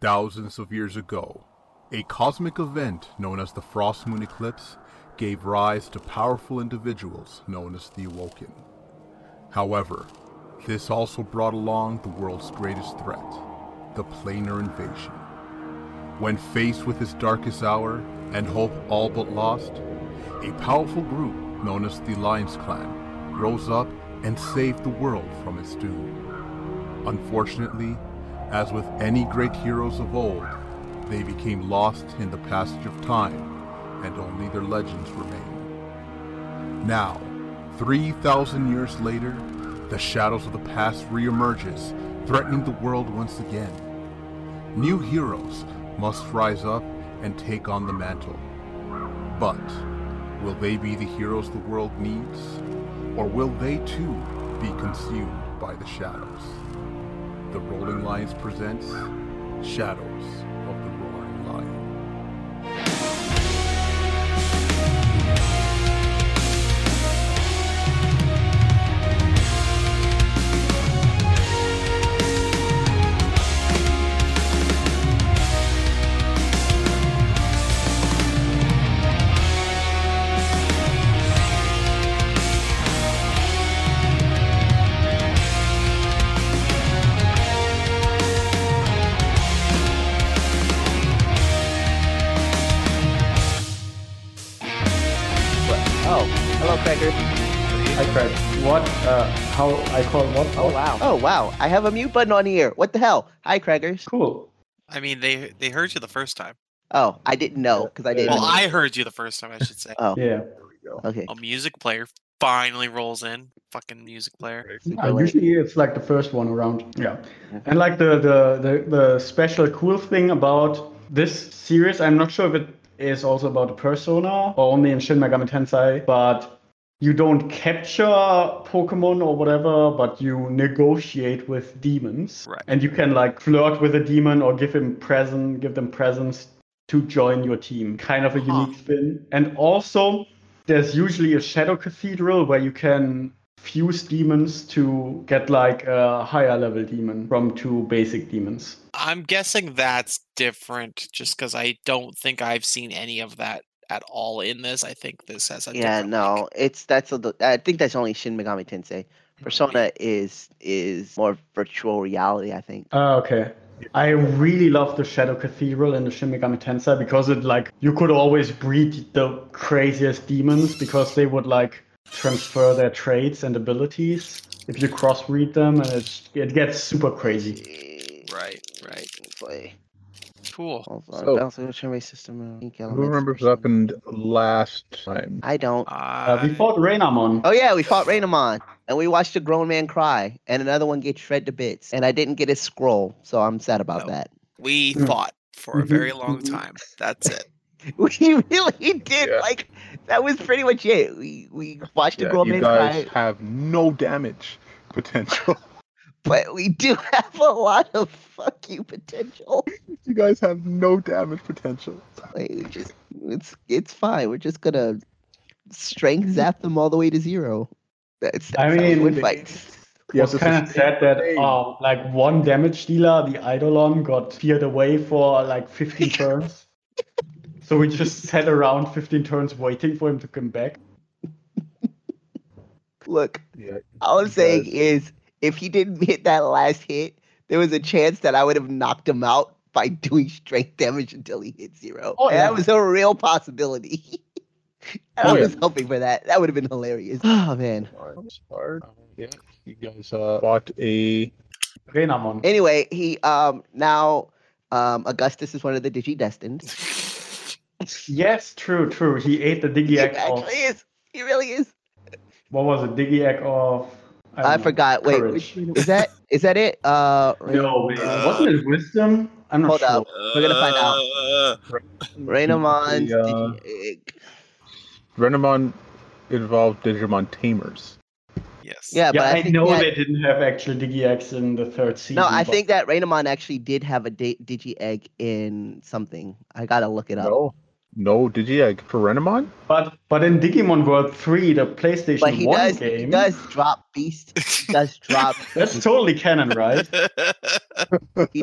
Thousands of years ago, a cosmic event known as the Frost Moon Eclipse gave rise to powerful individuals known as the Awoken. However, this also brought along the world's greatest threat, the planar invasion. When faced with his darkest hour and hope all but lost, a powerful group known as the Lions Clan rose up and saved the world from its doom. Unfortunately, as with any great heroes of old, they became lost in the passage of time and only their legends remain. Now, 3,000 years later, the shadows of the past reemerges, threatening the world once again. New heroes must rise up and take on the mantle. But will they be the heroes the world needs? Or will they too be consumed by the shadows? The Rolling Lions presents Shadows of the Roaring Lion. Oh. What? Uh, how I call what? Oh wow! Oh wow! I have a mute button on here. What the hell? Hi, Craggers. Cool. I mean, they they heard you the first time. Oh, I didn't know because I didn't. Well, Oh, I heard you the first time. I should say. oh Yeah. okay. A music player finally rolls in. Fucking music player. Yeah, usually it's like the first one around. Yeah. And like the, the the the special cool thing about this series, I'm not sure if it is also about a persona or only in Shin Megami Tensei, but you don't capture Pokemon or whatever, but you negotiate with demons. Right. And you can like flirt with a demon or give him present, give them presents to join your team. Kind of a Huh. unique spin. And also there's usually a shadow cathedral where you can fuse demons to get like a higher level demon from two basic demons. I'm guessing that's different, just because I don't think I've seen any of that at all in this. I think this has a Yeah, different, no, like- it's that's a, li- I think that's only Shin Megami Tensei. Persona is is more virtual reality, I think. Ah, okay. I really love the Shadow Cathedral and the Shin Megami Tensei because it like you could always breed the craziest demons because they would like transfer their traits and abilities if you crossbreed them and it's, it gets super crazy. Right, right. Play. Cool. So- also, turn system. uh, Link Who Elements remembers version. what happened last time? I don't. Uh, Uh, we fought Rainamon. Oh yeah, we fought Rainamon, and we watched a grown man cry, and another one get shred to bits. And I didn't get his scroll, so I'm sad about Oh. that. we Mm. fought for a very Mhm, long mhm. time. That's it. We really did. Yeah. Like that was pretty much it. We we watched a Yeah, grown you man guys cry, have no damage potential. but we do have a lot of fuck you potential. you guys have no damage potential. Like, we just it's it's fine. We're just gonna strength zap them all the way to zero. That's, that's I how we mean, win they- fights. It was kind of sad that uh, like one damage dealer, the Eidolon, got feared away for like 15 turns. So we just sat around 15 turns waiting for him to come back. Look, Yeah, all I'm you saying guys- is if he didn't hit that last hit, there was a chance that I would have knocked him out by doing strength damage until he hit zero. Oh, And yeah. That was a real possibility. And Oh, I yeah. was hoping for that. That would have been hilarious. Oh man. hard. Yeah, you guys uh, bought a. Renamon. Anyway, he um now um Augustus is one of the Digi Destined. Yes, true, true. He ate the Diggy He egg of actually is. He really is. what was it? Diggy egg of don't I know. forgot. Wait, Courage. which- is that is that it? Uh, No, wait, Uh, wasn't it wisdom? I'm not hold sure. up. We're gonna find out. Uh, Rainamon's The, uh, Digi- Renamon involved Digimon tamers. yes. Yeah, Yeah, but I, I, think know that- they didn't have actual Diggy eggs in the third season. No, I but- think that Rainamon actually did have a da- digi egg in something. I gotta look it up. No, No Digiegg for Renamon? But but in Digimon World 3, the PlayStation But he 1 does he game, does drop beast. He does drop that's totally canon, right? he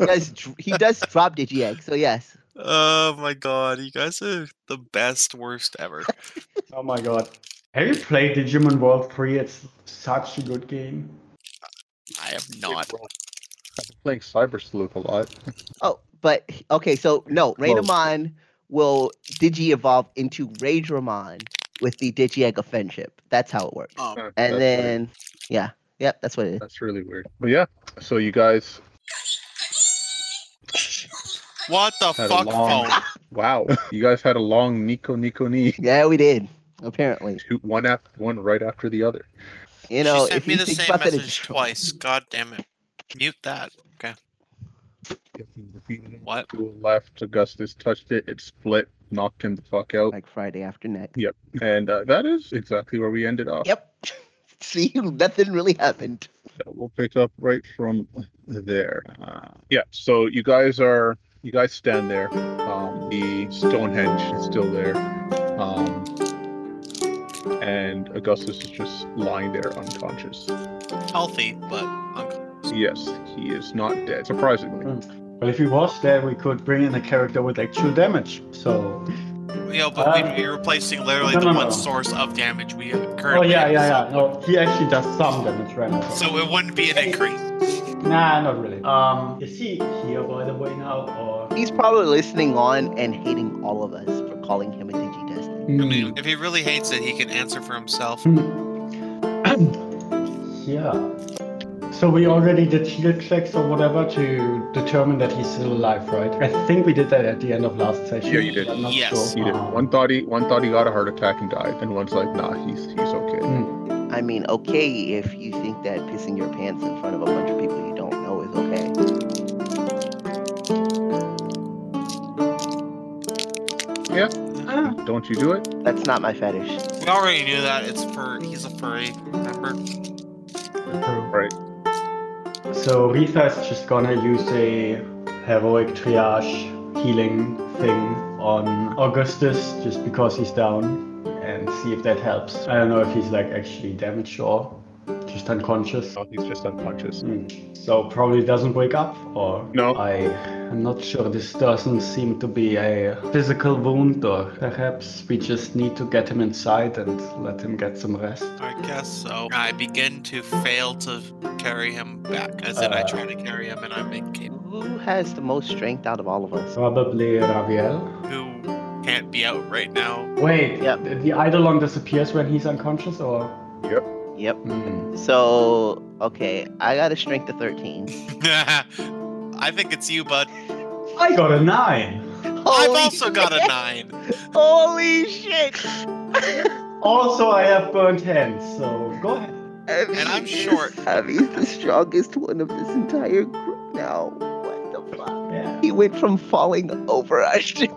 does dr- he does drop Digiegg. So yes. oh my god, you guys are the best worst ever. oh my god. Have you played Digimon World 3? It's such a good game. I have not. Playing Cyber Sleuth a lot. Oh, but okay, so no, Close. Rainamon will digi evolve into Rageramon with the Digiegg of friendship. That's how it works. Um, and Oh, That's then weird. yeah. Yep, that's what it is. that's really weird. But yeah, so you guys what the Had a fuck long- phone? wow. you guys had a long Nico Nico knee. Yeah, we did. Apparently. Two one after one right after the other. You know, she sent if me you the think same about that, it's message twice. God damn it. Mute that. What? Two left, Augustus touched it, it split, knocked him the fuck out. like Friday after next. Yeah. And uh, that is exactly where we ended off. Yep. See, nothing really happened. we'll pick up right from there. Uh, yeah, so you guys are you guys stand there. Um, the Stonehenge is still there, um, and Augustus is just lying there unconscious. Healthy, but uncle. Yes, he is not dead. Surprisingly, But if he was there, we could bring in a character with actual damage. So, You know, but Uh, we'd be replacing literally no, the no, one no. source of damage we have oh currently. yeah, have, yeah, so- yeah. No, he actually does some damage right now. So it wouldn't be an increase. Nah, not really. Um, is he here by the way now, or? He's probably listening on and hating all of us for calling him a digi destiny. I mean, if he really hates it, he can answer for himself. yeah. So we already did shield checks or whatever to determine that he's still alive, right? I think we did that at the end of last session. Yeah, you did. I'm not Yes. sure. he did. Um, One thought he one thought he got a heart attack and died, and one's like, nah, he's he's okay. I mean, okay, if you think that pissing your pants in front of a bunch of people you don't know is okay. Ah, Don't you do it? That's not my fetish. We already knew that. It's fur. He's a furry. Remember? true. Right. So Rita is just gonna use a heroic triage healing thing on Augustus just because he's down and see if that helps. I don't know if he's like actually damaged or just unconscious. No, he's just unconscious. Uh, Hmm. So probably doesn't wake up or No. I am not sure this doesn't seem to be a physical wound or perhaps we just need to get him inside and let him get some rest. I guess so. I begin to fail to carry him back. As in, I Uh. try to carry him and I'm incapable. Who has the most strength out of all of us? Probably Raviel. Who can't be out right now? Wait, Yeah. the, the Eidolon disappears when he's unconscious or? Yep. Hmm. So, okay, I got a strength of 13. I think it's you, bud. I got a nine. Holy I've also got a shit. nine. Holy shit! Also, I have burnt hands, so go ahead. And I'm short. Abby's the strongest one of this entire group now. What the fuck? Yeah. He went from falling over us. to-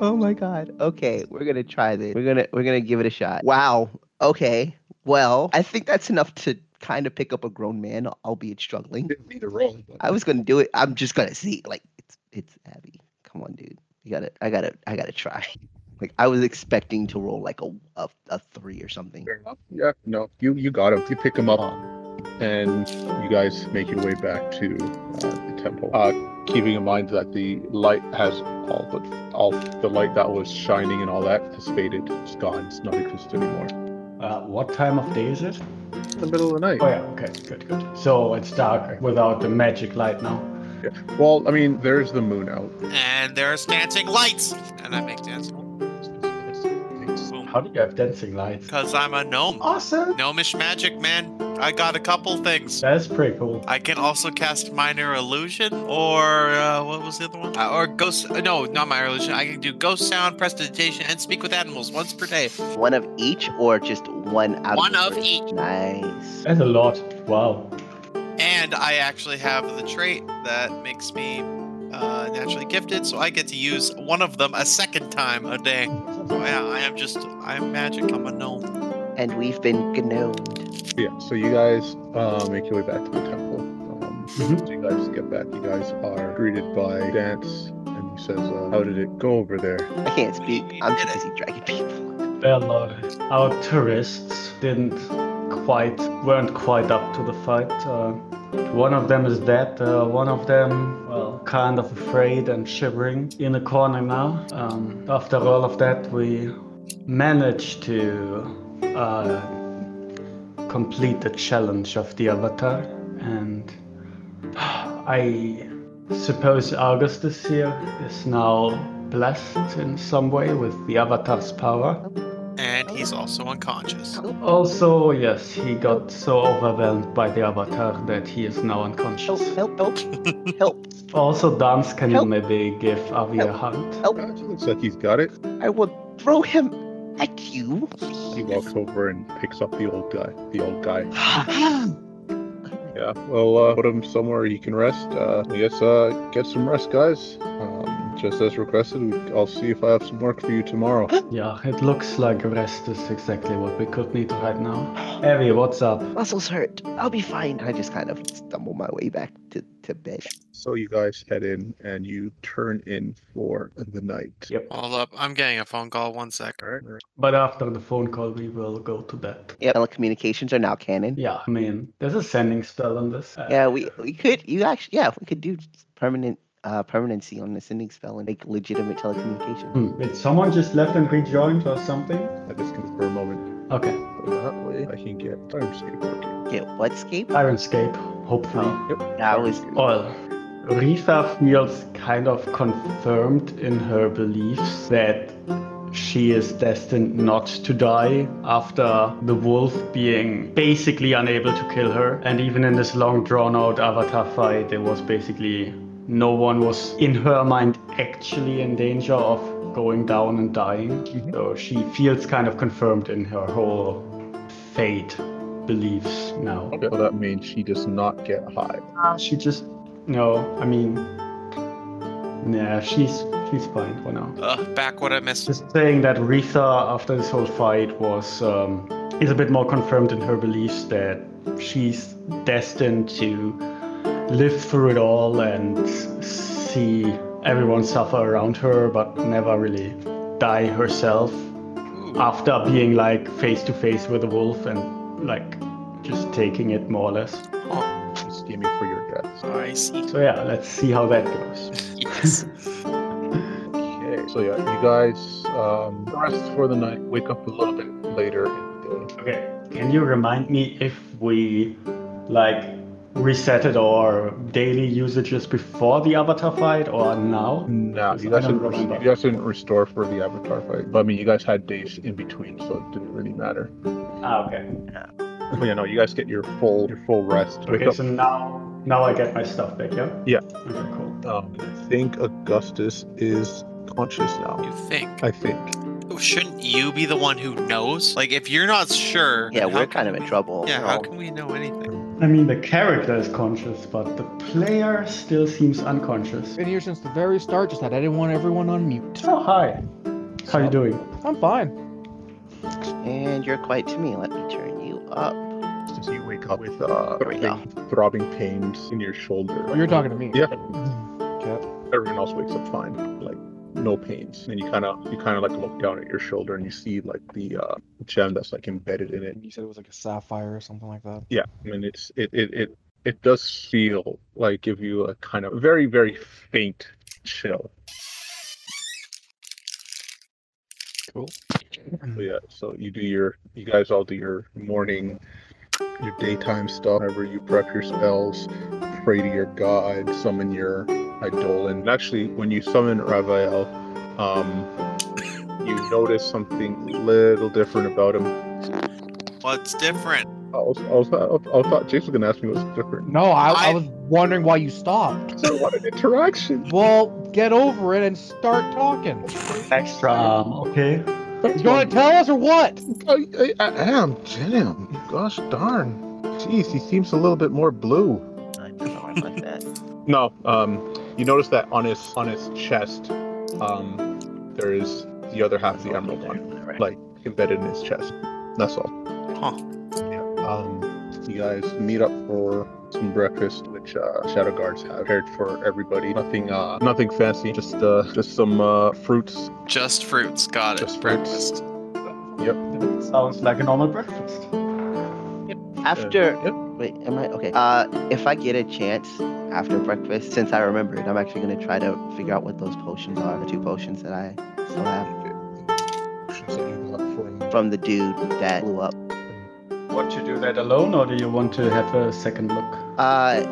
oh my god. Okay, we're gonna try this. We're gonna we're gonna give it a shot. Wow. Okay. Well, I think that's enough to kind of pick up a grown man, albeit struggling. Didn't mean to roll, but- I was gonna do it. I'm just gonna see. Like it's it's Abby. Come on, dude. You gotta. I gotta. I gotta try. Like I was expecting to roll like a a, a three or something. Fair enough. Yeah, no, you you got him. You pick him up, and you guys make your way back to uh, the temple. Uh, keeping in mind that the light has all but all the light that was shining and all that has faded. It's gone. It's not exist anymore. Uh, what time of day is it? It's the middle of the night. Oh yeah, okay, good, good. So it's dark without the magic light now. Well, I mean, there's the moon out. And there's dancing lights. And I make dancing. How do you have dancing lights? Because I'm a Oh. gnome. Awesome. Gnomish magic, man. I got a couple things. That's pretty cool. I can also cast minor illusion, or uh, what was the other one? Uh, or ghost? uh, No, not minor illusion. I can do ghost sound, prestidigitation, and speak with animals once per day. One of each, or just one out. One the of three? each. Nice. That's a lot. Wow. And I actually have the trait that makes me uh, naturally gifted, so I get to use one of them a second time a day. So yeah, I am just I am magic. I'm a gnome. And we've been gnomed. Yeah. So you guys uh, make your way back to the temple. Um, Mhm. so you guys get back. You guys are greeted by dance and He says, uh, "How did it go over there?" I can't speak. I'm too busy dragging people. Bella, our tourists didn't quite weren't quite up to the fight. Uh, one of them is dead. Uh, one of them, well, kind of afraid and shivering in a corner now. Um, after all of that, we managed to uh, complete the challenge of the avatar, and I suppose Augustus here is now blessed in some way with the avatar's power. And he's also unconscious. Also, yes, he got so overwhelmed by the avatar that he is now Help! unconscious. Help! Help! help! Also, Dance, can you Help. maybe give Avi a Help. hand? Uh, it looks like he's got it. I will throw him at you. He walks over and picks up the old guy. The old guy. Thank Yeah. Well, uh, put him somewhere he can rest. Uh, I guess uh, get some rest, guys. Um, just as requested. we- I'll see if I have some work for you tomorrow. Yeah, it looks like rest is exactly what we could need right now. Avi, what's up? Muscles hurt. I'll be fine. I just kind of stumble my way back to, to bed. So you guys head in and you turn in for the night. Hold up, I'm getting a phone call. One sec. All right. But after the phone call, we will go to bed. Yeah, telecommunications are now canon. Yeah, I mean, there's a sending spell on this. Uh, Yeah, we we could you actually yeah we could do permanent uh permanency on the sending spell and make legitimate telecommunication. Hmm, Did someone just left and rejoined or something? I just can for a moment. Okay, But that way I can get time escape working. Get whatscape? Ironscape, hopefully. Yep. That was Well, Rita feels kind of confirmed in her beliefs that she is destined not to die after the wolf being basically unable to kill her. And even in this long drawn out avatar fight, there was basically no one was in her mind actually in danger of going down and dying. So she feels kind of confirmed in her whole fate beliefs now. Okay. So that means she does not get high. Uh, she just no. I mean, nah, she's she's fine for now. Ugh, back what I missed. Just saying that Retha, after this whole fight, was um, is a bit more confirmed in her beliefs that she's destined to live through it all and see everyone suffer around her, but never really die herself. Ooh, After being like face to face with a wolf and like just taking it more or less. She's scheming for your death. I see. So yeah, let's see how that goes. Yes. Okay. So yeah, you guys um, rest for the night. Wake up a little bit later in the day. Okay, can you remind me if we like resetted our daily usages before the avatar fight or now? No, you I guys, don't didn't, rest- you remember. guys didn't restore for the Avatar fight. But I mean, you guys had days in between, so it didn't really matter. Ah, okay. But yeah, no, you guys get your full your full rest. Wake Okay, up so now now I get my stuff back, yeah? Yeah. Okay, cool. Um, I think Augustus is conscious now. You think? Oh, I think. Shouldn't you be the one who knows? Like, if you're not sure. yeah, then how we're can kind of in we- trouble. Yeah, We're how all- can we know anything? I mean the character is conscious, but the player still seems unconscious. Been here since the very start. Just that I didn't want everyone on mute. Oh hi. How you doing? I'm fine. and you're quite to me. Let me turn you up. Since you wake up with uh, There we go. throbbing pains in your shoulder. Oh, Well, you're talking to me. Yeah. Okay. Everyone else wakes up fine, like no pains. And you kind of you kind of like look down at your shoulder and you see like the uh, gem that's like embedded in it. You said it was like a sapphire or something like that. Yeah, I mean it's it it it, it does feel like give you a kind of very very faint chill. Cool. So, yeah, so you do your, you guys all do your morning, your daytime stuff. Whenever you prep your spells, pray to your god, summon your idolin. And actually, when you summon Raviel, um, you notice something little different about him. What's different? I was, I was, I was- I thought Jason was gonna ask me what's different. No, I, I I- was wondering why you stopped. So what an interaction! Well, get over it and start talking. Extra um, okay. You want to tell us or what? I, I, I am, damn. Gosh darn. Jeez, he seems a little bit more blue. I don't know why I left that. No, um, you notice that on his on his chest, um, there is the other half of the emerald one, Right. like embedded in his chest. That's all. Huh. Yeah. Um, You guys meet up for some breakfast, which uh, Shadow Guards have prepared for everybody. Nothing, uh, nothing fancy. Just, uh, just some uh, fruits. Just fruits. Got it. Just fruits. Breakfast. Sounds like a normal breakfast. After Yep. Wait, am I okay? Uh, if I get a chance after breakfast, since I remembered, I'm actually gonna try to figure out what those potions are. The two potions that I still have Options that you got from- from the dude that blew up. Want to do that alone, or do you want to have a second look? Uh,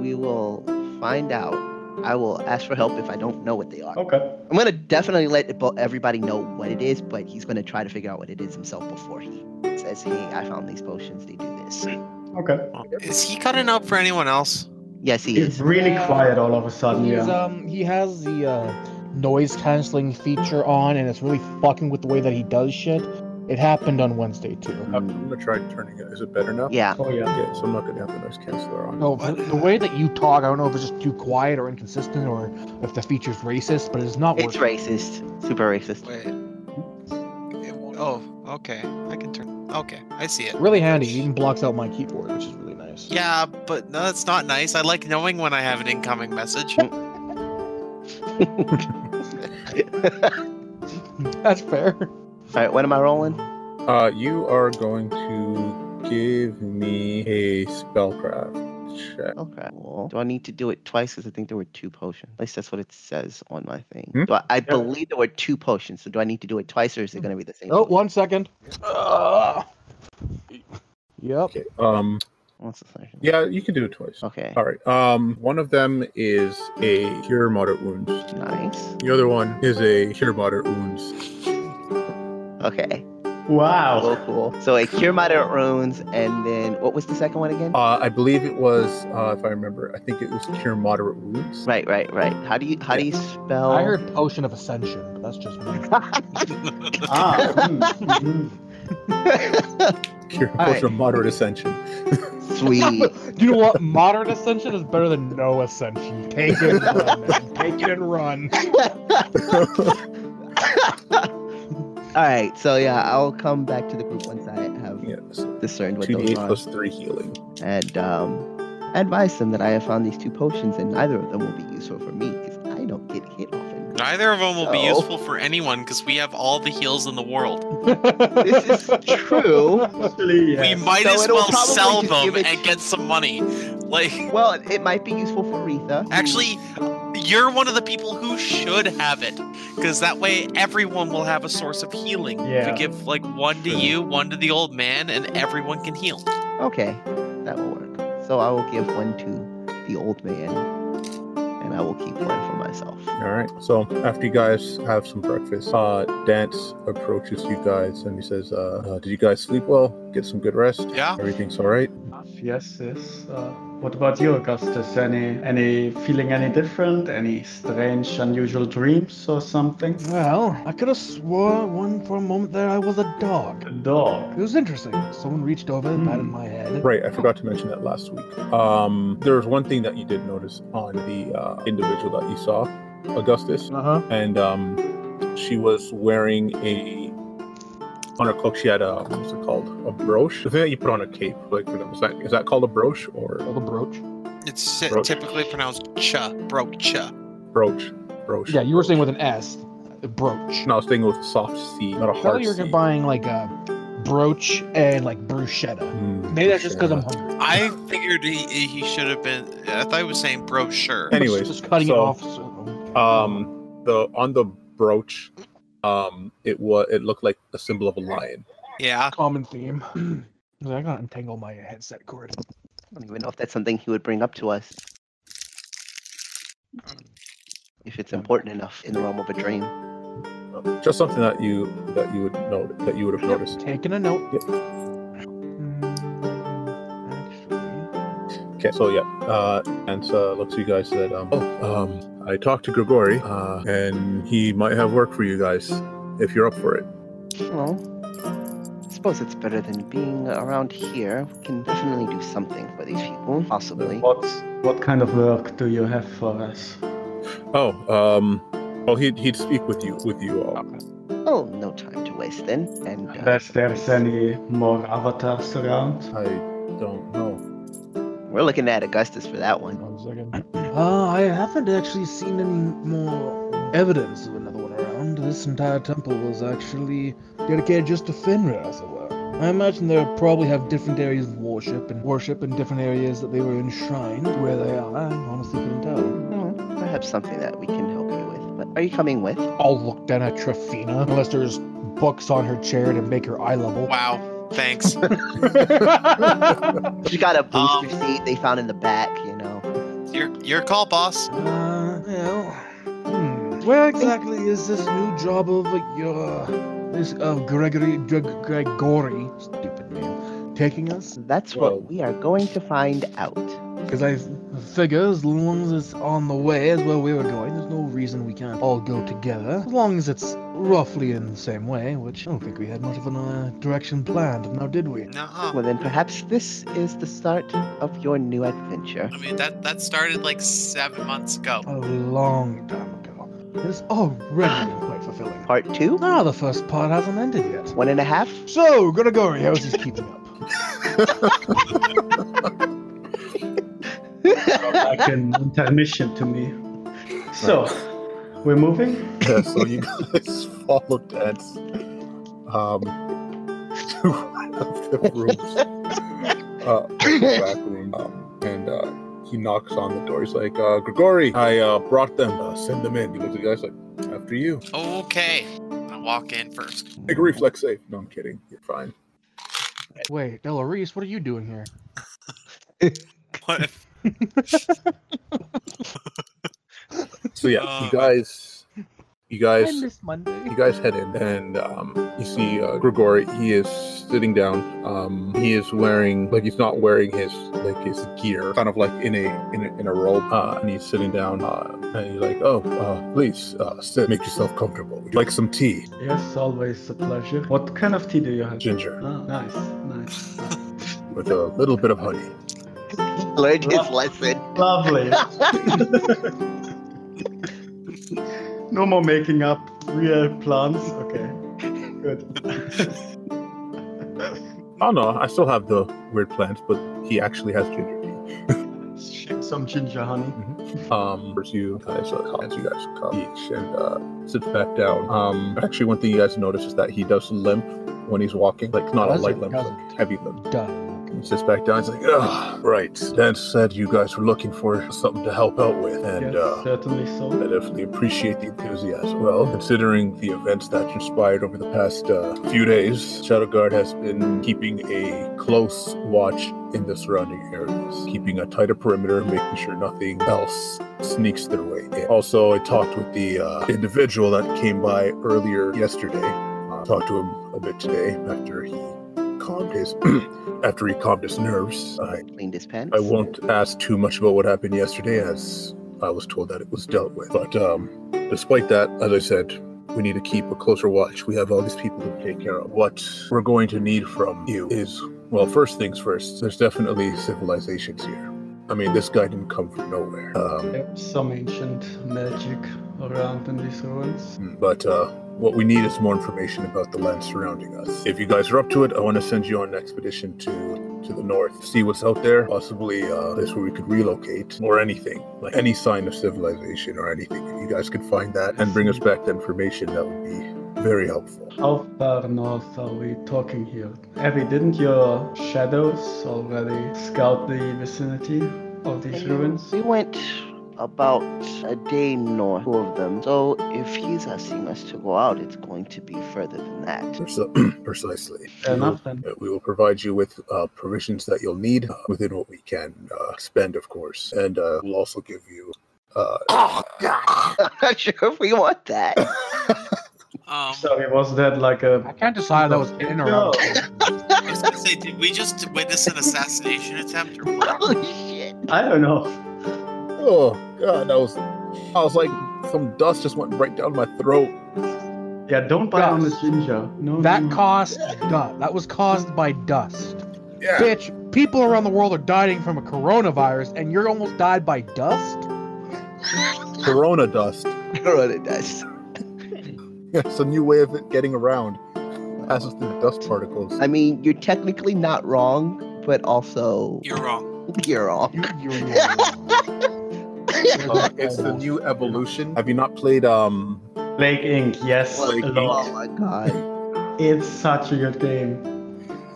we will find out. I will ask for help if I don't know what they are. Okay. I'm gonna definitely let bo- everybody know what it is, but he's gonna try to figure out what it is himself before he says, "Hey, I found these potions. They do this." Okay. Is he cutting up for anyone else? Yes, he He's is. really Yeah. quiet all of a sudden. He's, Yeah. um, he has the uh, noise canceling feature on, and it's really fucking with the way that he does shit. It happened on Wednesday too. I'm gonna try turning it. Is it better now? Yeah. Oh yeah. Yeah, so I'm not gonna have the noise canceller on. No, the the way that you talk, I don't know if it's just too quiet or inconsistent, or if the feature's racist, but it's not It's working. racist. Super racist. Wait. It won't- Oh, okay. I can turn. Okay, I see it. Really handy. It even blocks out my keyboard, which is really nice. Yeah, but no, that's not nice. I like knowing when I have an incoming message. That's fair. All right, what am I rolling? Uh, you are going to give me a spellcraft check. Okay. Well, do I need to do it twice? Because I think there were two potions. At least that's what it says on my thing. Hmm? Do I, I believe there were two potions. So do I need to do it twice, or is it going to be the same? Oh, potion? one second. Ugh. Yep. Okay. Um. What's the second? Yeah, you can do it twice. Okay. All right. Um. One of them is a cure moderate wounds. Nice. The other one is a cure moderate wounds. Okay. Cool. Wow. Cool. So a cure moderate runes, and then what was the second one again? Uh, I believe it was, uh, if I remember, I think it was cure moderate wounds. Right. Right. Right. How do you How do you spell? I heard Potion of Ascension, but that's just me. ah. mm, mhm. Cure All potion of moderate ascension. Sweet. you know what? Modern Ascension is better than no Ascension. Take it and run. man. Take it and run. All right. So yeah, I'll come back to the group once I have Yes. discerned what Two those D are. plus three healing. and um, advise them that I have found these two potions, and neither of them will be useful for me because I don't get hit often. Neither of them will be So- useful for anyone because we have all the heals in the world. This is true. Actually, yes. We might So as it'll well probably sell just give them it- and get some money. Like, Well, it might be useful for Retha. who- actually, you're one of the people who should have it because that way everyone will have a source of healing. Yeah. We give like one to True. you, one to the old man, and everyone can heal. okay, that will work. So I will give one to the old man, and I will keep one for myself. All right. So after you guys have some breakfast, uh, Dance approaches you guys and he says, uh, uh, "Did you guys sleep well? Get some good rest. Yeah. Everything's all right." Yes, yes. Uh, what about you, Augustus? Any, any feeling any different? Any strange, unusual dreams or something? Well, I could have swore one for a moment there I was a dog. A dog. It was interesting. Someone reached over and patted Hmm. my head. Right. I forgot to mention that last week. Um, there was one thing that you did notice on the uh, individual that you saw, Augustus, Uh huh. and um, she was wearing a on her cloak. She had a what's it called? A brooch. The thing that you put on a cape. Like is that is that called a brooche or Hold a Oh, brooch. It's Brooch. typically pronounced cha, brocha. brooch? Brooch. Yeah, you were saying with an S. A brooch. No, I was thinking with a soft C, not a I hard thought you were C. buying like a brooch and like bruschetta. Mm, Maybe that's just because sure. I'm hungry. I figured he, he should have been. I thought he was saying brochure. Anyway. Anyways, just cutting it so, off. So, um the on the brooch um it was it looked like a symbol of a lion Yeah. common theme. I gotta untangle my headset cord. I don't even know if that's something he would bring up to us. If it's important enough in the realm of a dream. just something that you that you would note that you would have noticed Taking a note. Yep. Mm, okay so yeah uh and so looks you guys said um, oh, um i talked to grigori uh, and he might have work for you guys if you're up for it Well, I suppose it's better than being around here. We can definitely do something for these people, possibly. What, what kind of work do you have for us? oh um well he'd, he'd speak with you with you all Oh, no time to waste then. And uh, Unless there's any more avatars around. i Don't know. We're looking at Augustus for that one. One second. Uh, I haven't actually seen any more evidence of another one around. This entire temple was actually dedicated just to Fenrir, as it were. I imagine they probably have different areas of worship and worship in different areas that they were enshrined where they are. I honestly couldn't tell. Hmm, Perhaps something that we can help you with. But are you coming with? I'll look down at Trafina unless there's books on her chair to make her eye level. Wow. Thanks. She's got a booster Um. seat they found in the back, you know. your your call, boss. Uh, well, hmm. Where exactly is this new job of your this of Gregory Greg, Gregory stupid name taking us? That's Well- what we are going to find out. Because I figure as long as it's on the way as where we were going, there's no reason we can't all go together. As long as it's roughly in the same way, which I don't think we had much of an uh, direction planned. Now did we? No. Well, then perhaps this is the start of your new adventure. I mean that that started like seven months ago. A long time ago. It's already been quite fulfilling. Part two? Ah, the first part hasn't ended yet. One and a half? So, Gregory, how's this keeping up? like an intermission to me. So, we're moving. yeah, so you guys follow dance um, to one of the rooms, uh, the back room, um, and uh, he knocks on the door. He's like, uh, "Grigori, I uh, brought them. Uh, send them in." He looks at the guys like, "After you." Okay. I walk in first. Make a reflex save. No, I'm kidding. You're fine. Wait, Delarice, what are you doing here? What? So yeah, Uh, you guys, you guys, this Monday. you guys head in, and um, you see uh, Grigori. He is sitting down. Um, he is wearing like he's not wearing his like his gear, kind of like in a in a, in a robe, uh, and he's sitting down. Uh, and he's like, "Oh, uh, please uh, sit. Make yourself comfortable. Would you like some tea, Yes, always a pleasure. What kind of tea do you have? ginger, Ah, nice, nice. with a little bit of honey." He learned his lesson. Lovely. no more making up real plants. Okay. Good. Oh no, I still have the weird plants, but he actually has ginger tea. Some ginger honey. um as you guys uh, as you guys come each and uh sits back down um actually one thing you guys notice is that he does limp when he's walking like not a Does or light limp doesn't? like heavy limp Done. he sits back down he's like ah right dan said you guys were looking for something to help out with and yes, uh certainly I so. definitely appreciate the enthusiasm. Well, considering the events that transpired over the past uh, few days, Shadow Guard has been keeping a close watch in the surrounding areas, keeping a tighter perimeter, making sure nothing else sneaks their way in. Also, I talked with the uh, individual that came by earlier yesterday. Uh, talked to him a bit today after he calmed his after he calmed his nerves. I Cleaned his pants. I won't ask too much about what happened yesterday, as I was told that it was dealt with. But um, despite that, as I said, we need to keep a closer watch. We have all these people to take care of. What we're going to need from you is, well, first things first. There's definitely civilizations here. I mean, this guy didn't come from nowhere. Um, Yep, Some ancient magic around in these ruins. but uh, what we need is more information about the land surrounding us. If you guys are up to it, I want to send you on an expedition to to the north, see what's out there. Possibly uh, a place where we could relocate or anything, like any sign of civilization or anything. If you guys could find that and bring us back the information, that would be very helpful. How far north are we talking here? Abby, didn't your shadows already scout the vicinity of these ruins? We went about a day north of them. So if he's asking us to go out, it's going to be further than that. Perso- Precisely. Fair enough then. Uh, We will provide you with uh, provisions that you'll need uh, within what we can uh, spend, of course, and uh, we'll also give you. Uh, Oh God! I'm not sure if we want that. Um, Sorry, was that like a I can't decide that was in or out. I was gonna say, did we just witness an assassination attempt or what? Holy shit! I don't know. oh God, that was. I was like, some dust just went right down my throat. Yeah, don't buy on the Gus. ginger. No, That no. caused dust. That was caused by dust. Yeah. Bitch, people around the world are dying from a coronavirus, and you're almost died by dust. Corona dust. Corona dust. It's a new way of it getting around. Passes through dust particles. I mean, you're technically not wrong, but also You're wrong. you're off. Uh, it's the new evolution. Have you not played? Um, Lake Inc. Yes, Lake a Oh lot. my god. It's such a good game.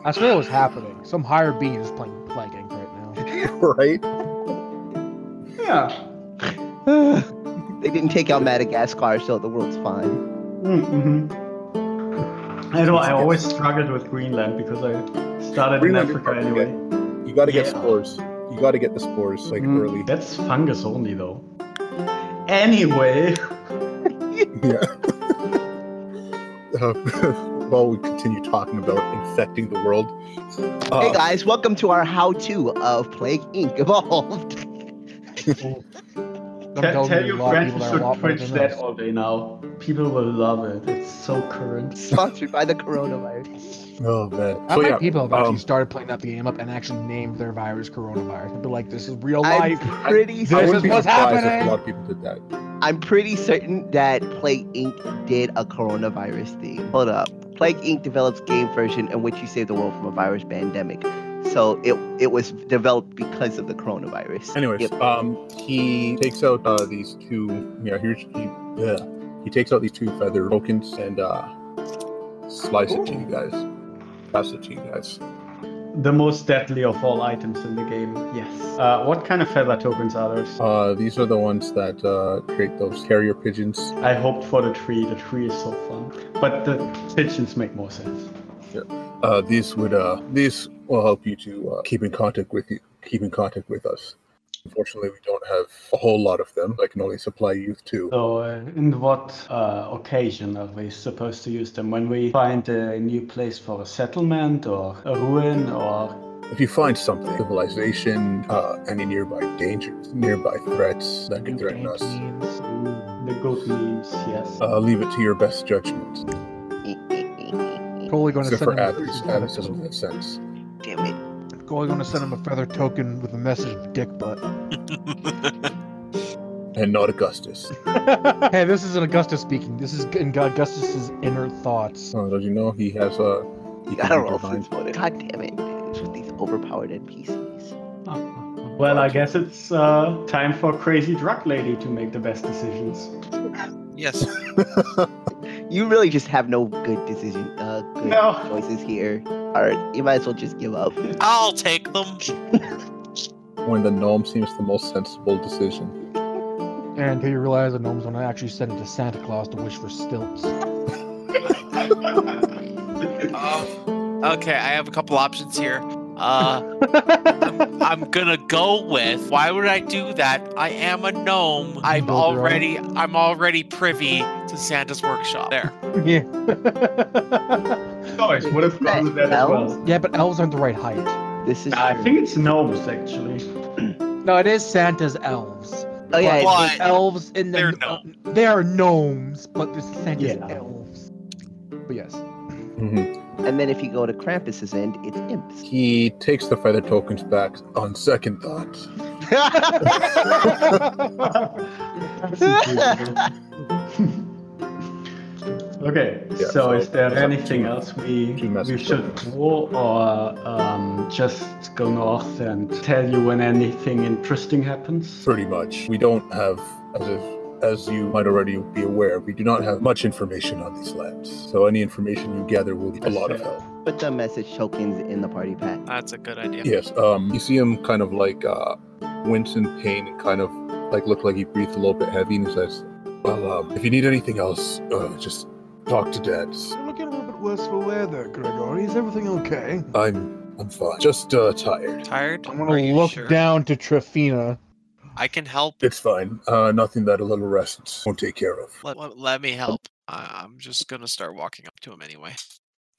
I swear it was happening. Some higher being is playing planking right now. right? Yeah. they didn't take out Madagascar, so the world's fine. Mm-hmm. I mm-hmm. know. I always struggled with Greenland because I started Greenland is in Africa probably anyway. You got to get Yeah. spores. You got to get the spores like Mm, early. Mm-hmm. That's fungus only though. Anyway, Uh, while we continue talking about infecting the world. Uh, hey guys, welcome to our how-to of Plague Inc. Evolved. I'm tell, telling tell you, your a lot of friends people you should that are a lot better twitch than that us. all day now. People will love it. It's so current. Sponsored by the coronavirus. oh man. How So many yeah, people have actually um, started playing that game up and actually named their virus coronavirus? They'd be like, this is real I'm life. pretty This I is wouldn't be what's surprised if happening. a lot of people did that. I'm pretty certain that Plague Inc. did a coronavirus thing. Hold up. Plague Inc. develops game version in which you save the world from a virus pandemic. So it it was developed because of the coronavirus. Anyways, Yep. um, he takes out uh, these two. Yeah, here's he. Yeah, he takes out these two feather tokens and uh, slice it to you guys. Pass it to you guys. The most deadly of all items in the game. Yes. Uh, what kind of feather tokens are those? Uh, these are the ones that uh, create those carrier pigeons. I hoped for the tree. The tree is so fun. But the pigeons make more sense. Uh, these would uh, these will help you to uh, keep in contact with you, keep in contact with us. Unfortunately, we don't have a whole lot of them. I can only supply you with two. So, uh, in what uh, occasion are we supposed to use them? When we find a new place for a settlement or a ruin or. If you find something, civilization, uh, any nearby dangers, nearby threats that could threaten us, Mm, The good memes, yes. uh, leave it to your best judgment. Probably going to Except send for him Athens. a Athens feather doesn't make sense. Damn it. Probably going to send him a feather token with a message of dick butt. And not Augustus. hey, this isn't Augustus speaking. This is in Augustus's inner thoughts. Uh, don't you know he has a. He can I don't read know your if mind. it's voted. God damn it. It's with these overpowered NPCs. Well, I guess it's uh, time for Crazy Drug Lady to make the best decisions. Yes. You really just have no good decision uh good No. choices here. Alright, you might as well just give up. I'll take them. When the gnome seems the most sensible decision. And until you realize the gnome's going to actually send it to Santa Claus to wish for stilts. Um, okay, I have a couple options here. Uh, I'm, I'm gonna go with. Why would I do that? I am a gnome. I'm Build your own. already. I'm already privy to Santa's workshop. There. yeah. Choice would have gone with that as well. yeah, but elves aren't the right height. This is I true. think it's gnomes, actually. No, it is Santa's elves. Oh yeah, Well, it's- I- elves in the uh, They're gnome. they are gnomes, but this Santa's Yeah. elves. But yes. Mm-hmm. Mhm. and then if you go to Krampus's end, it's imps. He takes the feather tokens back on second thought. Okay, Yeah, so, so is there it's up anything to- else we, to mess we with should them. draw or um, just go north and tell you when anything interesting happens? Pretty much. We don't have, as if, as you might already be aware, we do not have much information on these lands. So any information you gather will be a lot of help. Put the message tokens in the party pack. That's a good idea. Yes. Um, you see him kind of like uh, wince in pain and kind of like look like he breathed a little bit heavy, and he says, "Well, um, if you need anything else, uh, just talk to Dad. You're looking a little bit worse for wear there, Gregory. Is everything okay? I'm I'm fine. Just uh, tired. Tired? I'm Are gonna you look sure? down to Trafina. I can help. It's fine. Uh, nothing that a little rest won't take care of." Let, let, let me help. I, I'm just gonna start walking up to him anyway.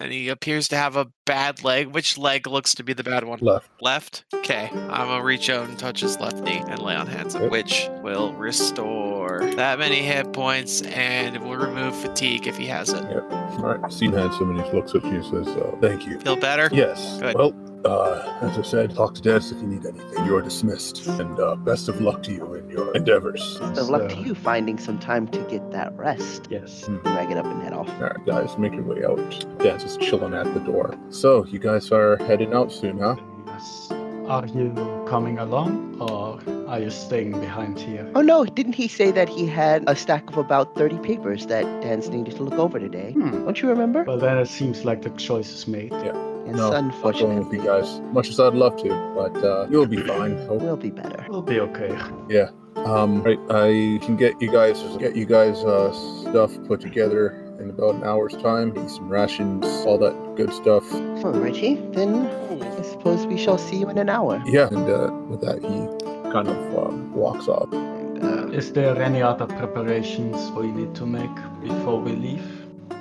And he appears to have a bad leg. Which leg looks to be the bad one? Left. Left. Okay. I'm gonna reach out and touch his left knee and lay on hands, Okay. which will restore that many hit points and it will remove fatigue if he has it. All right. See handsome, and he looks at you and says, uh, "Thank you." Feel better? Yes. Good. Well, uh, as I said, talk to Dad if you need anything. You are dismissed, and uh, best of luck to you in your endeavors. So luck to So- you finding some time to get that rest. Yes. And I get up and head off. All right, guys, make your way out. Dad's just chilling at the door. So, you guys are heading out soon, huh? Yes. Are you coming along or are you staying behind here? Oh no, didn't he say that he had a stack of about 30 papers that Dan's needed to look over today? Hmm. Don't you remember? Well, then it seems like the choice is made. it's no, Going unfortunate. with you guys, much as I'd love to, but uh, you'll be fine. Hope. We'll be better. We'll be okay. Um, right, I can get you guys get you guys uh, stuff put together in about an hour's time. Get some rations, all that good stuff. Well, Richie, then I suppose we shall see you in an hour. Yeah, and uh, with that, he kind of uh, walks off. And, um, Is there any other preparations we need to make before we leave?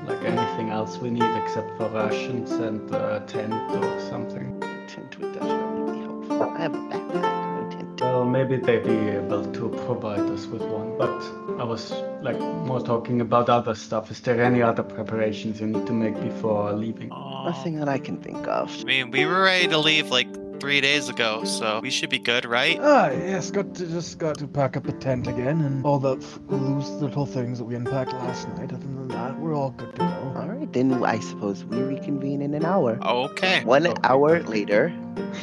Like anything else we need except for rations and a tent or something? tent would definitely be helpful. I have a backpack, no tent. Well, maybe they'd be able to provide us with one. But I was like more talking about other stuff. Is there any other preparations you need to make before leaving? Aw. Nothing that I can think of. I mean, we were ready to leave like three days ago, so we should be good, right? Ah, yes, got to, just got to pack up the tent again and all the f- loose little things that we unpacked last night. Other than that, we're all good to go. All right, then I suppose we reconvene in an hour. Okay. One Okay. hour later,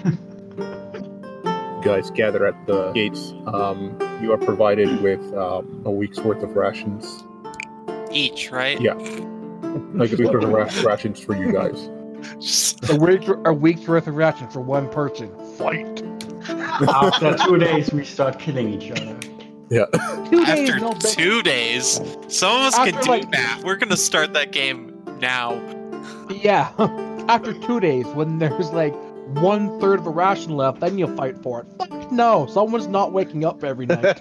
You guys gather at the gates. Um, you are provided with um, a week's worth of rations, Each, right? Yeah. like a week's worth of ra- rations for you guys. Just- A week, a week's worth of ration for one person. Fight. After two days, we start killing each other. Two days, After no big- two days, some of us After, can do like- that. We're gonna start that game now. Yeah, after two days, when there's like one third of a ration left, then you'll fight for it. Fuck no, someone's not waking up every night.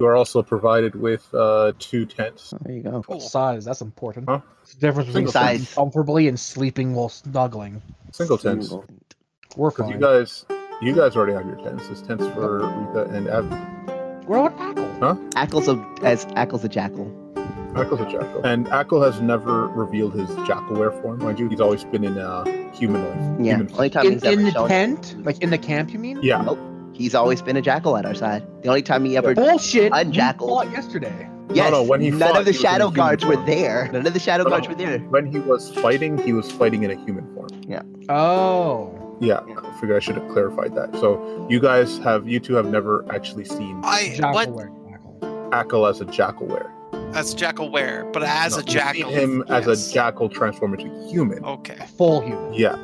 You are also provided with uh, two tents. there you go. Cool. Size, that's important. Huh? It's the difference between Single sleeping size. comfortably and sleeping while snuggling. Single tents. Single. We're Because you fine. guys, you guys already have your tents. This tents for Rita and Ab- We're on tackle. Ackles of as Ackles a jackal. Ackle's a jackal, and Ackle has never revealed his jackalware form. Mind you, he's always been in uh, humanoid. Yeah, Human. only time In, he's ever in the shown- tent, like in the camp, you mean? Yeah, He's always been a jackal at our side. The only time he ever Bullshit. I we jackaled. fought yesterday. yes, no, when he none fought, of the he was in a shadow human guards were form. there. None of the shadow No, guards no. were there. when he was fighting, he was fighting in a human form. Oh, Yeah, I figure I should have clarified that. So you guys have, you two have never actually seen I what? jackalware. jackal. Ackle as a jackalware. As jackal where? But as No, a you've jackal. seen him as yes. Oh. a jackal transform into human. Okay. Full human. Yeah,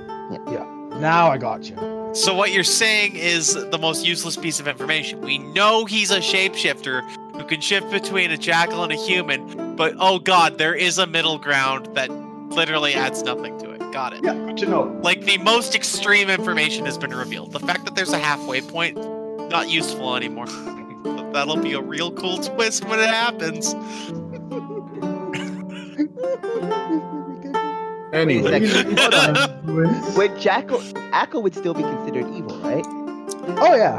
Now I got you. So what you're saying is the most useless piece of information. We know he's a shapeshifter who can shift between a jackal and a human, but oh god, there is a middle ground that literally adds nothing to it. Got it. Yeah, good to know. Like the most extreme information has been revealed. The fact that there's a halfway point, not useful anymore. But That'll be a real cool twist when it happens. Wait a anyway. second. Hold on. Wait, When jackal, Ackle would still be considered evil, right? Oh yeah.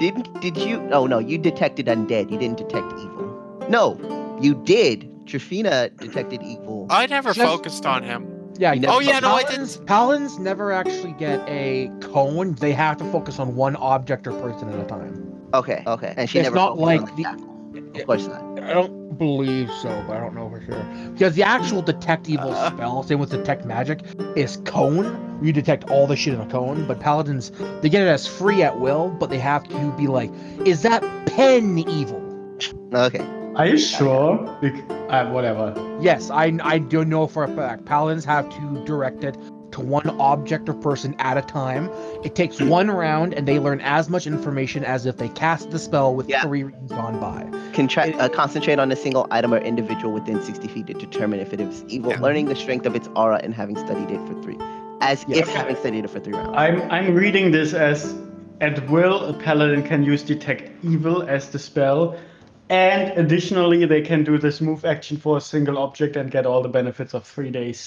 Didn't did you? Oh no, you detected undead. You didn't detect evil. No, you did. Trafina detected evil. I never Just- focused on him. Yeah. You You never Oh, yeah, no, I Paladins, paladins never actually get a cone. They have to focus on one object or person at a time. Okay, okay. And she It's never not focused on like the the- jackal. Of course not. I don't believe so, but I don't know for sure. Because the actual detect evil Uh. spell, same with detect magic, is cone. You detect all the shit in a cone, but paladins they get it as free at will, but they have to be like, is that pen evil? Okay. Are you sure? Bec- uh, whatever. Yes, I I do know for a fact. Paladins have to direct it to one object or person at a time. It takes one round, and they learn as much information as if they cast the spell with Yeah. three rounds gone by. Contra- It- uh, concentrate on a single item or individual within 60 feet to determine if it is evil, learning the strength of its aura and having studied it for three. As Yeah. if having studied it for three rounds. I'm I'm reading this as at will a paladin can use detect evil as the spell, and additionally they can do this move action for a single object and get all the benefits of three days,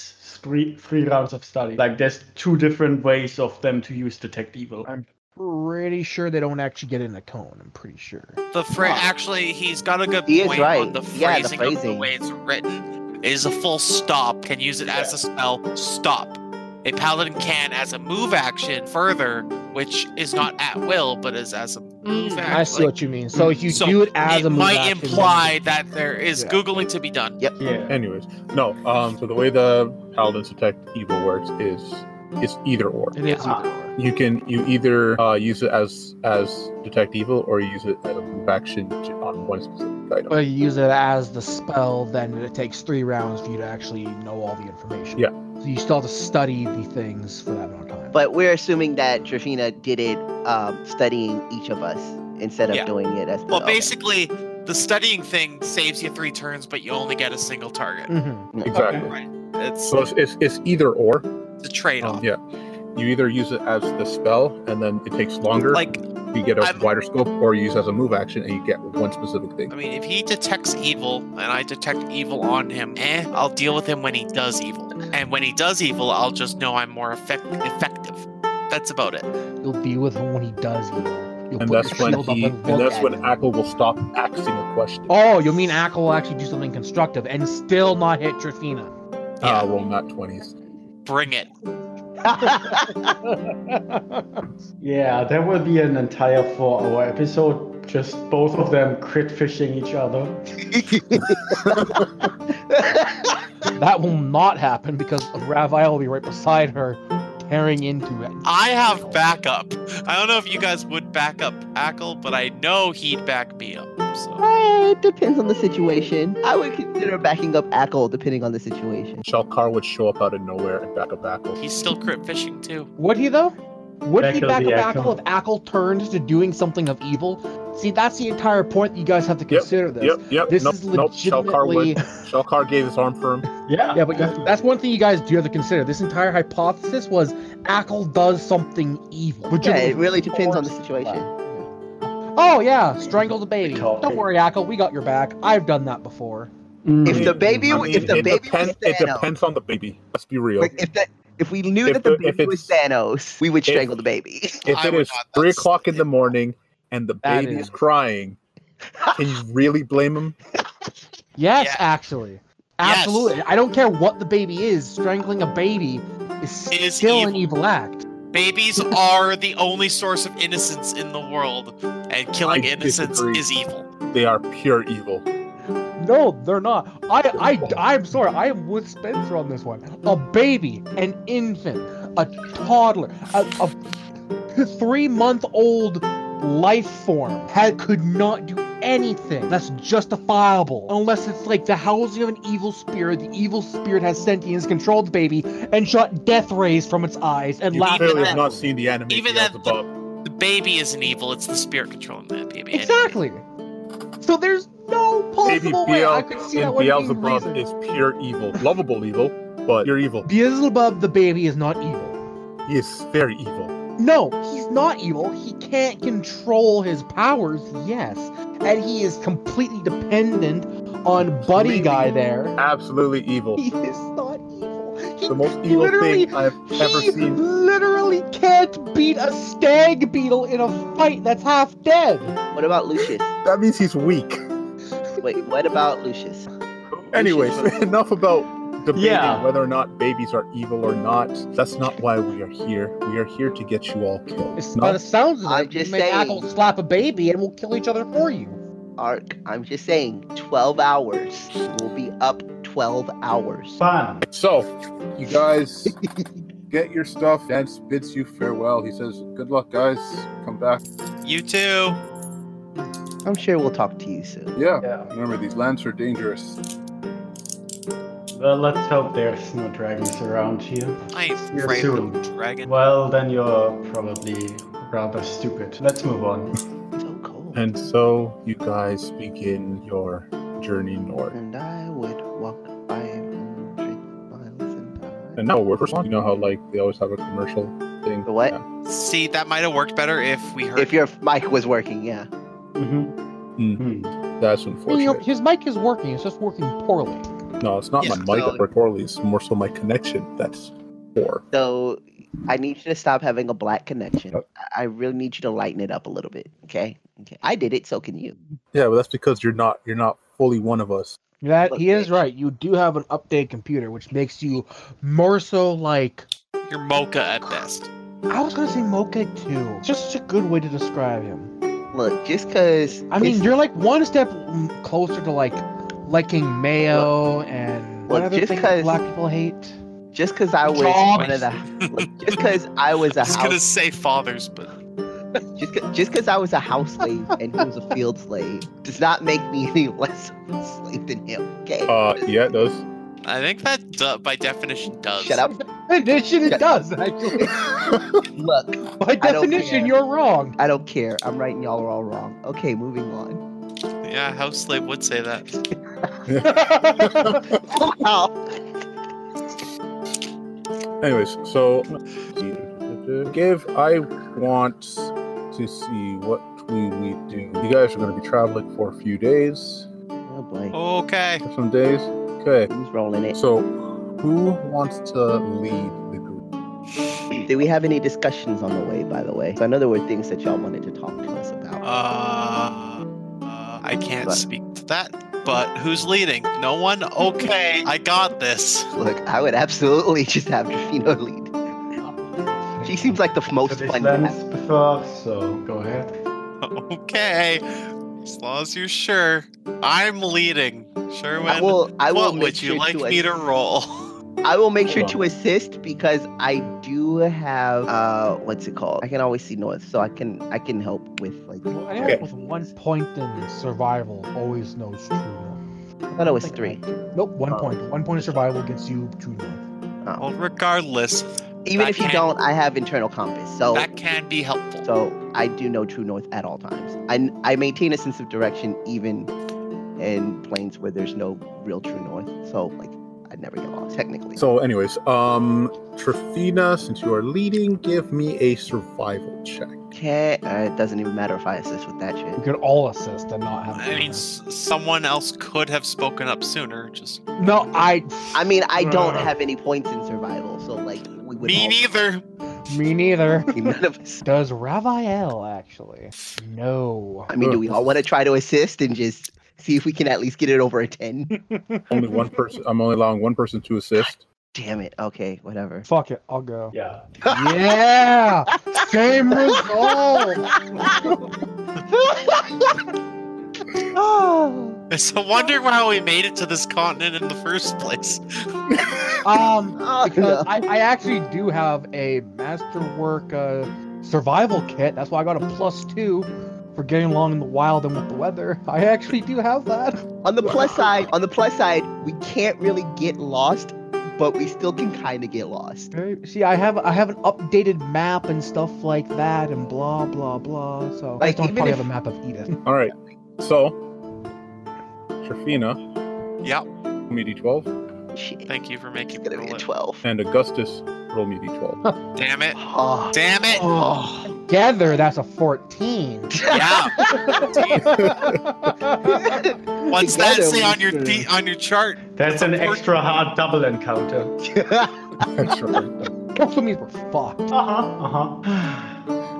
three three rounds of study. Like there's two different ways of them to use detect evil. I'm pretty sure they don't actually get in a cone. I'm pretty sure. The fra- actually, he's got a good He is point right. on the Yeah, the phrasing, of the phrasing. way it's written. It is a full stop. Can use it as a spell. Stop. A paladin can as a move action further, which is not at will, but is as a move act. Hmm, I see like- what you mean. So you So do it as it a move might action. imply that there is Yeah. googling to be done. Yeah. Anyways, no. Um, so the way the paladins detect evil works is it's either or. It is. Ah. either or. You can you either uh, use it as as detect evil or use it as a move action to- on one specific item. But you use it as the spell, then it takes three rounds for you to actually know all the information. Yeah. So you still have to study the things for that amount of time. But we're assuming that Georgina did it um, studying each of us instead of Yeah. doing it as the, Well, okay. basically, the studying thing saves you three turns, but you only get a single target. Mhm. Exactly. Right. It's, So it's, it's it's either or. it's a trade off. Um, yeah. You either use it as the spell and then it takes longer. Like, you get a I'm- wider scope, or you use it as a move action and you get one specific I thing. mean, if he detects evil and I detect evil on him, eh, I'll deal with him when he does evil. And when he does evil, I'll just know I'm more effect- effective. That's about it. You'll be with him when he does evil. You'll And put that's your when shield he up and, and look that's at when him. Ackle will stop asking a question. Uh, Oh, you mean Ack will actually do something constructive and still not hit Trafina? Yeah. Ah, roll not twenties. Bring it. Yeah, that will be an entire four hour episode. Just both of them crit fishing each other. That will not happen because Ravai will be right beside her, tearing into it. I have backup. I don't know if you guys would back up Ackle, but I know he'd back me up. So Eh, it depends on the situation. I would consider backing up Ackle depending on the situation. Shalkar would show up out of nowhere and back up Ackle. he's still crit fishing too. Would he though? Would he Back of back up the Ackle. Ackle if Ackle turned to doing something of evil? See, that's the entire point that you guys have to Yep, consider this. Yep, yep. This nope, is nope. Shalkar legitimately. would. Shalkar gave his arm for him. Yeah. Yeah, but definitely. that's one thing you guys do have to consider. This entire hypothesis was Ackle does something evil. Yeah, Legitimately. it really depends on the situation. Oh yeah, strangle the baby. talking. Don't worry, Ackle, we got your back. I've done that before. Mm. If the baby, I w mean, if the it, baby depends, was it Thanos, depends on the baby. Let's be real. like, if that if we knew If that the, the- if baby was Thanos, we would if- strangle the baby. if I it would is not- three that's- o'clock in the morning and the That baby is- is crying, can you really blame him? Yes, Yeah. actually. Yes. Absolutely. I don't care what the baby is, strangling a baby is, It is still an evil act. Babies are the only source of innocence in the world, and killing I innocence disagree. is evil. They are pure evil. No, they're not. I, I, I'm sorry. I am with Spencer on this one. A baby, an infant, a toddler, a, a three-month-old life form had could not do anything that's justifiable unless it's like the housing of an evil spirit. The evil spirit has sentience, controlled the baby, and shot death rays from its eyes and You laughed. at clearly it. have not seen the animation Even as that- above. The baby isn't evil; it's the spirit controlling that baby. Exactly. So there's no Maybe possible way I Beelze- could see that and one being Beelzebub reason. is pure evil, lovable evil, but pure evil. Beelzebub the baby is not evil. He is very evil. No, he's not evil. He can't control his powers, yes. And he is completely dependent on Buddy Completely. Guy there. Absolutely evil. He is not evil. He, The most evil literally- thing I've ever he seen. literally can't beat a stag beetle in a fight that's half dead. What about Lucius? That means he's weak. Wait, what about Lucius? Anyways, Lucius- enough about debating Yeah. whether or not babies are evil or not. That's not why we are here. We are here to get you all killed. It's Not- by the sounds of I'm it, just you may saying. tackle slap a baby and we'll kill each other for you. Ark, I'm just saying, 12 hours. We'll be up 12 hours. Fun. So, You guys get your stuff. Dance bids you farewell. He says, Good luck, guys. Come back. You too. I'm sure we'll talk to you soon. Yeah. Yeah. Remember, these lamps are dangerous. Well, let's hope there's no dragons around here. I am You're afraid too. of a dragon. Well, then you're probably rather stupid. Let's move on. It's so cold. and so you guys begin your journey north. And I would walk 500 miles an hour. And now a word for song. You know how like they always have a commercial thing. The what? Yeah. See, that might have worked better if we heard. If your mic was working, yeah. Mm-hmm. Mm. That's You know, unfortunate. his mic is working, it's just working poorly. No, it's not Yeah, my mic so- that worked poorly. It's more so my connection that's poor. So I need you to stop having a black connection. I- I really need you to lighten it up a little bit. Okay. Okay. I did it. So can you. Yeah, but that's because you're not you're not fully one of us. That he is Okay. right. You do have an updated computer, which makes you more so like You're mocha at best. I was gonna say Mocha too. Just such a good way to describe him. Look, just because. I mean, you're like one step mm, closer to like liking mayo and look, what other just thing 'cause- black people hate. just because I was Job. one of the. Look, just because I was a I was gonna house. say fathers, but Just 'cause- just because I was a house slave and he was a field slave does not make me any less of a slave than him. Okay. Uh, yeah, it does. I think that du- by definition does. Shut up. Definition, Yeah. it does actually. Look, By I don't definition, care. you're wrong. I don't care. I'm right and y'all are all wrong. Okay, moving on. Yeah, a house slave would say that. Oh, wow. Anyways, so give. I want to see what we, we do. You guys are going to be traveling for a few days, Oh boy. Okay. or some days. Okay. Who's rolling it? So, who wants to lead the group? Did we have any discussions on the way, by the way? So I know there were things that y'all wanted to talk to us about. Uh, uh, I can't But- speak to that. But who's leading? No one? Okay. I got this. Look, I would absolutely just have Jafino lead. She seems like the most fun. to have. Hmm. before, so go ahead. Okay. As long as you're sure. I'm leading. Sherwin, I will. I will what make would sure you like to me to roll? I will make sure Hold to assist because I do have uh what's it called? I can always see north, so I can I can help with like Well, anyone Okay. with one point in survival always knows true north. I thought it was three. Nope, one Oh. point. One point of survival gets you true north. Well, regardless, Um, Even That if you can- don't, I have internal compass. So that can be helpful. Oh. so I do know true north at all times. I I maintain a sense of direction even in planes where there's no real true north. So like I'd never get lost technically. So, anyways, um, Trafina, since you are leading, give me a survival check. okay, uh, it doesn't even matter if I assist with that You shit. could all assist and not have. I mean, s- someone else could have spoken up sooner. Just no, I. I mean I don't have any points in survival, so like we would me all- neither. Me neither. None of us. Does Raviel actually? No. I mean, do we all want to try to assist and just see if we can at least get it over a 10? Only one person. I'm only allowing one person to assist. Damn it. Okay, whatever. Fuck it, I'll go. Yeah. yeah, same result. It's a wonder how we made it to this continent in the first place. Um, Oh, because I, I actually do have a masterwork uh, survival kit. That's why I got a plus two for getting along in the wild and with the weather. I actually do have that. on the plus side, on the plus side, we can't really get lost, but we still can kind of get lost. Very- See, I have I have an updated map and stuff like that, and blah blah blah. So I Like, even just don't probably if- have a map of Edith. All right. So, Trafina, Yep. roll me d12, Shit. Thank you for It's making me going to be roll a it. 12. and Augustus, roll me d12. Damn it. Oh. Damn it. Oh. Together, that's a fourteen. Yeah. What's that Together say we on your should. d on your chart? That's an extra hard double encounter. That's right. Also means we're fucked. Uh-huh. Uh-huh.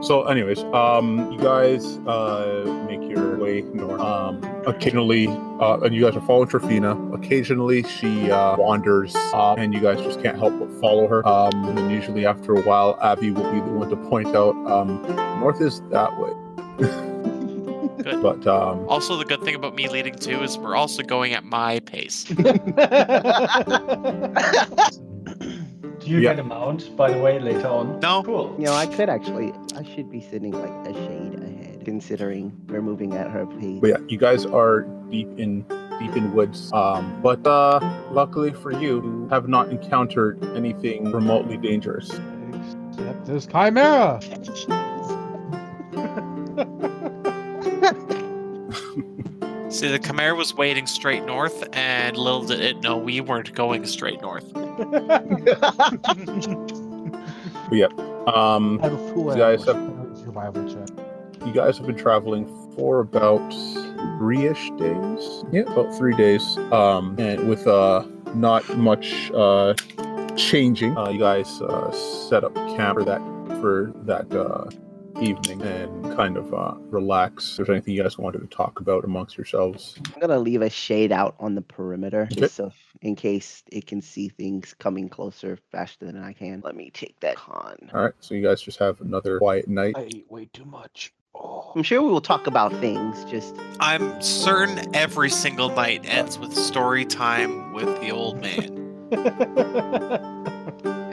So, anyways, um, you guys uh, make your way north. Um, occasionally, uh, and you guys are following Trafina. Occasionally, she uh, wanders, uh, and you guys just can't help but follow her. Um, and then usually, after a while, Abby will be the one to point out um, north is that way. Good. But um, Also, the good thing about me leading too is we're also going at my pace. Do you Yeah. get a mount, by the way, later on? No. Cool. You know, I could actually, I should be sitting like a shade ahead, considering we're moving at her pace. But yeah, you guys are deep in deep in woods. Um, but uh, luckily for you, you have not encountered anything remotely dangerous. Except this chimera. See, the Khmer was waiting straight north, and little did it know we weren't going straight north. Um, I have a fool. You guys survival check. you guys have been traveling for about three-ish days. Yeah, about three days. Um, and with uh, not much uh, changing, uh, you guys uh, set up camp for that for that uh, evening and kind of uh, relax. If there's anything you guys wanted to talk about amongst yourselves. I'm gonna leave a shade out on the perimeter Okay. just so in case it can see things coming closer faster than I can. Let me take that con. All right, so you guys just have another quiet night. I ate way too much. Oh. I'm sure we will talk about things. Just I'm certain every single night ends with story time with the old man.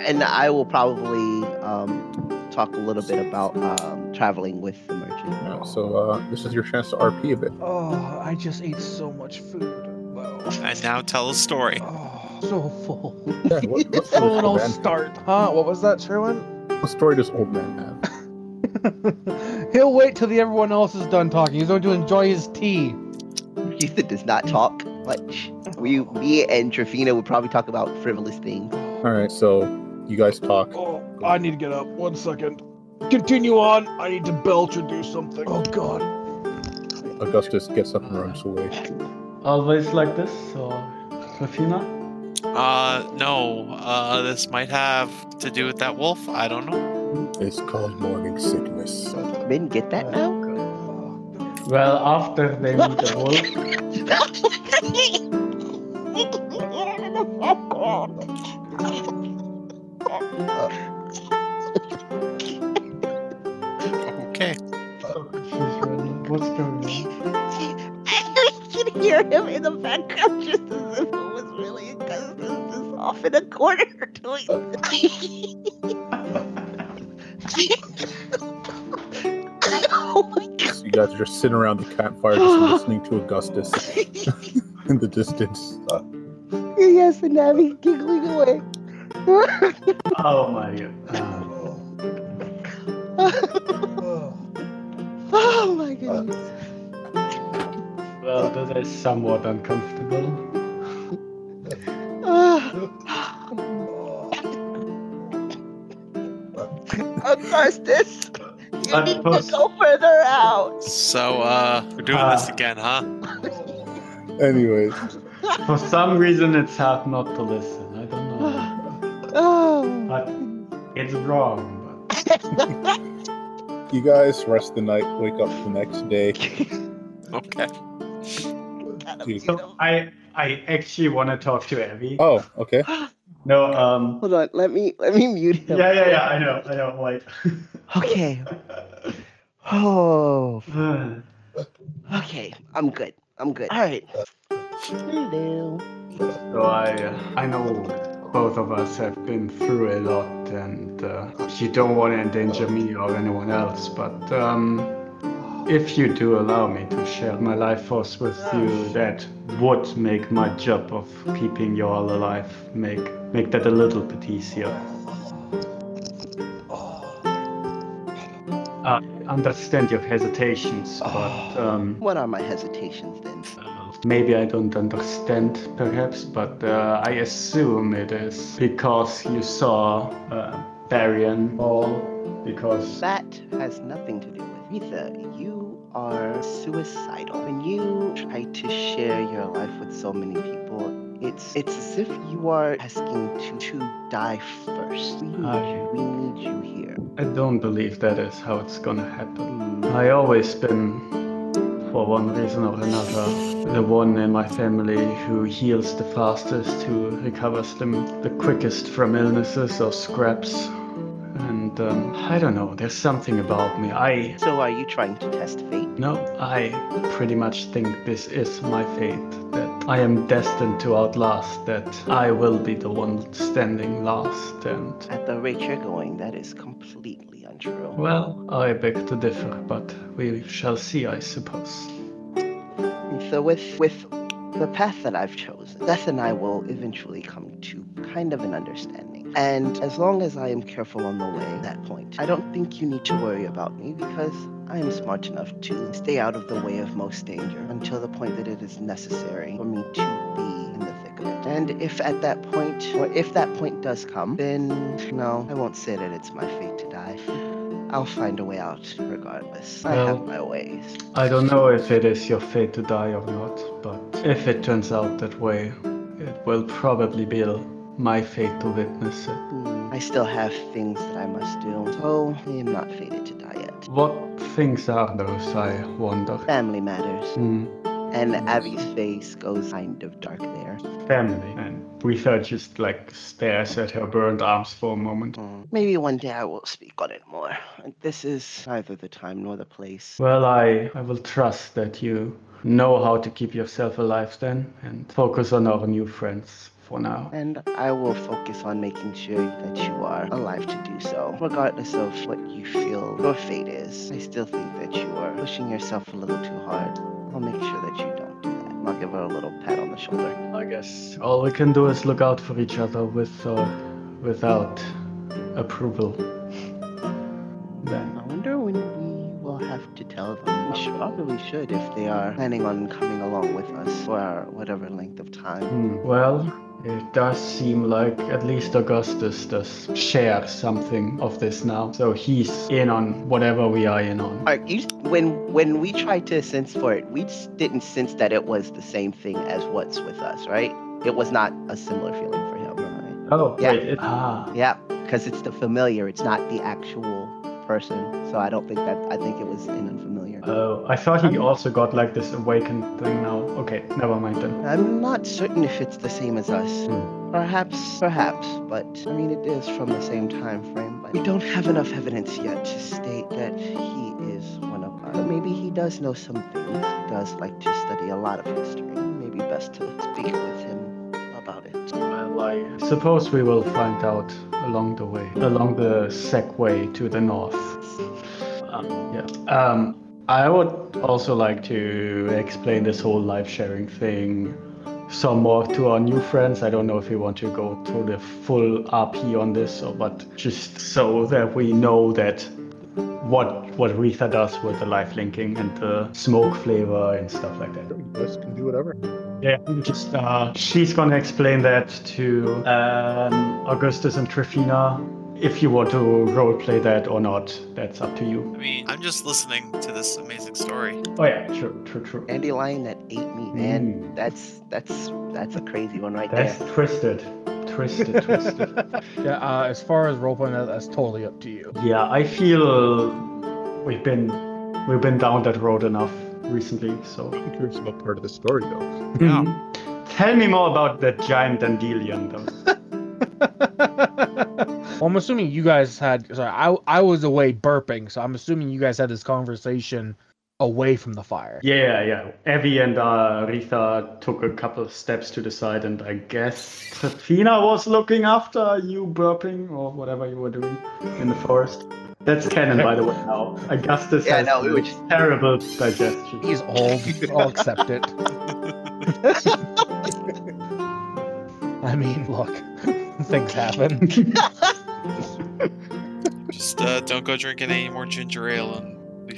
and I will probably um, talk a little bit about um, traveling with the merchant. Alright, so uh, this is your chance to RP a bit. Oh, I just ate so much food. Wow. And now tell a story. Oh, so full. Yeah, what, what, story does Total old man- start, huh? What was that, Sherwin? what story does old man have? He'll wait till the everyone else is done talking. He's going to enjoy his tea. Ethan does not talk much. We, me, and Trafina would probably talk about frivolous things. All right, so you guys talk. Oh, I need to get up. One second. Continue on. I need to belch or do something. Oh God. Augustus gets up and runs away. Always like this, or Rafina? Uh, no. Uh, this might have to do with that wolf. I don't know. It's called morning sickness. Men get that now? Well, after they meet the wolf. Okay. What's going on? I can hear him in the background just as if it was really Augustus just off in a corner doing Oh my god. You guys are just sitting around the campfire, just listening to Augustus in the distance. yes, and now he's giggling away. Oh my god. Oh my goodness. Well, that is somewhat uncomfortable. Augustus, you I'm need to post- go further out. So, uh, we're doing this Ah. again, huh? Anyways, For some reason, it's hard not to listen. I don't know. Oh. But it's wrong. But you guys rest the night, wake up the next day. Okay. Dude. so I, I actually want to talk to Abby. Oh, okay. No, um. Hold on, let me let me mute him. Yeah, yeah, yeah. I know. I know. Wait. Okay. Oh. Uh, Okay, I'm good. I'm good. All right. Hello. so I, uh, I know both of us have been through a lot, and uh, you don't want to endanger me or anyone else. But um, if you do allow me to share my life force with you, that would make my job of keeping you all alive make make that a little bit easier. I understand your hesitations, but. Um, What are my hesitations then? Uh, Maybe I don't understand, perhaps, but uh, I assume it is because you saw uh, Barian fall. Because That has nothing to do with Retha. You are suicidal. When you try to share your life with so many people, it's it's as if you are asking to to die first. We need you. We need you here. I don't believe that is how it's gonna happen. I always been, for one reason or another, the one in my family who heals the fastest, who recovers them the quickest from illnesses or scraps. And um, I don't know, there's something about me. I So are you trying to test fate? No, I pretty much think this is my fate. That I am destined to outlast, that I will be the one standing last, and. At the rate you're going, that is completely untrue. Well, I beg to differ, but we shall see, I suppose. And so with with the path that I've chosen, Seth and I will eventually come to kind of an understanding. And as long as I am careful on the way, at that point, I don't think you need to worry about me because I am smart enough to stay out of the way of most danger until the point that it is necessary for me to be in the thick of it. And if at that point, or if that point does come, then no, I won't say that it's my fate to die. I'll find a way out regardless. I have Well- my ways. I don't know if it is your fate to die or not, but if it turns out that way, it will probably be my fate to witness it. Hmm, I still have things that I must do. So I am not fated to die yet. What things are those, I wonder? Uh, Family matters. Hmm. and Abby's face goes kind of dark there. Family. And Breather just like stares at her burned arms for a moment. Oh. Maybe one day I will speak on it more. This is neither the time nor the place. Well, I, I will trust that you know how to keep yourself alive then and focus on our new friends for now. And I will focus on making sure that you are alive to do so. Regardless of what you feel your fate is, I still think that you are pushing yourself a little too hard. I'll make sure that you don't do that. I'll give her a little pat on the shoulder. I guess all we can do is look out for each other with or without approval. Then. I wonder when we will have to tell them. We should, probably should if they are planning on coming along with us for whatever length of time. Hmm, Well, it does seem like at least Augustus does share something of this now. So he's in on whatever we are in on. All right, you, when when we tried to sense for it, we just didn't sense that it was the same thing as what's with us, right? It was not a similar feeling for him. Right? Oh, Yeah. wait. It, ah. Yeah, because it's the familiar. It's not the actual person. So I don't think that. I think it was an unfamiliar. Oh, I thought he also got like this awakened thing now. Okay, never mind then. I'm not certain if it's the same as us. Perhaps, perhaps, but I mean, it is from the same time frame. But we don't have enough evidence yet to state that he is one of us. But maybe he does know some things. He does like to study a lot of history. Maybe best to speak with him about it. Well, I suppose we will find out along the way, along the segue to the north. Um, yeah. Um, I would also like to explain this whole live sharing thing some more to our new friends. I don't know if we want to go through the full RP on this, or, but just so that we know that what what Retha does with the life linking and the smoke flavor and stuff like that. You guys can do whatever. Yeah, I'm just uh, she's gonna explain that to um, Augustus and Trifina. If you want to roleplay that or not, that's up to you. I mean, I'm just listening to this amazing story. Oh yeah, true, true, true. Mm, Dandelion that ate me, man. That's that's that's a crazy one right Hmm. That's there. twisted, twisted, twisted. Yeah, uh, as far as role playing, that, that's totally up to you. Yeah, I feel we've been we've been down that road enough recently. So Mm-hmm. I'm curious about part of the story though. Yeah. tell me more about that giant dandelion, though. Well, I'm assuming you guys had. Sorry, I I was away burping, so I'm assuming you guys had this conversation away from the fire. Yeah, yeah. Evie and uh, Ritha took a couple of steps to the side, and I guess Trifina was looking after you burping or whatever you were doing in the forest. That's canon, by the way. Now Augustus Yeah, has no, we were just- terrible digestion. He's old. I'll accept it. I mean, look, things happen. Just uh, don't go drinking any more ginger ale and we'll be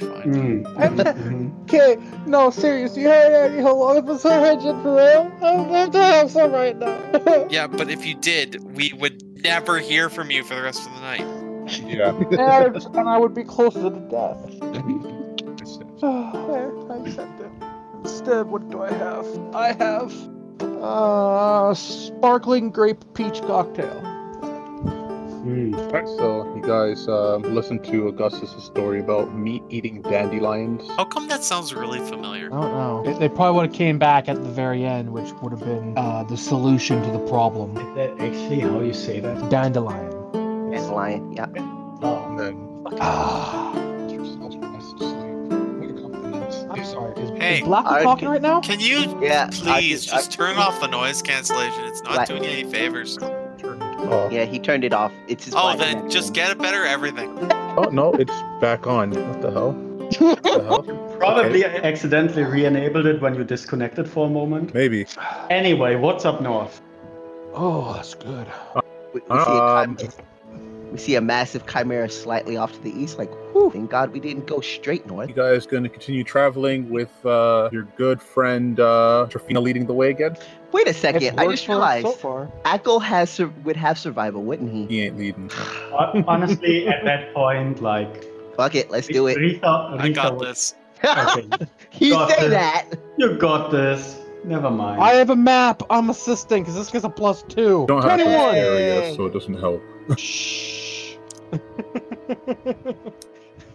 Mm, fine. mhm, mhm. Okay, no, seriously, hey, Andy, how long was I rigid for real? I'm going to have some right now. Yeah, but if you did, we would never hear from you for the rest of the night. Yeah. and, I, and I would be closer to death. I, I accept it. Instead, what do I have? I have uh, sparkling grape peach cocktail. Mm. Alright, so you guys um, listen to Augustus' story about meat eating dandelions. How come that sounds really familiar? Oh. I don't know. They, they probably would have came back at the very end, which would have been uh, the solution to the problem. Is that actually how you say that? Dandelion. Dandelion, yeah. Oh, And then Ah, put yourself fast asleep. Wake up the next I'm day. sorry. Is, Hey, is Black I talking can- right now? Can you Yeah. I please can- I- just turn off the noise cancellation? It's not Right. doing you any favors. Oh. yeah, he turned it off. It's his Oh, blind then just connection. get a better everything. Oh, no, it's back on. What the hell? What the hell? probably accidentally re-enabled it when you disconnected for a moment. Maybe. Anyway, what's up north? Oh, that's good. We, we see a Um, chim- we see a massive chimera slightly off to the east. Like, whew, thank God we didn't go straight north. You guys going to continue traveling with uh, your good friend uh, Trafina leading the way again? Wait a It's second. I worked just for us realized So far. Echo has sur- would have survival, wouldn't he? He ain't leading. Hon- Honestly, at that point, like Fuck it, let's do it. Rita, I got this. Okay, you Got say it. that. you got this. Never mind. I have a map. I'm assisting because this gets a plus two. Don't have to Twenty-one. area, so it doesn't help. Shh.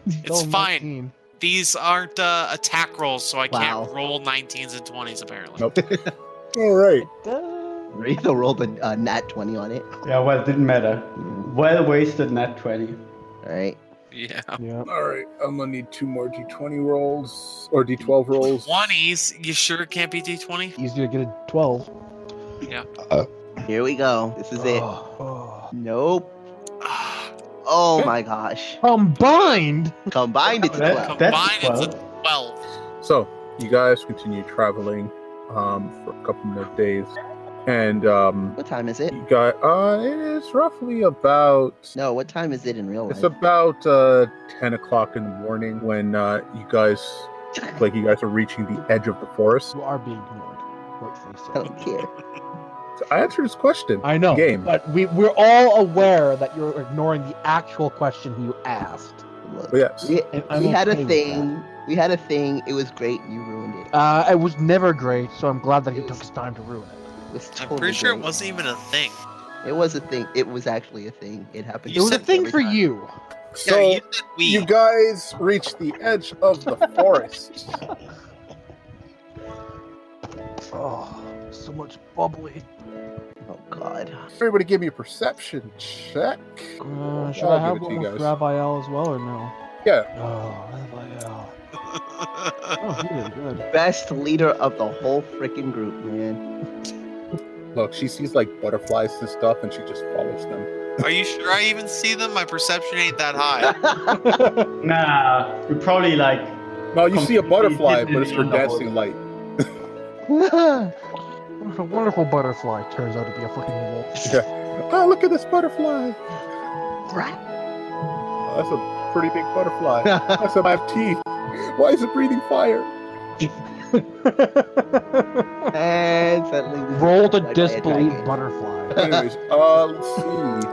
It's fine. These aren't uh, attack rolls, so I can't Wow. roll 19s and 20s apparently. Nope. All right. Rito rolled a uh, nat 20 on it. Yeah, well, it didn't matter. Well wasted net 20. All right. Yeah. Yeah. All right. I'm gonna need two more d20 rolls or d12 rolls. 20s? You sure it can't be D20? Easier to get a 12. Here we go. This is it. Oh. Nope. Ah, Oh my gosh. Combined? Combined, it's That- 12. that's Combined, it's a- well. 12. So you guys continue traveling um, for a couple more days, and um, What time is it? you got uh, it is roughly about No, what time is it in real life? It's about uh, ten o'clock in the morning when uh, you guys, like you guys, are reaching the edge of the forest. You are being ignored. Rightfully I so. don't care. So I answered his question. I know. Game. But we, we're all aware that you're ignoring the actual question you asked. Look, But yes, we, And I'm we had okay a with that. thing. We had a thing. It was great. and You ruined it. Uh, it was never great, so I'm glad that he took his time to ruin it. It was I'm totally pretty sure it great. wasn't even a thing. It was a thing. It was actually a thing. It happened. You it was a said thing every for time. you. so yeah, you said we. you guys reach the edge of the forest. Oh, so much bubbly. Oh God. Everybody, give me a perception check. Uh, should I'll I give have it to one you with guys. Raviel as well, or no? Yeah. Oh, Raviel. Oh, he did good. Best leader of the whole freaking group, man. Look, she sees like butterflies and stuff, and she just follows them. Are you sure I even see them? My perception ain't that high. Nah, we probably like. No, you see a Completely butterfly, hidden but it's her in the dancing light. What a wonderful butterfly turns out to be a fucking wolf. Oh, look at this butterfly! Right. Oh, that's a pretty big butterfly. That's a have teeth. Why is it breathing fire? and suddenly we Roll to Like by a disbelieve dragon. butterfly. Anyways, uh, let's see.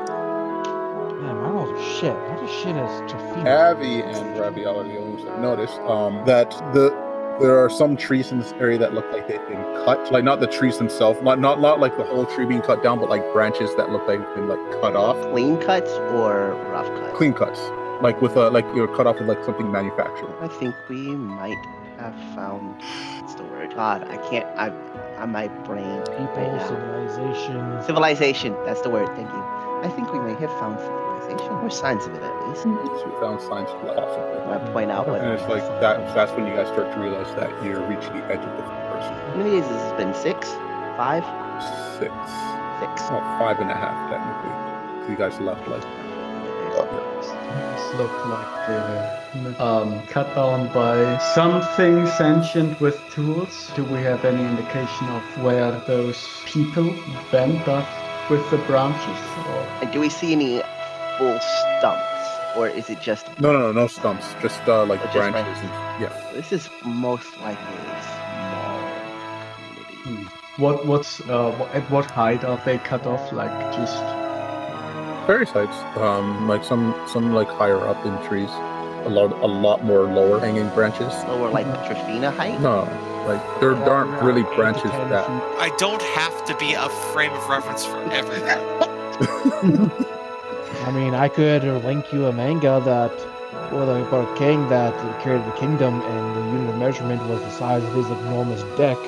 Man, my rolls are shit. What the shit is Tafina? Abby and Raviel are the only ones that noticed um, that the there are some trees in this area that look like they've been cut. Like not the trees themselves, not not not like the whole tree being cut down, but like branches that look like they've been like cut off, Clean cuts or rough cuts? clean cuts, like with a like you're cut off with like something manufactured. I think we might have found. What's the word? God, I can't. I, I my brain. right People, now. civilization. Civilization. That's the word. Thank you. I think we may have found civilization, or signs of it at least. So you found signs of life, possibly. I point out what And it's like that. That's when you guys start to realize that you're reaching the edge of the forest. How many days has this been? Six, five, Six, six. well, five and a half technically. You guys left like Look like they're um, cut down by something sentient with tools. Do we have any indication of where those people bent up with the branches? Or And do we see any full stumps, or is it just? no, no, no, no stumps, just uh, like Just branches. branches. And, yeah. This is most likely a small community. what? What's uh, wh- at what height are they cut off? Like just various heights um like some some like higher up in trees a lot a lot more lower hanging branches Lower Oh, like Trafina height. no like there, there aren't really branches that I don't have to be a frame of reference for everything. I mean, I could link you a manga that, well, about a king that created a kingdom, and the unit of measurement was the size of his enormous dick.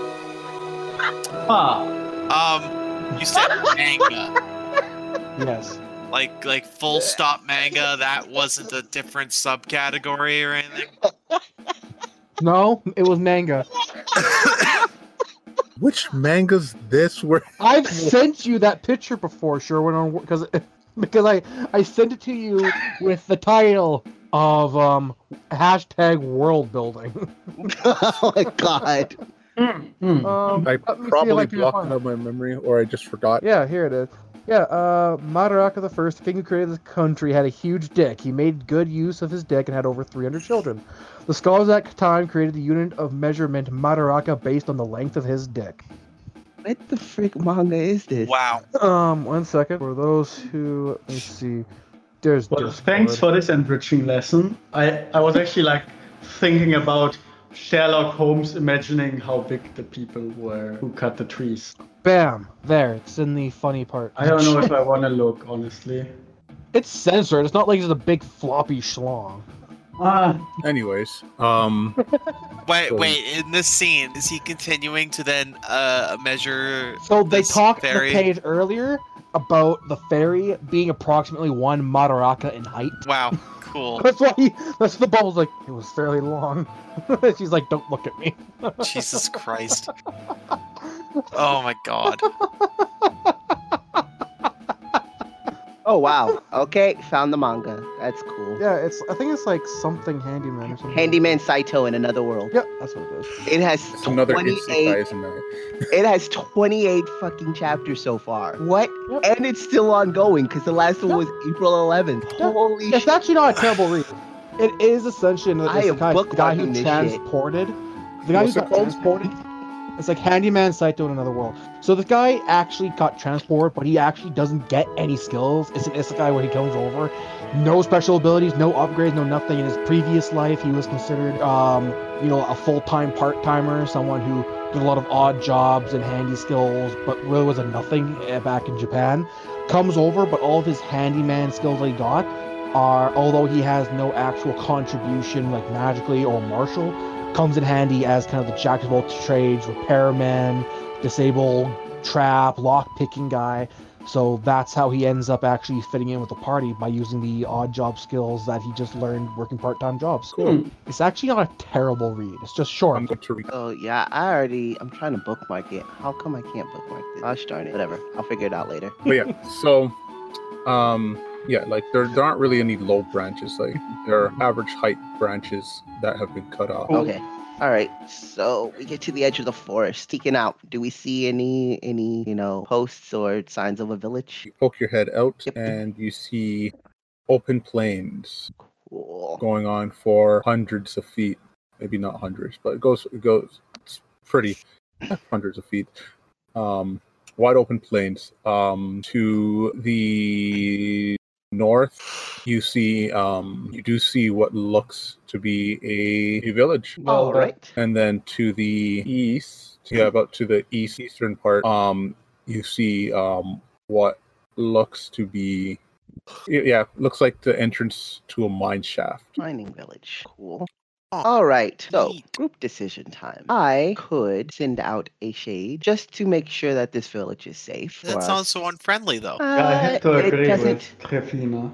ah, Um, you said manga, Yes. like like full stop manga. That wasn't a different subcategory or anything. No, it was manga. which mangas this were I've sent you that picture before, Sherwin, on because because I I sent it to you with the title of um hashtag world building. oh my god. hmm. Um, i let me see if probably can blocked find it out of my memory or i just forgot Yeah, here it is. Yeah, uh, Madaraka the First, king who created this country, had a huge dick. He made good use of his dick and had over 300 children. The scholars at that time created the unit of measurement Madaraka based on the length of his dick. What the frick manga is this? Wow. Um, one second. For those who, let's see, there's. Well, Discord. thanks for this enriching lesson. I, I was actually like thinking about Sherlock Holmes imagining how big the people were who cut the trees. Bam! There, it's in the funny part. I don't know if I want to look, honestly. It's censored. It's not like it's a big floppy schlong. Ah, Anyways, um, Wait, So- wait. In this scene, is he continuing to then uh measure? So they This talked in fairy- the page earlier about the fairy being approximately one Madaraka in height. Wow, cool. That's why he, that's the bubble's like, it was fairly long. She's like, don't look at me. Jesus Christ. Oh my God. Oh wow. Okay, found the manga. That's cool. Yeah, it's I think it's like something handyman or something. Handyman Saito in another world. Yep, that's what it is. It has It's another isekai, 28 isn't it? it has 28 fucking chapters so far. What? And it's still ongoing cuz the last one Yeah. was April 11th. Yeah. Holy It's shit. actually not a terrible read. It is essentially an I am isekai. the guy bookmarking who this transported. The guy What's who it got called? transported. It's like handyman Saito in another world. So the guy actually got transported, but he actually doesn't get any skills. It's an isekai where he comes over, no special abilities, no upgrades, no nothing. In his previous life, he was considered, um, you know, a full-time part-timer, someone who did a lot of odd jobs and handy skills, but really was a nothing eh, back in Japan. Comes over, but all of his handyman skills that he got are, although he has no actual contribution like magically or martial, comes in handy as kind of the jack of all trades, repairman, disable, trap, lock picking guy. So that's how he ends up actually fitting in with the party by using the odd job skills that he just learned working part time Hmm, jobs. cool. It's actually not a terrible read. It's just short. I'm going to read. Oh yeah, I already I'm trying to bookmark it. How come I can't bookmark this? Gosh darn it. Whatever. I'll figure it out later. But yeah, so, um, yeah, like there, there aren't really any low branches. Like there are average height branches that have been cut Oh. off. Okay. All right. So we get to the edge of the forest, seeking out. Do we see any any, you know, posts or signs of a village? You poke your head out Yep. and you see open plains Cool. going on for hundreds of feet. Maybe not hundreds, but it goes it goes it's pretty hundreds of feet. Um, wide open plains. Um, to the north, you see um, you do see what looks to be a, a village, All but- right. and then to the east, yeah, about to the east eastern part, um, you see um, what looks to be yeah looks like the entrance to a mine shaft Mining village. Cool. Oh, All right. So Neat. group decision time. I could send out a shade just to make sure that this village is safe. for That us. sounds so unfriendly, though. I Uh, have to it agree doesn't. with Trefina.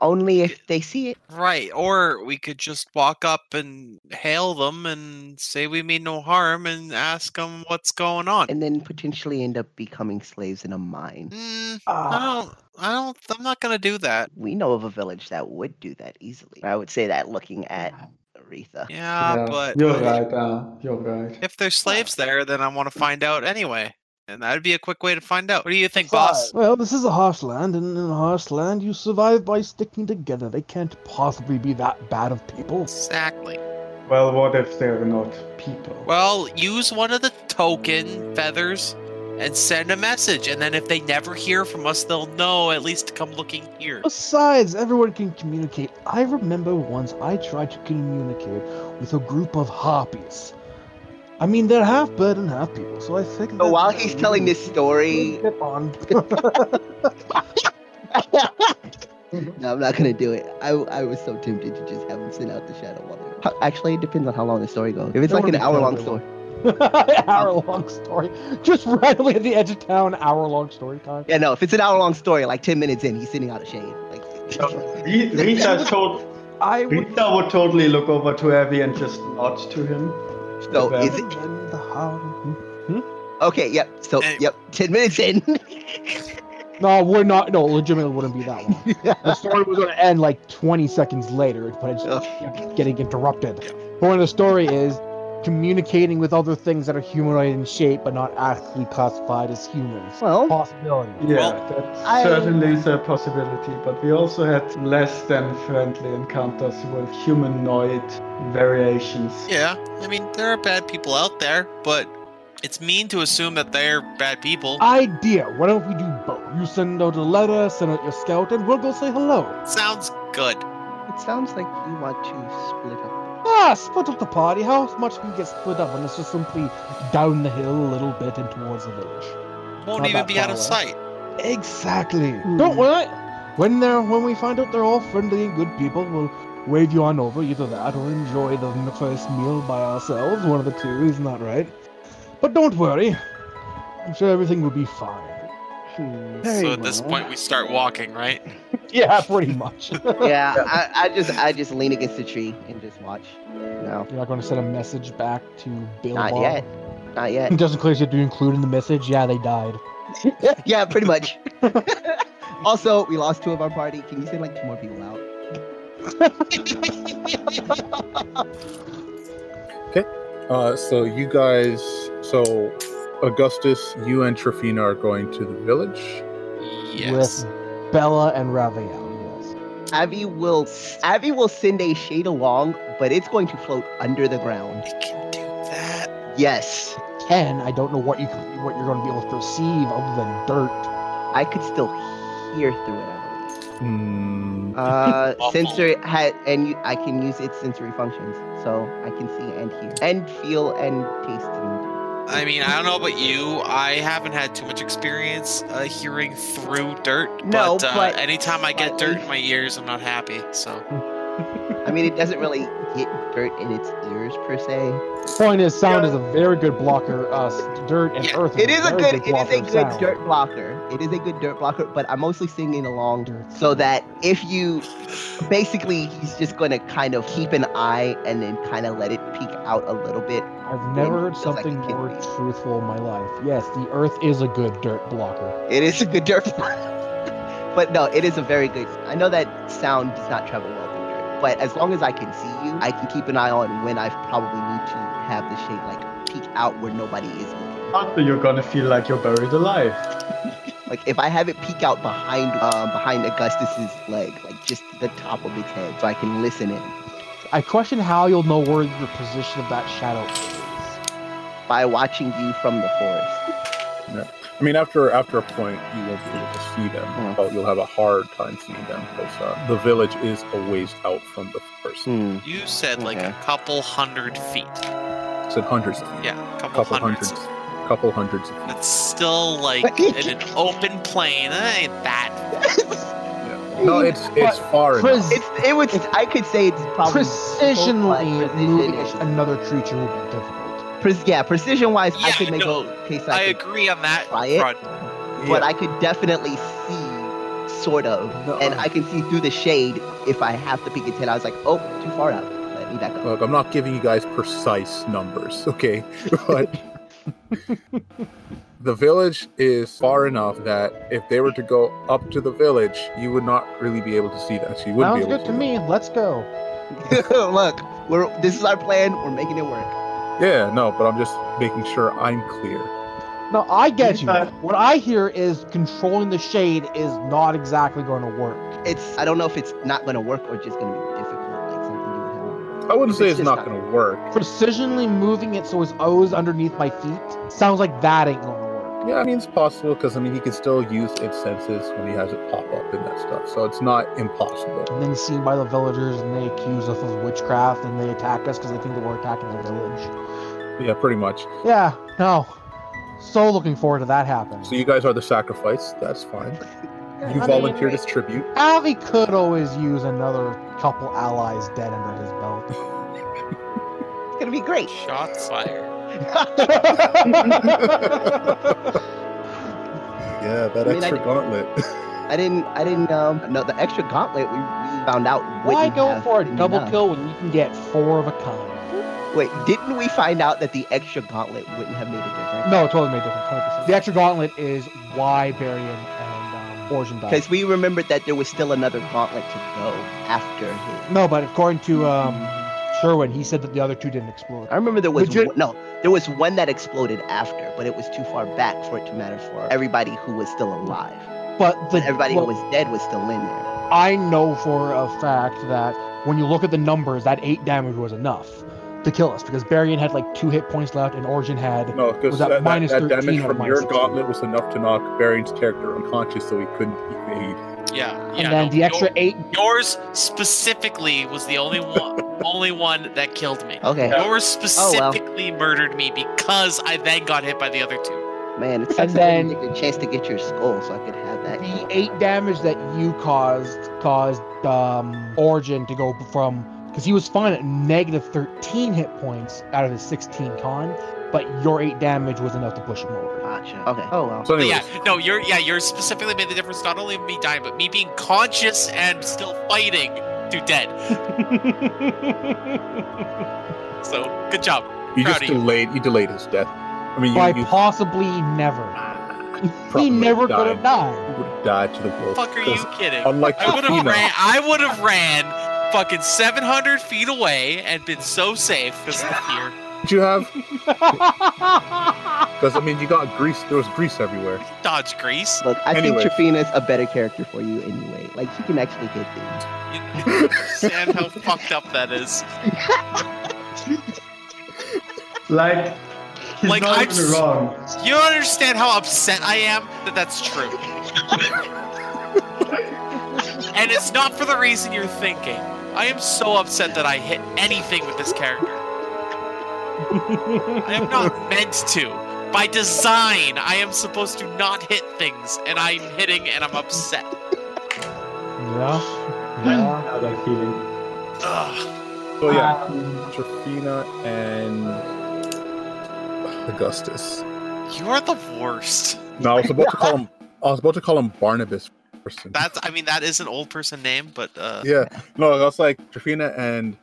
Only if they see it. Right, or we could just walk up and hail them and say we mean no harm and ask them what's going on. and then potentially end up becoming slaves in a mine. Mm, I Ah. don't. I don't. I'm not gonna do that. We know of a village that would do that easily. I would say that looking at Aretha. Ah, Yeah, but you're if- right. Uh, you're right. if there's slaves there, then I want to find out anyway, and that'd be a quick way to find out. What do you think, boss? Well, this is a harsh land, and in a harsh land, you survive by sticking together. They can't possibly be that bad of people. Exactly. Well, what if they're not people? Well, use one of the token feathers and send a message, and then if they never hear from us, they'll know at least to come looking here. Besides, everyone can communicate. I remember once I tried to communicate with a group of harpies. I mean, they're half bird and half people, so I think. So that- Oh, while he's telling this story, Get on. no, I'm not gonna do it. I, I was so tempted to just have him send out the shadow walker. Ho- Actually, it depends on how long the story goes. If it's That like would an be hour long terrible. story, hour long story. Just randomly at the edge of town, hour long story time. yeah, no, if it's an hour long story, like ten minutes in, he's sending out a shade. Like, Ri- Rita, told, I would Rita would totally look over to Evie and just nod to him. so Okay. is it the hound. okay? Yep. So Hey. yep, ten minutes in. No, we're not. No, legitimately wouldn't be that long. The story was going to end like 20 seconds later, but it's just getting interrupted. Point of the story is communicating with other things that are humanoid in shape but not actually classified as humans. well, Possibility. Yeah, Well, that I- certainly is a possibility, but we also had less than friendly encounters with humanoid variations. Yeah, I mean there are bad people out there, but it's mean to assume that they're bad people. Ah. Idea. Why don't we do both? You send out a letter, send out your scout, and we'll go say hello. Sounds good. it sounds like you want to split up Ah, split up the party. How much can get split up? And it's just simply down the hill a little bit and towards the village. Won't Not even that be out of far sight. Hmm. uh, Exactly. Don't worry. When they're when we find out they're all friendly and good people, we'll wave you on over, either that or enjoy the n- first meal by ourselves. One of the two, isn't that right? But don't worry, I'm sure everything will be fine. Hmm. so at this point, we start walking, right? Yeah, pretty much. You're yeah, I, I just I just lean against the tree and just watch. No, not going to send a message back to Bill. not Bob? yet, not yet. It doesn't clear you have to include in the message. Yeah, they died. yeah, pretty much. also, we lost two of our party. Can you send like two more people out? Uh, so you guys, so Augustus, you and Trafina are going to the village. Yes. With Bella and Raphael. Yes. Abby will Abby will send a shade along, but it's going to float under the ground. It can do that. Yes, Ken, I don't know what you can- what you're going to be able to perceive other than dirt. I could still hear through it. I believe. Hmm. Uh, Awful. sensory ha- and you, I can use its sensory functions, so I can see and hear and feel and taste. And, I mean, I don't know about you. I haven't had too much experience uh, hearing through dirt. No, but, uh, but- anytime I get but- dirt in my ears, I'm not happy. So I mean, it doesn't really get dirt in its ears per se. Point is, sound is a very good blocker. Uh, s- dirt and Yeah, earth. It is a very good, it blocker is a of good sound. dirt blocker. It is a good dirt blocker, but I'm mostly singing along Dirt. so that if you basically he's just going to kind of keep an eye and then kind of let it peek out a little bit I've never heard Just like something a kid more beat. truthful in my life. Yes, the earth is a good dirt blocker. it is a good dirt blocker but no it is a very good i know that sound does not travel well through dirt but as long as i can see you i can keep an eye on when i probably need to have the shade like peek out where nobody is looking After you're gonna feel like you're buried alive. like if i have it peek out behind uh, behind augustus's leg like just the top of its head so i can listen in I question how you'll know where the position of that shadow is. by watching you from the forest. I mean, after after a point, you won't be able to see them. Yeah. but You'll have a hard time seeing them because uh, the village is a ways out from the first. Hmm. you said like a Okay. couple hundred feet. It's in hundreds of feet. Yeah, a couple, couple hundreds. hundreds, couple hundreds of feet. That's still like in an open plain. That ain't that. Yeah. Hmm. No, it's it's far enough. Pres- It's it would I could say it's probably precisionly precision moving is- another creature will be difficult. pres- yeah precision wise I Yeah, could make no, a case I I, could, agree on that try it. front. but I could definitely see sort of The and earth. I can see through the shade if I have to peek its head. I was like oh too far out let me back up. Look, I'm not giving you guys precise numbers, okay? But the village is far enough that if they were to go up to the village, you would not really be able to see them. So you wouldn't Sounds be able good to to me. Let's go. Look we're this is our plan we're making it work. Yeah, no, but I'm just making sure I'm clear. No, I get you. Yeah. What I hear is controlling the shade is not exactly going to work. It's I don't know if it's not going to work or just going to be difficult like something you would have. I wouldn't say it's, It's just not not- going to work. Precisionally moving it so his O's underneath my feet sounds like that ain't going to work. Yeah, I mean, it's possible because, I mean, he can still use its senses when he has it pop up and that stuff. So it's not impossible. And then seen by the villagers, and they accuse us of witchcraft, and they attack us because they think that we're attacking the village. Yeah, pretty much. Yeah, no. So looking forward to that happening. So you guys are the sacrifice. That's fine. I You mean, volunteered as tribute. Avi could always use another couple allies dead under his belt. It's going to be great. Shots fired. Yeah, that I mean, I extra did- gauntlet. I didn't. I didn't. Um, no, the extra gauntlet we, we found out. Why wouldn't go have for a been double enough. kill when you can get four of a kind? Wait, didn't we find out that the extra gauntlet wouldn't have made a difference? No, it totally made a difference. 100%. The extra gauntlet is why Barian and um, Origin died. Because we remembered that there was still another gauntlet to go after his. No, but according to um, Sherwin, he said that the other two didn't explode. I remember there was Legit- one, no, there was one that exploded after, but it was too far back for it to matter for everybody who was still alive. But the But everybody well, who was dead was still in there. I know for a fact that when you look at the numbers, that eight damage was enough to kill us because Barian had like two hit points left, and Origin had No, because Was that that, that, minus that 13 damage or from minus your 16? gauntlet was enough to knock Baron's character unconscious, so he couldn't evade. Yeah, and yeah. then no, the extra your- eight. Yours specifically was the only one, only one that killed me. Okay. Yours specifically murdered me because I then got hit by the other two. Man, it's And sucks I didn't then- get a chance to get your skull so I could have that. The eight damage that you caused caused um, Origin to go from because he was fine at negative 13 hit points out of his 16 con, but your eight damage was enough to push him over. Gotcha. Okay. Oh well. So But anyways, yeah, no, you're yeah, you're specifically made the difference not only of me dying, but me being conscious and still fighting to dead. so good job. you proud just of you. delayed. You. delayed his death. I mean, you, By you possibly never. probably he never could died. have died. would die to the wolf. Fuck are you 'cause kidding? Unlike I would have Tofino, ran. I would have ran fucking 700 feet away and been so safe because of the fear. did you have? Because I mean, you got grease. There was grease everywhere. Dodge grease. Look, I Anyway. think Trafina's a better character for you anyway. Like she can actually hit things. You, you understand how fucked up that is? Like, he's Like, not I'm even s- wrong. You don't understand how upset I am that that's true. and it's not for the reason you're thinking. I am so upset that I hit anything with this character. I am not meant to. By design, I am supposed to not hit things, and I'm hitting and I'm upset. Yeah. I have that feeling. Um, Ugh. Oh, So yeah, Ah. Trafina and Augustus. You are the worst. No, I was about to call him. I was about to call him Barnabas. Person. That's, I mean, that is an old person name, but uh, yeah. No, I was like Trafina and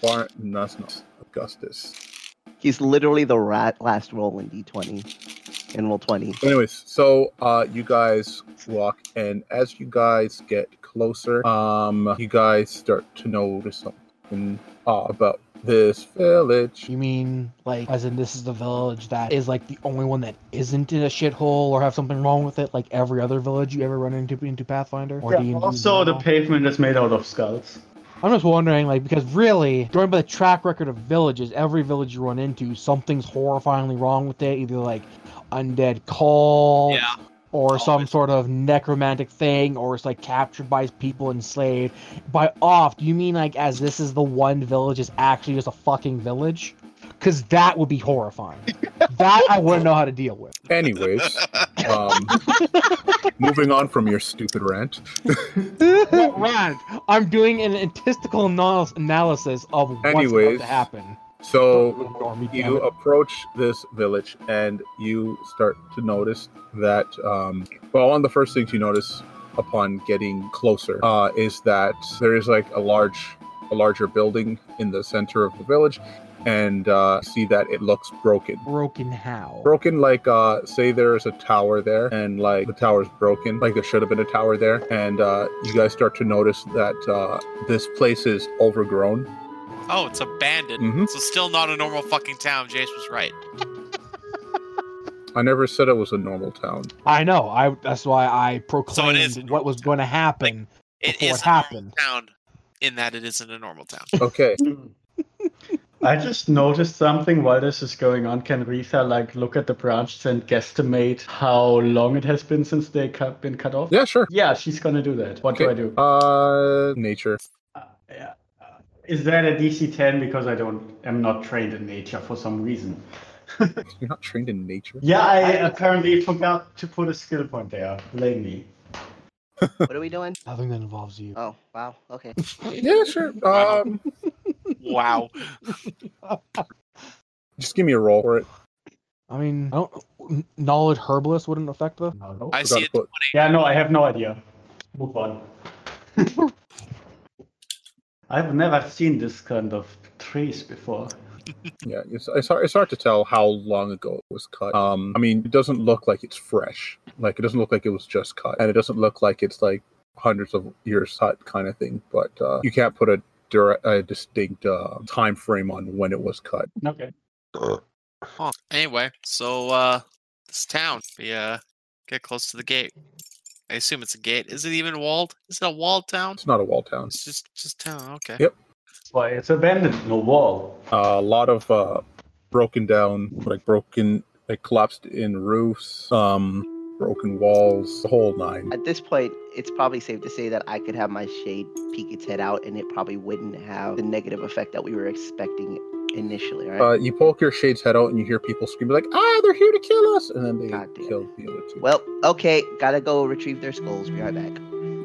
Bar. No, it's not Augustus. He's literally the rat last roll in D20. In roll 20. But anyways, so uh, you guys walk, and as you guys get closer, um, you guys start to notice something odd about this village. You mean like as in this is the village that is like the only one that isn't in a shithole or have something wrong with it, like every other village you ever run into into Pathfinder? Or Yeah, D&D in also, the general? pavement is made out of skulls. I'm just wondering, like, because really, going by the track record of villages, every village you run into, something's horrifyingly wrong with it. Either like undead call, yeah. or some always. sort of necromantic thing, or it's like captured by people enslaved. By off, do you mean like as this is the one village is actually just a fucking village? Because that would be horrifying. that I wouldn't know how to deal with. Anyways, um, moving on from your stupid rant. What rant? I'm doing an statistical anal- analysis of what's about Anyways. to happen. So Ignore me, damn you it. approach this village and you start to notice that um well one of the first things you notice upon getting closer uh is that there is like a large a larger building in the center of the village and uh you see that it looks broken broken how? broken like uh say there's a tower there and like the tower's broken like there should have been a tower there and uh you guys start to notice that uh this place is overgrown Oh, it's abandoned. Mhm. So still not a normal fucking town. Jace was right. i never said it was a normal town I know. I that's why I proclaimed is a what was normal going to happen. It before is it a normal happened. town in that it isn't a normal town. okay I just noticed something while this is going on. Can Retha like look at the branches and guesstimate how long it has been since they cut, been cut off? yeah sure Yeah, she's gonna do that. What do I do? Uh, nature. Uh, yeah. Uh, Is that a DC 10 because I don't am not trained in nature for some reason? You're not trained in nature. Yeah, I apparently forgot to put a skill point there. Blame me. what are we doing? Nothing that involves you. Oh, wow. Okay. Yeah, sure. Um, wow. just give me a roll for it. I mean, I don't kn- knowledge herbalist wouldn't affect the. No. I Forgot see to it. put- Yeah, no, I have no idea. Move on. I've never seen this kind of trees before. Yeah, it's, it's hard. It's hard to tell how long ago it was cut. Um, I mean, it doesn't look like it's fresh. Like it doesn't look like it was just cut, and it doesn't look like it's like hundreds of years hot kind of thing. But uh, you can't put a direct, a distinct uh, time frame on when it was cut. Okay. Huh. Anyway, so uh, this town. We uh, get close to the gate. I assume it's a gate. Is it even walled? Is it a walled town? It's not a wall town. It's just just town. Okay. Yep. Why it's abandoned, no wall. a lot of uh, broken down, like broken, like collapsed in roofs, um, broken walls, the whole nine. At this point, it's probably safe to say that I could have my shade peek its head out and it probably wouldn't have the negative effect that we were expecting initially, right? Uh, you poke your shade's head out and you hear people screaming like, "Ah, they're here to kill us!" And then they God damn kill the other two. well, okay, gotta go retrieve their skulls. Be right back.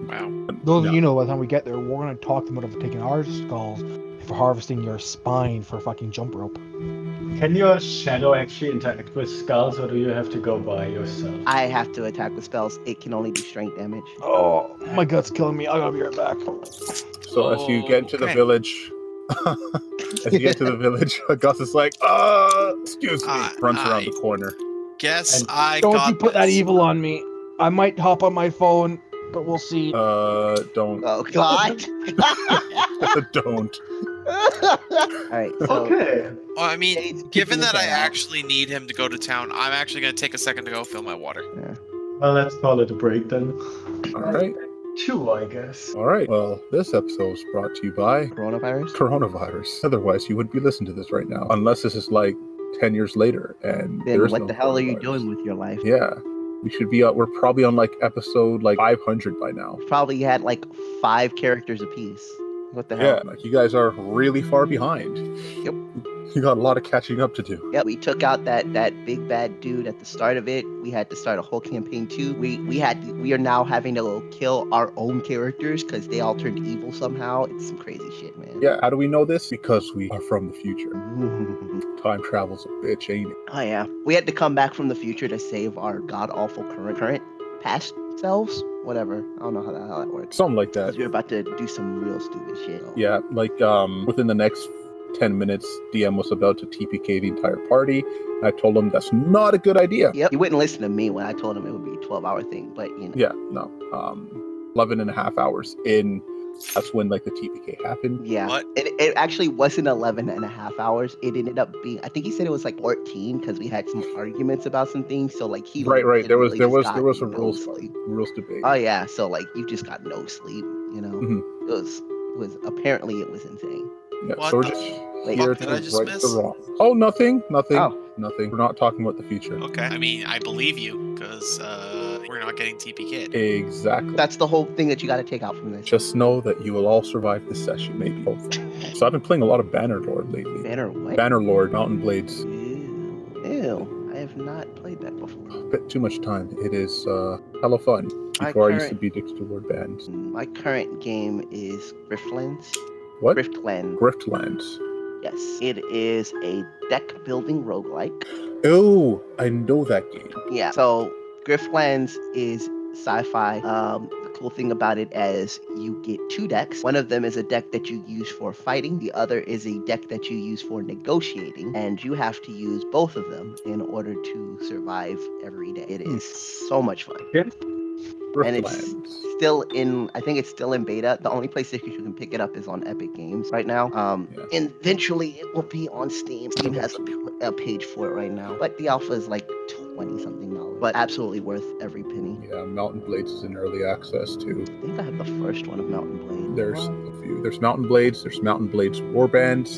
Wow. Those Yeah. of you know, by the time we get there, we're gonna talk them out of taking our skulls for harvesting your spine for a fucking jump rope. Can your shadow actually interact with skulls, or do you have to go by yourself? I have to attack with spells. It can only do strength damage. Oh, my gut's killing me. I gotta be right back. So as you get into the Okay. village, as you get to the village, Gus is like, "Uh, excuse me," I- runs around the I- corner. Guess And I Don't got you put that this. evil on me. I might hop on my phone, but we'll see. Uh, don't, Oh God! don't. All right. So okay. Well, I mean, Shades picking given that the I guy up. actually need him to go to town, I'm actually gonna take a second to go fill my water. Well, let's call it a break then. All right, Two, I guess. all right. Well, this episode is brought to you by coronavirus. coronavirus. Otherwise, you wouldn't be listening to this right now, unless this is like ten years later and there Then is what no the hell are you coronavirus. doing with your life? Yeah, we should be. Uh, we're probably on like episode like 500 by now. Probably had like five characters apiece. What the hell? Yeah, like you guys are really far behind. Yep. You got a lot of catching up to do. Yeah, we took out that that big bad dude at the start of it. We had to start a whole campaign too. We we had to, we are now having to go kill our own characters because they all turned evil somehow. It's some crazy shit, man. Yeah, how do we know this? Because we are from the future. oh Time travel's a bitch, ain't it? yeah, we had to come back from the future to save our god awful current current past selves. Whatever. I don't know how the hell that works. Something like 'Cause that. we we're about to do some real stupid shit. Yeah, like um, within the next 10 minutes, DM was about to TPK the entire party. I told him that's not a good idea. Yep. He wouldn't listen to me when I told him it would be a 12 hour thing, but you know. Yeah, no. Um, 11 and a half hours in, that's when like the TPK happened. Yeah. What? It, it actually wasn't 11 and a half hours. It ended up being, I think he said it was like 14 because we had some arguments about some things. So, like, he. Right, right. There was literally there just was got there was a no rules sleep. rules debate. Oh, yeah. So, like, you just got no sleep, you know? Mhm. It was, it was, apparently, it was insane. Yeah, What so we're the just Wait, here fuck did to I just right the miss? wrong. Oh, nothing, nothing, Oh. nothing. We're not talking about the future. Okay. I mean, I believe you because uh, we're not getting TPK'd. Exactly. that's the whole thing that you got to take out from this. Just know that you will all survive this session, maybe. Hopefully. So I've been playing a lot of Bannerlord lately. Banner what? Bannerlord, Mountain Blades. Ew. Ew. I have not played that before. Bit too much time. It is uh, hella fun. My Before I used to current- be addicted to word bands. My current game is Griftlands. What? Griftlands. Griftlands. Yes. It is a deck building roguelike. Oh, I know that game. Yeah. So Griftlands is sci-fi. Um, the cool thing about it is you get two decks. One of them is a deck that you use for fighting. The other is a deck that you use for negotiating, and you have to use both of them in order to survive every day. It is so much fun. it's- Griftlands. Still in, I think it's still in beta. The only place that you can pick it up is on Epic Games right now. Um, Yeah. and eventually it will be on Steam. Steam has a, p- a page for it right now, but the alpha is like twenty something dollars, but absolutely worth every penny. Yeah, Mountain Blades is in early access too. I think I have the first one of Mountain Blade. There's a few. There's Mountain Blades. There's Mountain Blades Warbands,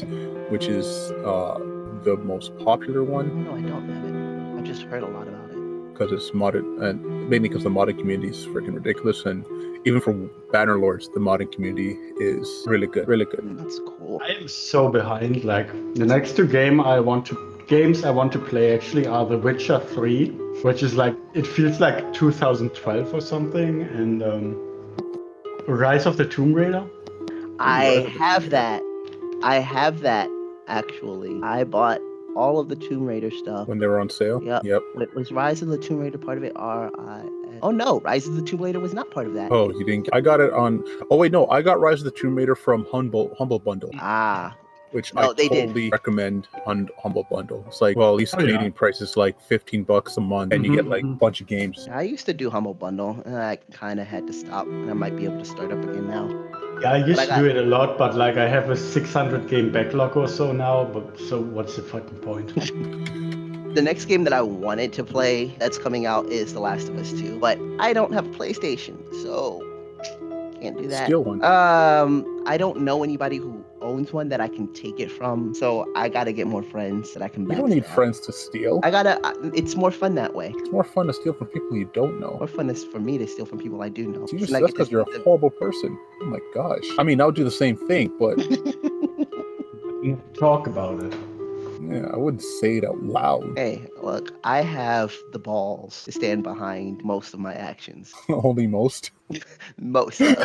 which is uh, the most popular one. no, I don't have it. I just heard a lot about it. because it's modded and mainly because the modding community is freaking ridiculous and even for bannerlords the modding community is really good really good That's cool. I am so behind. Like the next two game I want to games I want to play actually are The Witcher 3, which is like it feels like 2012 or something, and um, Rise of the Tomb Raider. I have that. I have that actually. I bought all of the Tomb Raider stuff. when they were on sale Yep. Wait, was Rise of the Tomb Raider part of it? R I. Oh no, Rise of the Tomb Raider was not part of that. oh you didn't i got it on oh wait no i got rise of the tomb raider from humble humble bundle Ah, which No, i they did. totally recommend on humble bundle it's like well at least Mm-hmm, Oh, yeah. canadian price is like 15 bucks a month and you get Mhm, like a mhm. bunch of games I used to do Humble Bundle, and I kind of had to stop, and I might be able to start up again now. Yeah, I used Like to I- do it a lot, but like I have a 600 game backlog or so now. But so what's the fucking point? The next game that I wanted to play that's coming out is The Last of Us 2, but I don't have a PlayStation, so can't do that. steal one Um, I don't know anybody who owns one that I can take it from, so I gotta get more friends that I can. you don't need backstab. friends to steal I gotta. I- It's more fun that way. it's more fun to steal from people you don't know More fun is for me to steal from people I do know. You just, And I that's get because to- you're a horrible person. Oh my gosh. I mean, I'll do the same thing, but We have to talk about it. Yeah, I wouldn't say it out loud. Hey, look, I have the balls to stand behind most of my actions. Only most. Most. of.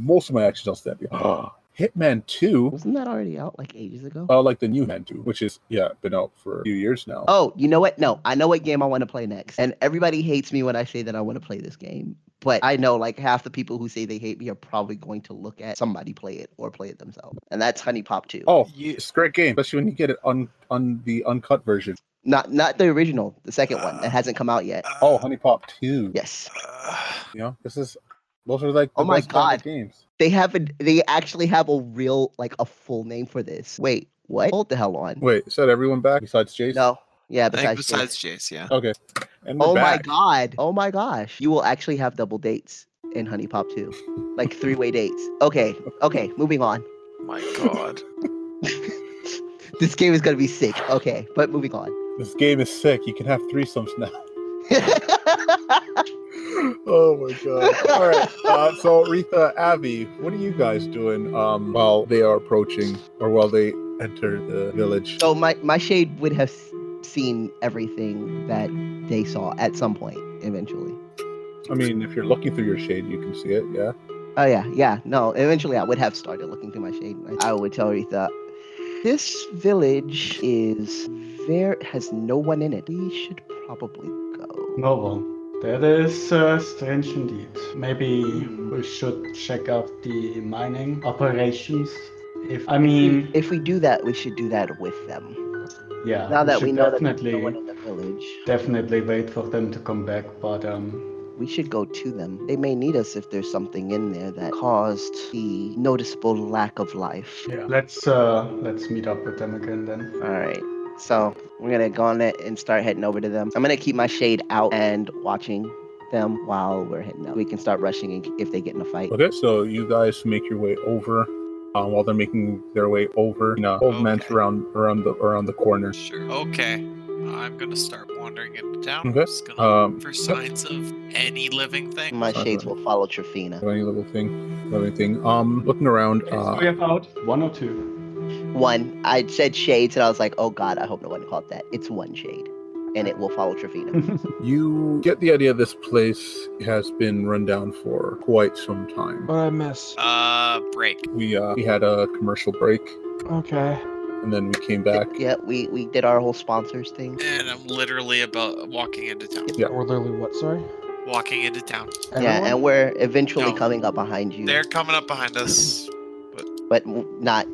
Most of my actions I'll stand behind. Hitman 2, Wasn't that already out like ages ago? uh, like the new Hitman 2, which is, yeah, been out for a few years now. Oh, you know what? No, I know what game I want to play next. And everybody hates me when I say that I want to play this game. But I know like half the people who say they hate me are probably going to look at somebody play it or play it themselves. And that's Honey Pop 2. Oh, it's a great game, especially when you get it on on the uncut version. Not not the original, the second one that hasn't come out yet. Oh, Honey Pop 2. Yes. You know, this is those are like the Oh my best kind of God. games. They have a, they actually have a real like a full name for this. Wait, what? Hold the hell on. Wait, is that everyone back besides Jason? No. Yeah, I think besides, besides Jace. Jace, yeah. Okay. And we're Oh my back. god. Oh my gosh. You will actually have double dates in Honey Pop 2. like three-way dates. Okay. Okay, moving on. My God. This game is gonna be sick. Okay, but moving on. This game is sick. You can have threesomes now. oh my god! All right. Uh, so, Retha, Abby, what are you guys doing um, while they are approaching, or while they enter the village? so my my shade would have s- seen everything that they saw at some point eventually. I mean, if you're looking through your shade, you can see it. Yeah. Oh yeah, yeah. No, eventually I would have started looking through my shade. I I would tell Aretha, this village is there has no one in it. We should probably go. No, well, that is uh, strange indeed. Maybe we should check out the mining operations. If I mean, If we do that, we should do that with them. yeah. Now that should we know that there's definitely, no one in the village, definitely wait for them to come back. But um, we should go to them. They may need us if there's something in there that caused the noticeable lack of life. yeah, let's uh, let's meet up with them again then. All right. So we're gonna go on it and start heading over to them. I'm gonna keep my shade out and watching them while we're heading up. We can start rushing in- if they get in a fight. Okay. So you guys make your way over. Um, while they're making their way over, you know, old man's Okay. around around the around the corner. Sure. Okay. I'm gonna start wandering into town. Okay. I'm just gonna Um, look for signs of any living thing. My Sounds shades right. will follow Trafina. Any little thing, little thing. Um, looking around. so Uh, we have out one or two. One, I said shades and I was like, oh god, I hope no one caught that. It's one shade, and it will follow Trafina. You get the idea this place has been run down for quite some time. What I miss? Uh, break. We uh, we had a commercial break Okay. and then we came back. yeah, we we did our whole sponsors thing. And I'm literally about walking into town. Yeah. Or literally what? Sorry. Walking into town. Yeah, Everyone? and we're eventually No. coming up behind you, They're coming up behind us. but w- not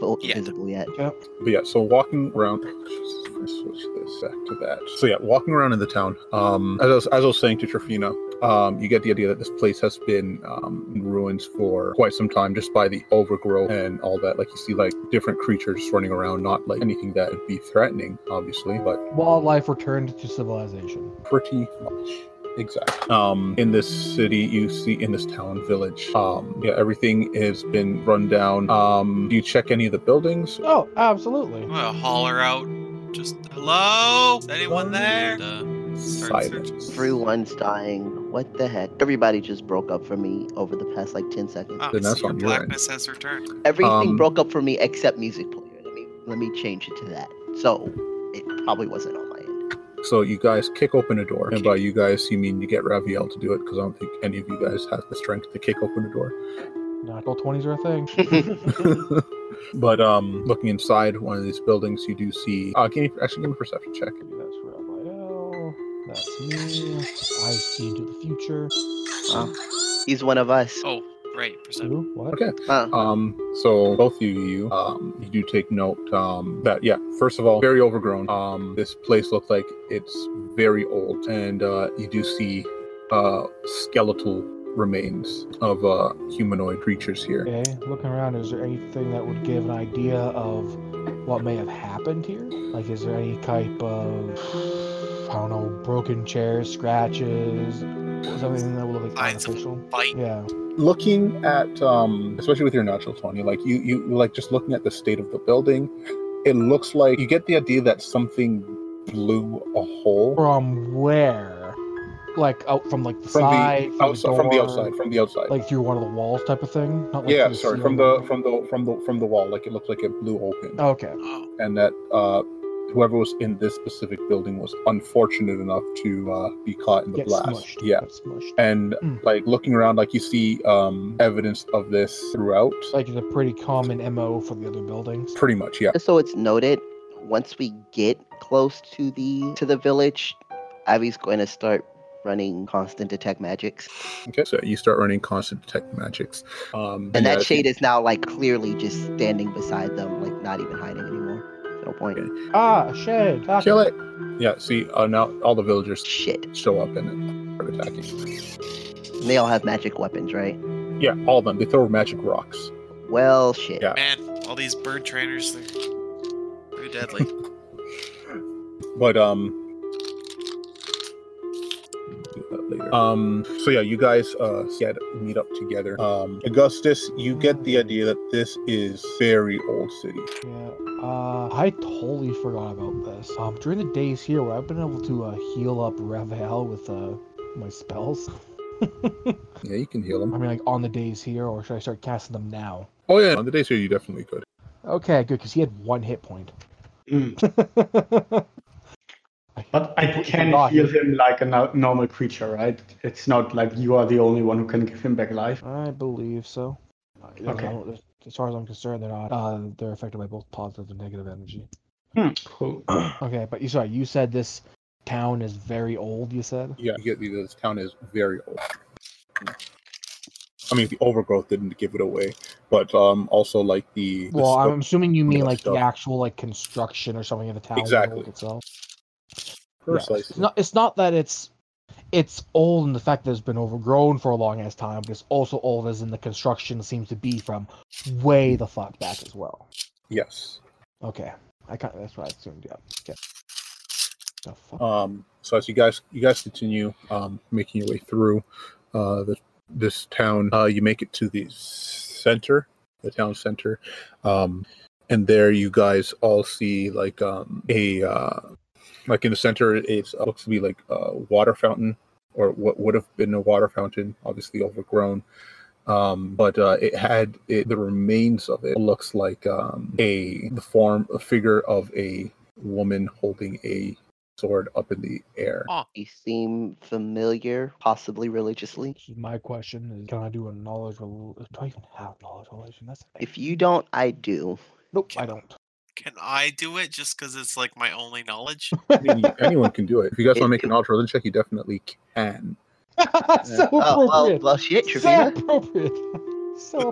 vo- Yet. visible yet. But yeah, so walking around. Jesus, I switch this back to that. So yeah, walking around in the town. Um, as I was, as I was saying to Trafina, um, you get the idea that this place has been um, in ruins for quite some time, just by the overgrowth and all that. Like you see, like different creatures running around, not like anything that would be threatening, obviously, but Wildlife returned to civilization. pretty much exact um in this city you see in this town village um yeah everything has been run down um do you check any of the buildings Oh, absolutely. I'm gonna holler out. Just hello. Is anyone there? And, uh, start searching. silence Everyone's dying. What the heck? Everybody just broke up for me over the past like ten seconds. Ah, Then I that's see your on your end. blackness has returned. Everything Um, broke up for me except music player. Let me let me change it to that. So it probably wasn't on my end. so you guys kick open a door and by you guys you mean you get raviel to do it because i don't think any of you guys have the strength to kick open a door Natural twenties are a thing. but um looking inside one of these buildings you do see uh give me, actually give me a perception check Maybe that's Raphael. That's me. I see into the future. He's one of us. Oh, right. Percent. Who? What? Okay. Huh. Um, so both of you, um, you do take note um, that yeah. First of all, very overgrown. Um, this place looks like it's very old, and uh, you do see uh, skeletal remains of uh, humanoid creatures here. Okay. Looking around, is there anything that would give an idea of what may have happened here? Like, is there any type of I don't know, broken chairs, scratches, something that would look like Signs of- artificial? Bite. Yeah. Looking at, um, especially with your natural twenty, like you, you like just looking at the state of the building, it looks like you get the idea that something blew a hole From where? like out from like the From side, the from, outside, from the door, outside, from the outside. like through one of the walls type of thing. Not like yeah, through sorry, from ceiling. the from the from the from the wall, like it looked like it blew open, Okay, Oh, and that uh, whoever was in this specific building was unfortunate enough to uh, be caught in the get blast. smushed. Yeah, get smushed. and Mm. like looking around, like you see um, evidence of this throughout, Like it's a pretty common mo for the other buildings. pretty much. Yeah, Just so it's noted, once we get close to the to the village, Ivy's going to start running constant detect magics, Okay, so you start running constant detect magics. Um, and yeah, that shade is now like clearly just standing beside them, like not even hiding anymore. No point. Ah, a shed. Ah, Mm, Kill it. Yeah, see, uh, now all the villagers Shit. show up and start attacking. And they all have magic weapons, right? Yeah, all of them. They throw magic rocks. Well, shit. Yeah. man, all these bird trainers, they're very deadly. But, um. do that later. Um, so yeah, you guys uh get meet up together. Um, Augustus, you get the idea that this is very old city. Yeah. Uh, I totally forgot about this. Um, during the days here where I've been able to uh, heal up Ravel with uh my spells. I Yeah, you can heal them. mean, like on the days here, or should I start casting them now? Oh yeah, on the days here you definitely could. Okay, good, because he had one hit point. Mm. Mm. I But I completely can forgot. heal him like a no- normal creature, right? It's not like you are the only one who can give him back life. I believe so. Uh, yeah, Okay. no, As far as I'm concerned, they're not. Uh, they're affected by both positive and negative energy. Hmm, cool. Okay, but you sorry, you said this town is very old. You said. Yeah, you get the this town is very old. I mean, the overgrowth didn't give it away, but um, also like the, the Well, I'm stuff- assuming you mean Yeah, like the stuff. actual like construction or something of the town was Exactly. old itself. Yeah, it's- It's precisely. not. It's not that it's. It's old in the fact that it's been overgrown for a long ass time, but it's also old as in the construction seems to be from way the fuck back as well. Yes. Okay, I kind of that's what I assumed. Yeah. Okay. The fuck? Um, so as you guys you guys continue um, making your way through uh, the, this town, uh, you make it to the center, the town center, um, and there you guys all see like um, a uh, like in the center it's it looks to be like a water fountain or what would have been a water fountain, obviously overgrown. Um, but uh, it had it, the remains of it looks like um, a the form a figure of a woman holding a sword up in the air. You seem familiar, possibly religiously. This is my question: Is can I do a knowledge? rel- Do I even have knowledge relation? That's the thing. If you don't, I do. nope, I Can- don't. Can I do it just because it's like my only knowledge? I mean, Anyone can do it. If you guys want to It- make an knowledge religion check, you definitely can. so Oh, well, appropriate. well, shit, so Trevina. appropriate. So And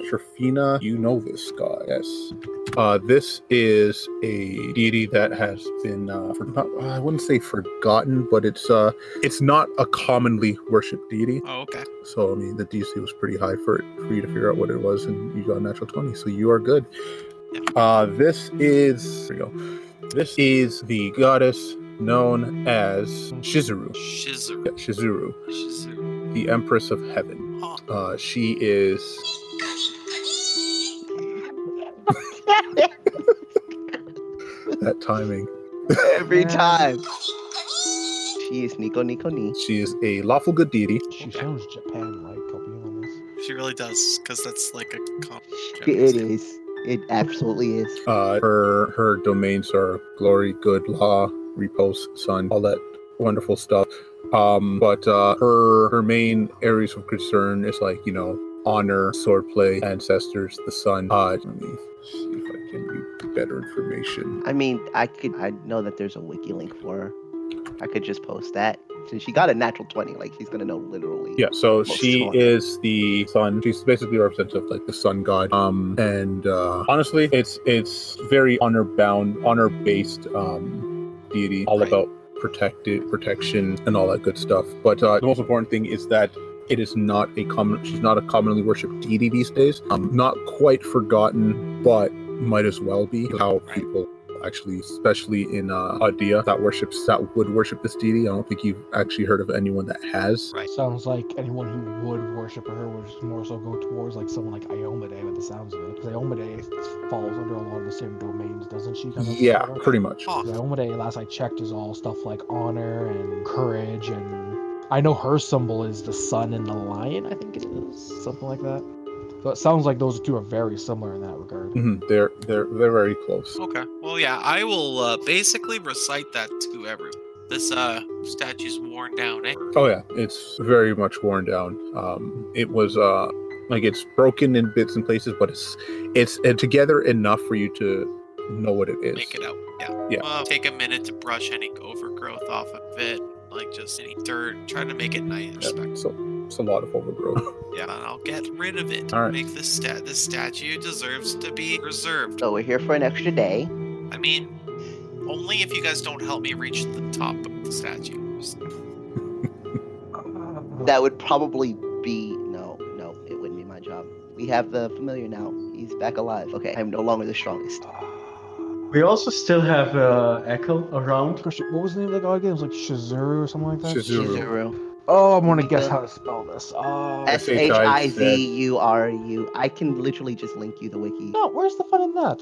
appropriate. Trafina, you know this guy. Yes. Uh, this is a deity that has been, uh, for, not, I wouldn't say forgotten, but it's uh, it's not a commonly worshipped deity. Oh, okay. So I mean, the DC was pretty high for it, for you to figure out what it was, and you got a natural twenty, so you are good. Uh, this is here we go. This is the goddess known as Shizuru. Shizuru. Yeah, Shizuru, Shizuru. the Empress of Heaven. Oh, Uh, she is. that timing. Every time. She is Nico Nico Ni. She is a lawful good deity. She sounds Japan-like. I'll be honest. she really does, because that's like a comp. It is. It absolutely is. Uh, her her domains are glory, good, law, repose, sun, all that wonderful stuff. Um, but uh, her her main areas of concern is like you know honor, swordplay, ancestors, the sun. Uh, let me see if I can get better information. I mean, I could. I know that there's a wiki link for her. I could just post that. Since she got a natural twenty, like he's gonna know literally. Yeah, so Most she strong. is the sun. She's basically representative of, like the sun god. Um, and uh, honestly, it's it's very honor bound, honor based um, deity, all Right. about protected protection and all that good stuff. But uh, the most important thing is that it is not a common. She's not a commonly worshipped deity these days. Um, not quite forgotten, but might as well be how Right. people actually especially in uh Adia that worships that would worship this deity. I don't think you've actually heard of anyone that has. Right. Sounds like anyone who would worship her would just more so go towards like someone like Iomade, by the sounds of it. Because Iomade falls under a lot of the same domains, doesn't she? Kind of Yeah, sorta? pretty much. Oh, Yeah, Omade, last I checked, is all stuff like honor and courage and I know her symbol is the sun and the lion. I think it is something like that. So it sounds like those two are very similar in that regard. Mhm, They're they're they're very close. Okay. Well, yeah, I will uh, basically recite that to everyone. This uh, statue's worn down, eh? Oh yeah, it's very much worn down. Um, it was uh, like it's broken in bits and places, but it's it's uh, together enough for you to know what it is. Make it out. Yeah. Yeah. Uh, take a minute to brush any overgrowth off of it, like just any dirt. Try to make it nice. and Yeah, respectful. so it's a lot of overgrowth. Yeah, and I'll get rid of it. All right. Make this stat. This statue deserves to be reserved. So we're here for an extra day. I mean, only if you guys don't help me reach the top of the statue. Just- Mm. That would probably be no, no, it wouldn't be my job. We have the familiar now. He's back alive. Okay, I'm no longer the strongest. We also still have uh, Echo around. Gosh, What was the name of the guy again? It was like Shizuru or something like that. Shizuru. Shizuru. Oh, I'm gonna guess how to spell this. Uh, S H I Z U R U. I can literally just link you the wiki. no, where's the fun in that?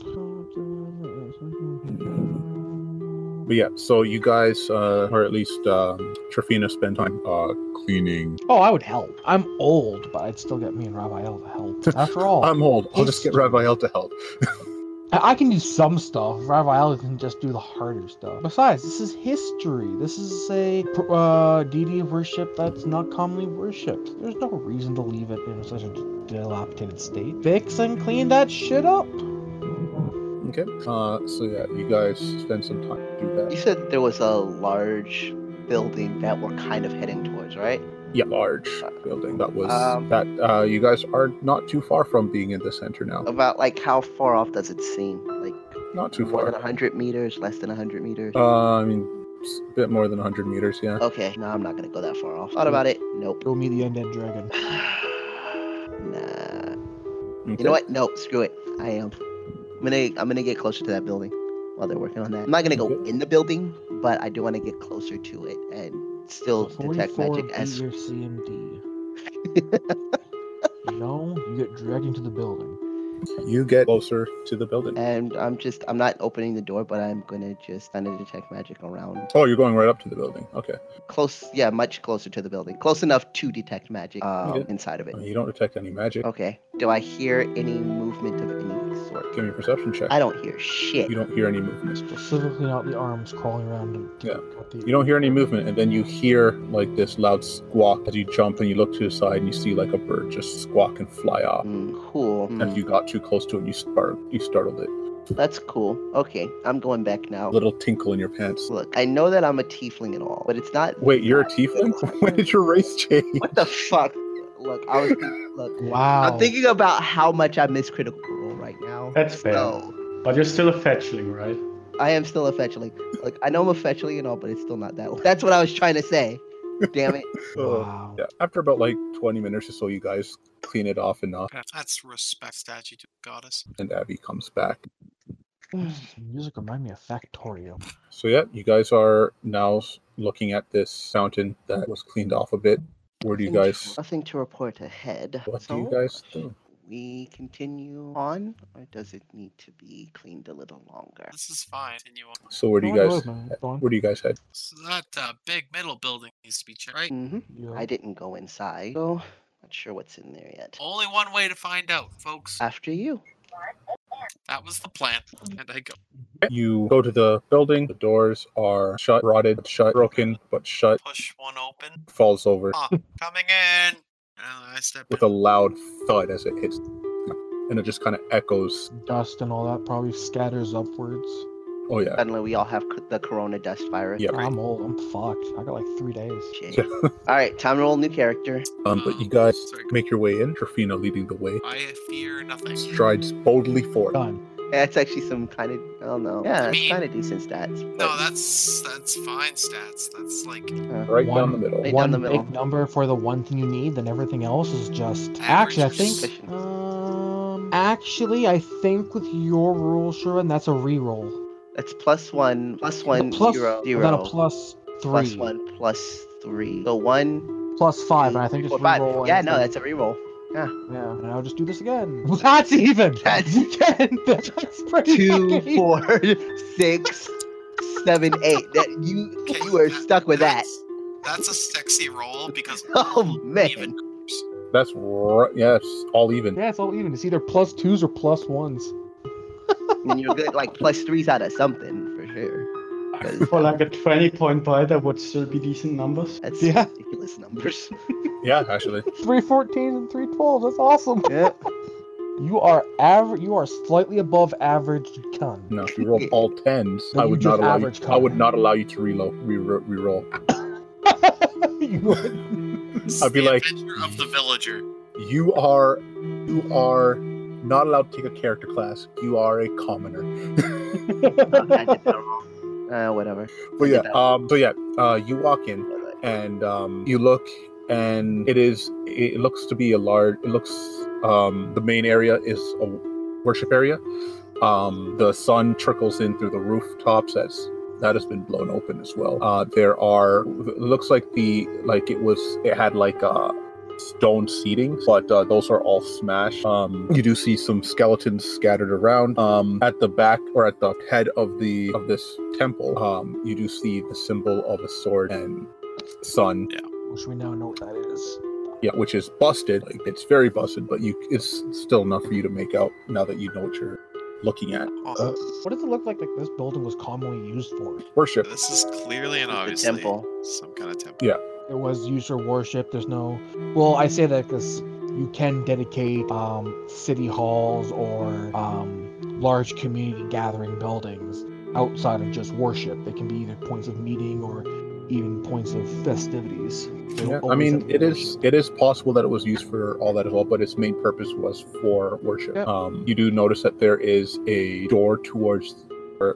But yeah, so you guys, uh, or at least um, Trafina, spend time uh, cleaning. Oh, I would help. I'm old, but I'd still get me and Raphael to help. After all, I'm old. I'll just get Raphael to help. I, I can do some stuff. Raphael can just do the harder stuff. Besides, this is history. This is a pr- uh, deity of worship that's not commonly worshipped. There's no reason to leave it in such a dilapidated state. Fix and clean that shit up. Okay. Uh, so yeah, you guys spend some time to do You that. said that there was a large building that we're kind of heading towards, right? Yeah, large building that was Um, that. Uh, you guys are not too far from being in the center now. About like how far off does it seem? Like Not too more far. than 100 meters, less than 100 meters? Uh, I mean, s- a bit more than 100 meters, yeah. Okay, no, I'm not gonna go that far off. Thought about it. Nope. Go meet the undead dragon. nah. Okay. You know what? No, screw it. I am. I'm gonna I'm gonna get closer to that building while they're working on that. I'm not gonna go in the building, but I do want to get closer to it and still detect 44 magic be as your CMD. no, you get dragged into the building. You get closer to the building. and I'm just I'm not opening the door, but I'm gonna just kind of detect magic around Oh, you're going right up to the building. Okay. close, yeah, much closer to the building, close enough to detect magic um, Okay. Oh, inside of it. You don't detect any magic. Okay. Do I hear any movement of any sort? Give me a perception check. I don't hear shit. You don't hear any movement. Specifically, not the arms crawling around. And Yeah. got the- You don't hear any movement, and then you hear like this loud squawk as you jump and you look to the side and you see like a bird just squawk and fly off. Mm, cool. And Mm, you got too close to it, you start you startled it. that's cool. Okay, I'm going back now. little tinkle in your pants. Look, I know that I'm a tiefling and all, but it's not. Wait, you're a not- tiefling? when did your race change? What the fuck? Look, I was look. Wow. I'm thinking about how much I miss critical role right now. That's fair. So But you're still a fetchling, right? I am still a fetchling. Like I know I'm a fetchling and all, but it's still not that. Way. That's what I was trying to say. Damn it. uh, Wow. Yeah. After about like 20 minutes or so, you guys clean it off enough, That's respect statue to the goddess. and Abby comes back. This music remind me of Factorio. So yeah, you guys are now s- looking at this fountain that was cleaned off a bit. Where do you Nothing guys? to- Nothing to report ahead. What do so, you guys do? We continue on, or does it need to be cleaned a little longer? This is fine. Continue on. So where do you Go on, go guys? on, man. Go on. Where do you guys head? So that uh, big middle building needs to be checked, right? hmm Yeah. I didn't go inside, so not sure what's in there yet. Only one way to find out, folks. After you. That was the plan. mm. And I go You go to the building. The doors are shut, rotted, but shut, broken, but shut. push one open. Falls over Ah, coming in. And I step with a in. loud thud as it hits, and it just kind of echoes. Dust and all that probably scatters upwards. Oh yeah, Suddenly, we all have c- the corona dust virus. Yeah. I'm old. I'm fucked. I got like three days. Shit. all right, time to roll new character. um, but you guys Sorry. make your way in. Trafina leading the way, I fear nothing. strides boldly forward. Done. That's actually some kind of I don't know. Yeah, it's mean- kind of decent stats. No, but that's that's fine stats. That's like Right One. down the middle. Right down one the middle. big number for the one thing you need, then everything else is just. Ah, Actually, I think. Sufficient. Um, actually, I think with your rule, Sherwin, that's a reroll. that's plus one, plus one, plus zero, I got zero, a plus three, plus one, plus three. So one, plus five, and I think three, four, just five. reroll. Yeah, and no, it's that's a reroll. like- yeah. And I'll just do this again. That's even. That's- again. That's pretty Two, fucking even. four, six, seven, eight. That you Okay, you are stuck with that. that's- That's a sexy roll because Oh man. even That's right. Yeah, it's all even. Yeah, it's all even. It's either plus twos or plus ones. and you'll get like plus threes out of something for sure. 'Cause For like a 20 point buy, that would still be decent numbers. That's Yeah. ridiculous numbers. Yeah, actually. Three fourteens and three twelves. That's awesome. Yeah. You are average. You are slightly above average cunt. No, if you rolled all tens, No, I you would just not allow you. average I would con. not allow you to reload, re-roll. reroll. You are- It's I'd be the like- adventure of the villager. You are, you are not allowed to take a character class. You are a commoner. I did that wrong. Uh, whatever. But yeah, Look at that. um, so yeah, uh, you walk in and um, you look, and it is. It looks to be a large. It looks. Um, the main area is a worship area. Um, the sun trickles in through the rooftops as that has been blown open as well. Uh, there are it looks like the like it was it had like uh stone seating, but uh, those are all smashed. Um, you do see some skeletons scattered around. Um, at the back or at the head of the of this temple, um, you do see the symbol of a sword and sun Which we now know what that is. yeah which is busted like, it's very busted but you it's still enough for you to make out now that you know what you're looking at Oh, What does it look like? Like this building was commonly used for. worship this is clearly and It's a obviously temple. some kind of temple. Yeah. It was used for worship. There's no. Well, I say that because you can dedicate um, city halls or um, large community gathering buildings outside of just worship. They can be either points of meeting or even points of festivities. They don't Yeah, i always have mean to be it is worship. it is possible that it was used for all that as well but its main purpose was for worship Yep. um, you do notice that there is a door towards or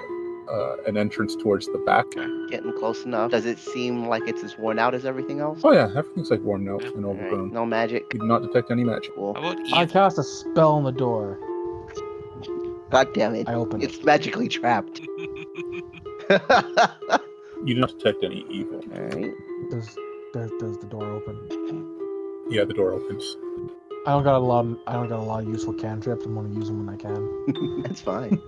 uh, an entrance towards the back Getting close enough. Does it seem like it's as worn out as everything else? oh yeah everything's like worn out and All right, overgrown No magic. you do not detect any magic Cool. How about I Eve? cast a spell on the door. God damn it. I open it. It's magically trapped. you do not detect any evil Alright. Does, does does the door open? yeah the door opens I don't got a lot. I don't got a lot of useful cantrips. I'm gonna use them when I can. That's fine.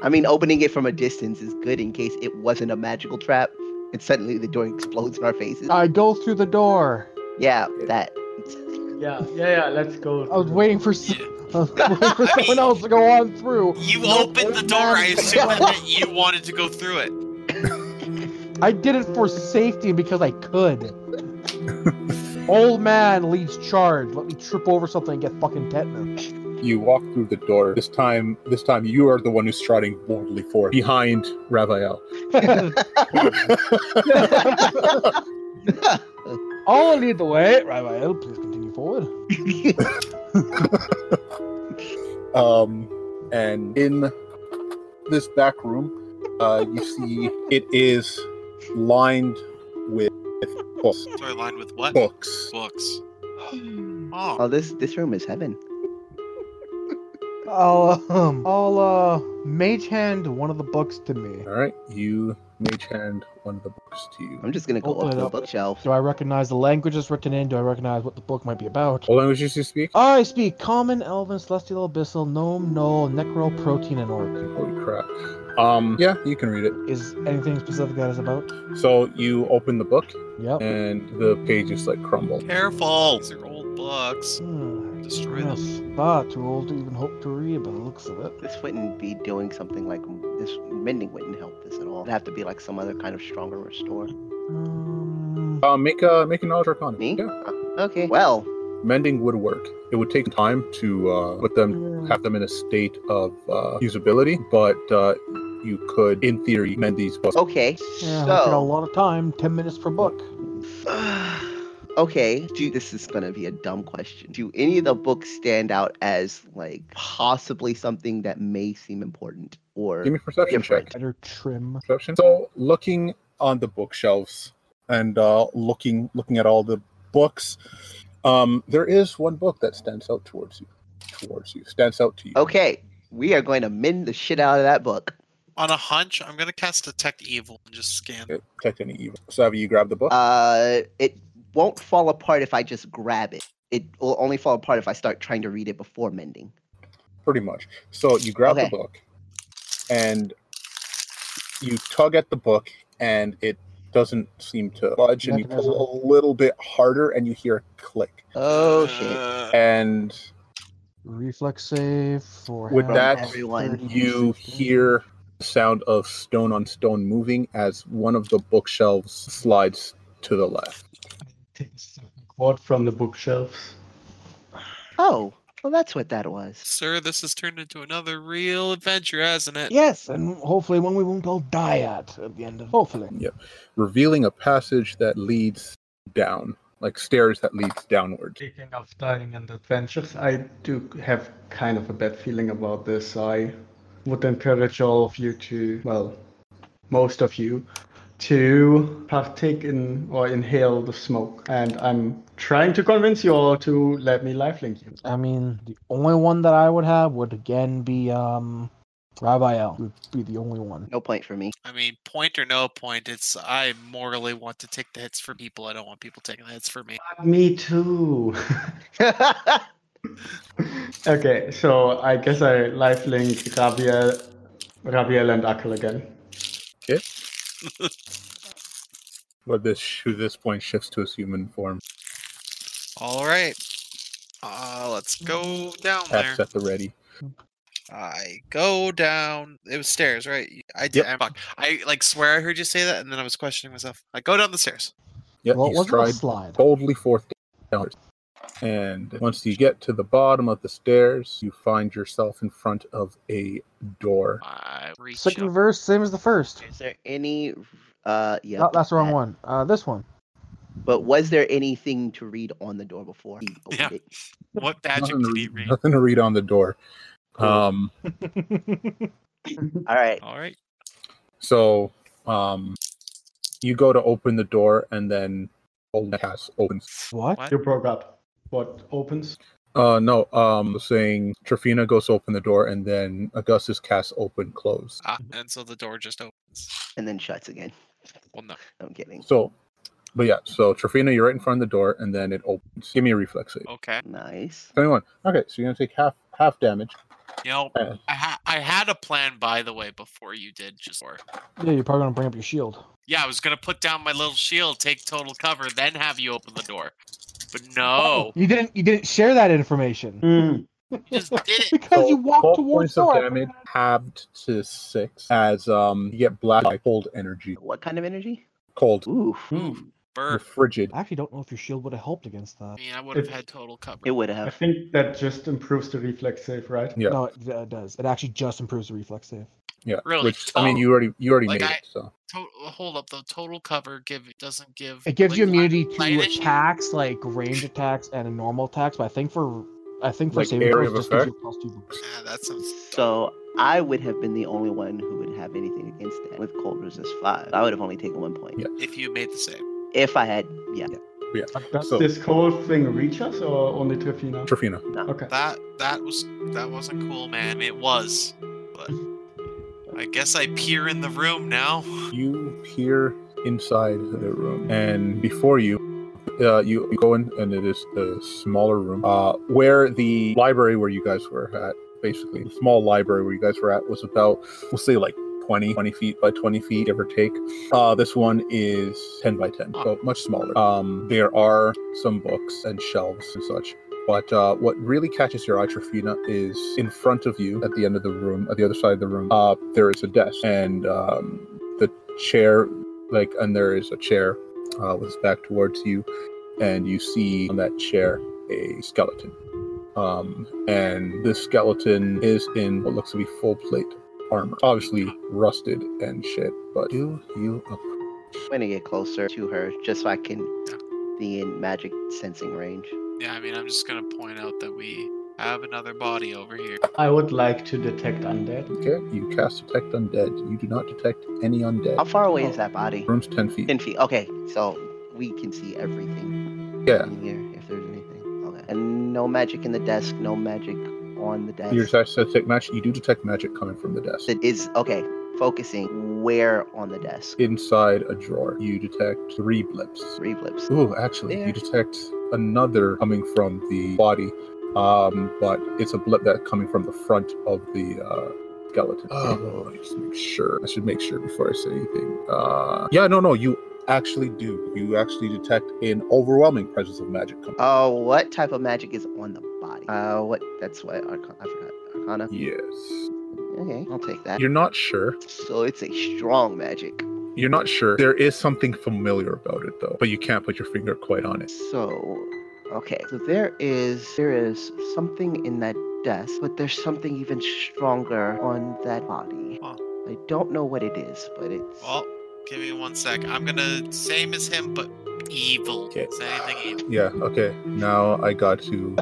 I mean, opening it from a distance is good in case it wasn't a magical trap and suddenly the door explodes in our faces. I go through the door. yeah, that. Yeah, yeah, yeah, let's go. I was waiting for. s- I was waiting for someone else to go on through. You No, opened the it's door. not. I assumed that you wanted to go through it. I did it for safety because I could. Old man leads charge. Let me trip over something and get fucking tetanus. You walk through the door. This time, this time you are the one who's striding boldly forward behind Raphael. I'll lead the way. Raphael, please continue forward. Um, and in this back room, uh, you see it is lined with books. Sorry, line with what? books. Books. oh, Hmm. Oh, this this room is heaven. I'll um, I'll uh, mage hand one of the books to me. All right, you mage hand one of the books to you. I'm just gonna go up Open it to the up. bookshelf. Do I recognize the language that's written in? Do I recognize what the book might be about? What languages do you speak? I speak Common, Elven, Celestial, Abyssal, Gnome, Null, Necro, Protein, and Orc. Holy crap! Um, yeah, you can read it. Is anything specific that is about? So you open the book, Yep. and the pages like crumble. careful. These are old books. Hmm. Destroy them. Yes. Ah, too old to even hope to read by the looks of it. This wouldn't be doing something like this. Mending wouldn't help this at all. It'd have to be like some other kind of stronger restore. Um, Uh, make a make a knowledge arcana. Me? Yeah. Okay. Well, mending would work. It would take time to uh, put them, have them in a state of uh, usability, but uh, you could, in theory, mend these books. okay. yeah, we got a so, lot of time. Ten minutes per book. okay. Do this is gonna be a dumb question. Do any of the books stand out as like possibly something that may seem important or? Give me a perception Different. check. Better trim. Perception. So, looking on the bookshelves and uh, looking looking at all the books, um, there is one book that stands out towards you. Towards you, stands out to you. Okay, we are going to mend the shit out of that book. On a hunch, I'm gonna cast detect evil and just scan. It Detect any evil. Savvy, you grab the book. Uh, it won't fall apart if I just grab it. It will only fall apart if I start trying to read it before mending. pretty much. So you grab Okay. the book and you tug at the book, and it doesn't seem to budge, and you Mechanism. pull a little bit harder, and you hear a click. Oh shit. Uh, And Reflex save for With half- that, everyone. you 30, hear the sound of stone on stone moving as one of the bookshelves slides to the left. Take a second quote from the bookshelves. Oh, well, that's what that was. sir, this has turned into another real adventure, hasn't it? Yes, and hopefully one we won't all die at at the end of. Hopefully. revealing a passage that leads down, like stairs that leads downward. Speaking of dying and adventures, I do have kind of a bad feeling about this. I would encourage all of you to, well, most of you, to partake in or inhale the smoke. And I'm trying to convince you all to let me lifelink you. I mean, the only one that I would have would again be um, Rabbi L. Would be the only one. No point for me. I mean, point or no point, it's I morally want to take the hits for people. I don't want people taking the hits for me. Uh, Me too. okay, so I guess I lifelink Rabiel, Rabiel and Akil again. But this who at this point shifts to his human form. All right. Uh, let's go down there. Taps at the ready. I go down. It was stairs, right? You- I did. Yep. I'm fuck. I like swear I heard you say that, and then I was questioning myself. I go down the stairs. Yeah, well, it he's wasn't a tried slide. boldly forth downwards. And once you get to the bottom of the stairs, you find yourself in front of a door. I reach Second up. verse, same as the first. Is there any? Uh, yeah. No, that's the wrong one. Uh, this one. But was there anything to read on the door before? he opened Yeah. it? What magic Nothing to, did he read, read? nothing to read on the door. Um, All right. All right. so um, you go to open the door, and then old Cass opens What? What? You broke up. What opens? Uh, no. Um, saying Trafina goes to open the door, and then Augustus casts open close. Ah, Mm-hmm. and so the door just opens. And then shuts again. Well, no. I'm kidding. So, but yeah. So Trafina, you're right in front of the door, and then it opens. Give me a reflex save. Okay. Nice. Twenty-one. Okay, so you're gonna take half half damage. You know, Uh. I, ha- I had a plan, by the way, before you did. Just for Yeah, you're probably gonna bring up your shield. yeah, I was gonna put down my little shield, take total cover, then have you open the door. But no, Oh, you didn't. You didn't share that information Hmm. you just did it. because So you walked Twelve points towards the of door. damage halved to six as um you get black by cold energy, What kind of energy? cold, Ooh. Ooh, you're burp. frigid. I actually don't know if your shield would have helped against I that. mean, I would have It- had total cover. It would I have. think that just improves the reflex save, right? Yeah. No, it, uh, it does. It actually just improves the reflex save. Yeah, Really? which I mean, Oh. you already you already Like made I- it. So To- hold up, though. Total cover give doesn't give. It gives you like, immunity light to issue? attacks like range attacks and normal attacks, but I think for I think for Like saving area throws, of it just gives you effect? plus two. Yeah, that sounds. So I would have been the only one who would have anything against that with cold resist five. I would have only taken one point Yeah. If you made the save, if I had. Yeah. But does So- this cold thing reach us or only Trafina? Trafina, okay. that that was that wasn't cool, man. It was, but I guess I peer in the room now. you peer inside the room, and before you uh, you you go in, and it is the smaller room uh, where the library where you guys were at. Basically, the small library where you guys were at was about, we'll say, like 20, 20 feet by 20 feet, give or take. Uh, this one is 10 by 10, so much smaller. Um, there are some books and shelves and such. But uh, what really catches your eye, Trafina, is in front of you at the end of the room, at the other side of the room, uh, there is a desk and um, the chair, like, and there is a chair uh, with its back towards you and you see on that chair a skeleton. Um, and this skeleton is in what looks to be full plate armor, obviously rusted and shit. But do you? I'm gonna get closer to her just so I can be in magic sensing range. Yeah, I mean, I'm just gonna point out that we have another body over here. I would like to detect undead. Okay, you cast detect undead. You do not detect any undead. How far away is that body? Room's ten feet. Ten feet. Okay, so we can see everything Yeah, in here if there's anything. Okay. And no magic in the desk. No magic on the desk. you detect magic. You do detect magic coming from the desk. That is okay. Focusing where on the desk? Inside a drawer, you detect three blips. Three blips. Ooh, actually, There. you detect another coming from the body, um, but it's a blip that coming from the front of the uh, skeleton. Oh, let me just make sure. I should make sure before I say anything. Uh, yeah, no, no, you actually do. You actually detect an overwhelming presence of magic. coming. Oh, what type of magic is on the body? Uh, what? That's what Arcana. I forgot. Arcana. yes. Okay, I'll take that. You're not sure. So it's a strong magic. You're not sure. There is something familiar about it though, but you can't put your finger quite on it. So, okay. So there is there is something in that desk, but there's something even stronger on that body. Huh. I don't know what it is, but it's Well, give me one sec. I'm gonna same as him, but evil. Okay. Say anything evil. Yeah, okay. Now I got to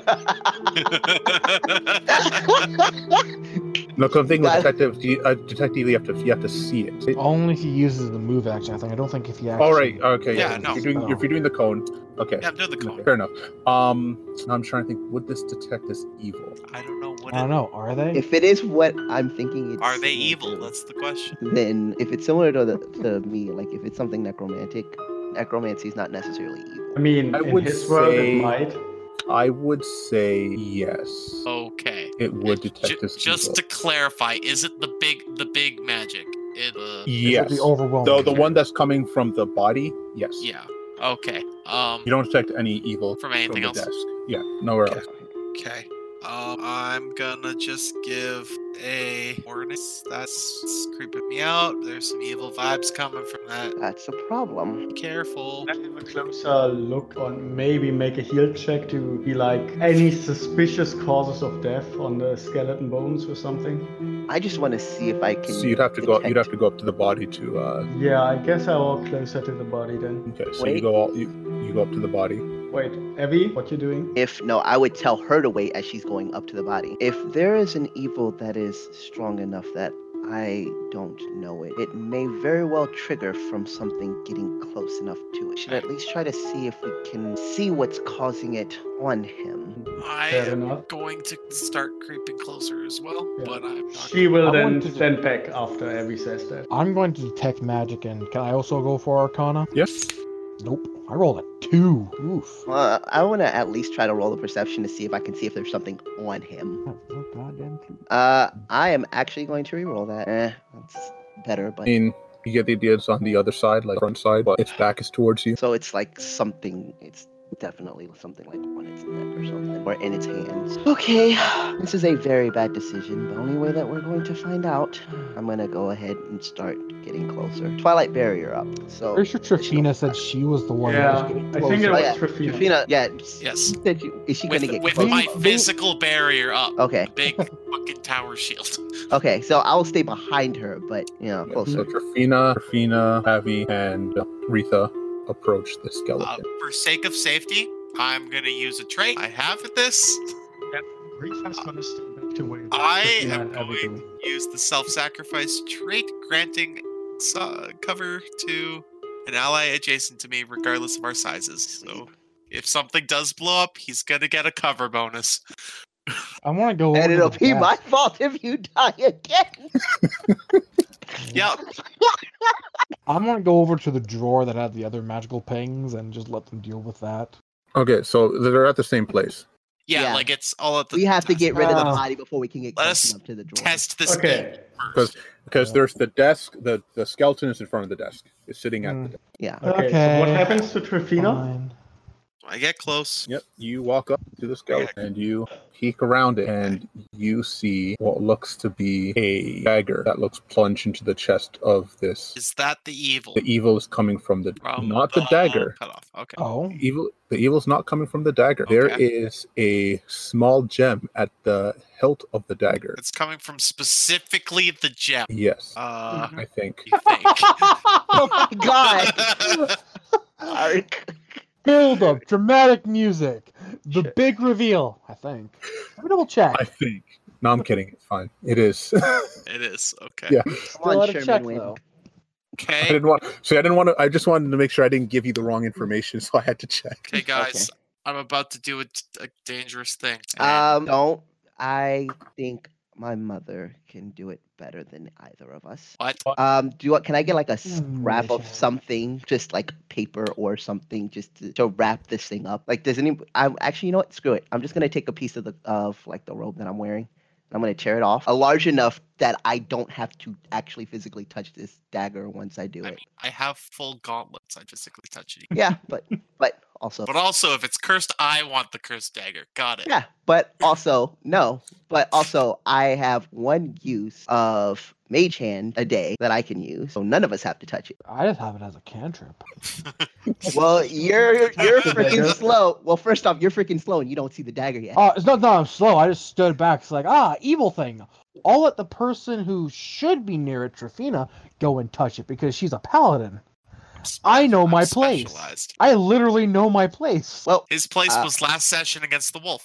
No something with Got it. detective uh, detective you have to you have to see it. See? Only if he uses the move action. I think. I don't think if he. Actually... All right, uh, okay. Oh, Yeah, Yeah, no. If you're doing if you're doing the cone. Okay. yeah, I'm doing the cone. Fair enough. Um now I'm trying to think would this detect as evil? I don't know what. I don't It, know. Are they? if it is what I'm thinking, it's are they similar evil? to, That's the question. Then, if it's similar to the, to me, like if it's something necromantic, necromancy is not necessarily evil. I mean, I in would his world, say- it might. I would say yes. Okay. It would detect Ju- as just evil. to clarify, is it the big the big magic? It, uh, Is it yes. The overwhelming. Though the one that's coming from the body, yes. yeah. Okay. Um. You don't detect any evil From anything the else? Desk. Yeah, nowhere Okay. else. Okay. Um, I'm gonna just give a warning. That's it's creeping me out. There's some evil vibes coming from that. That's a problem. Be careful. Let's have a closer look on maybe make a heal check to be like any suspicious causes of death on the skeleton bones or something. I just want to see if I can. So you'd have to go. You'd detect- have to go up to the body to. uh Yeah, I guess I walk closer to the body then. Okay, so you Wait. go all. You, you go up to the body. Wait, Evie, what you doing? If no, I would tell her to wait as she's going up to the body. If there is an evil that is strong enough that I don't know it, it may very well trigger from something getting close enough to it. Should at least try to see if we can see what's causing it on him. I Fair am enough. going to start creeping closer as well, Yeah. but I'm not. She will I then want to- stand back after Evie says that. I'm going to detect magic, and can I also go for Arcana? Yes. Nope. I rolled a two. Oof. Uh, I want to at least try to roll a perception to see if I can see if there's something on him. Oh, oh, goddamn. Uh, I am actually going to reroll that. Eh, that's better, but I mean, you get the idea it's on the other side, like front side, but its back is towards you. So it's like something. It's definitely something like on its neck or something, or in its hands. Okay, this is a very bad decision. The only way that we're going to find out, I'm gonna go ahead and start getting closer. Twilight barrier up. So Pretty sure Trafina said she was the one. Yeah, that was getting I think it closer. was yeah, Trafina. Trafina, yeah, s- Yes. said you- is she gonna With, get with closer? my physical barrier up. Okay, A big fucking tower shield. okay. So I'll stay behind her, but you know, So closer. Trafina, Trafina, Avi, and Retha approach the Uh, skeleton. for sake of safety, I'm gonna use a trait I have at this. Rita's gonna stand back to wait. I Christina am and Abby going do. use the self-sacrifice trait, granting so- cover to an ally adjacent to me, regardless of our sizes. So if something does blow up, he's gonna get a cover bonus. I want to go. over And to it'll the be desk. my fault if you die again. Yep. I'm gonna go over to the drawer that had the other magical pings and just let them deal with that. Okay, so they're at the same place. Yeah, Yeah. like it's all at the. We have to test- get rid of the Ah. body before we can get Let close us enough to the drawer. test this game Okay, first. Because there's the desk. The the skeleton is in front of the desk. It's sitting at Hmm. the desk. Yeah. okay. So what Okay. happens to Trafina? Fine. I get close. Yep. You walk up to the skeleton and you peek around it, and you see what looks to be a dagger that looks plunged into the chest of this Is that the evil? the evil is coming from the From not the, dagger Cutoff. Okay. Oh, evil the evil's not coming from the dagger there Okay. is a small gem at the hilt of the dagger It's coming from specifically the gem. yes Uh, i think you Oh my god. think? Ark. build up, dramatic music, the big reveal. I think. Let me double check. i think no i'm kidding it's fine it is it is. Okay. Yeah. Come on, Still out of Sherman check, Wayne. though. i Okay. didn't want see i didn't want to i just wanted to make sure i didn't give you the wrong information so i had to check Okay, guys. I'm about to do a, a dangerous thing. Uh Um, don't. I think my mother can do it better than either of us. what? Um, do you want, can I get like a scrap of Mm, something, just like paper or something, just to, to wrap this thing up? Like, does any? I'm actually, you know what? Screw it. I'm just gonna take a piece of the of like the robe that I'm wearing, and I'm going to tear it off. A large enough that I don't have to actually physically touch this dagger once I do I it. mean, I have full gauntlets. I physically touch it. yeah, but but also But also, if it's cursed, I want the cursed dagger. Got it. Yeah, but also no, but also I have one use of mage hand a day that I can use, so none of us have to touch it. I just have it as a cantrip. Well, you're you're freaking Dagger. slow. Well, first off, you're freaking slow and you don't see the dagger yet. Oh, it's not that I'm slow. I just stood back. It's like, ah, evil thing. I'll let the person who should be near it, Trafina, go and touch it because she's a paladin. I'm I special- know I'm my place. specialized. I literally know my place. Well, His place Uh, was last session against the wolf.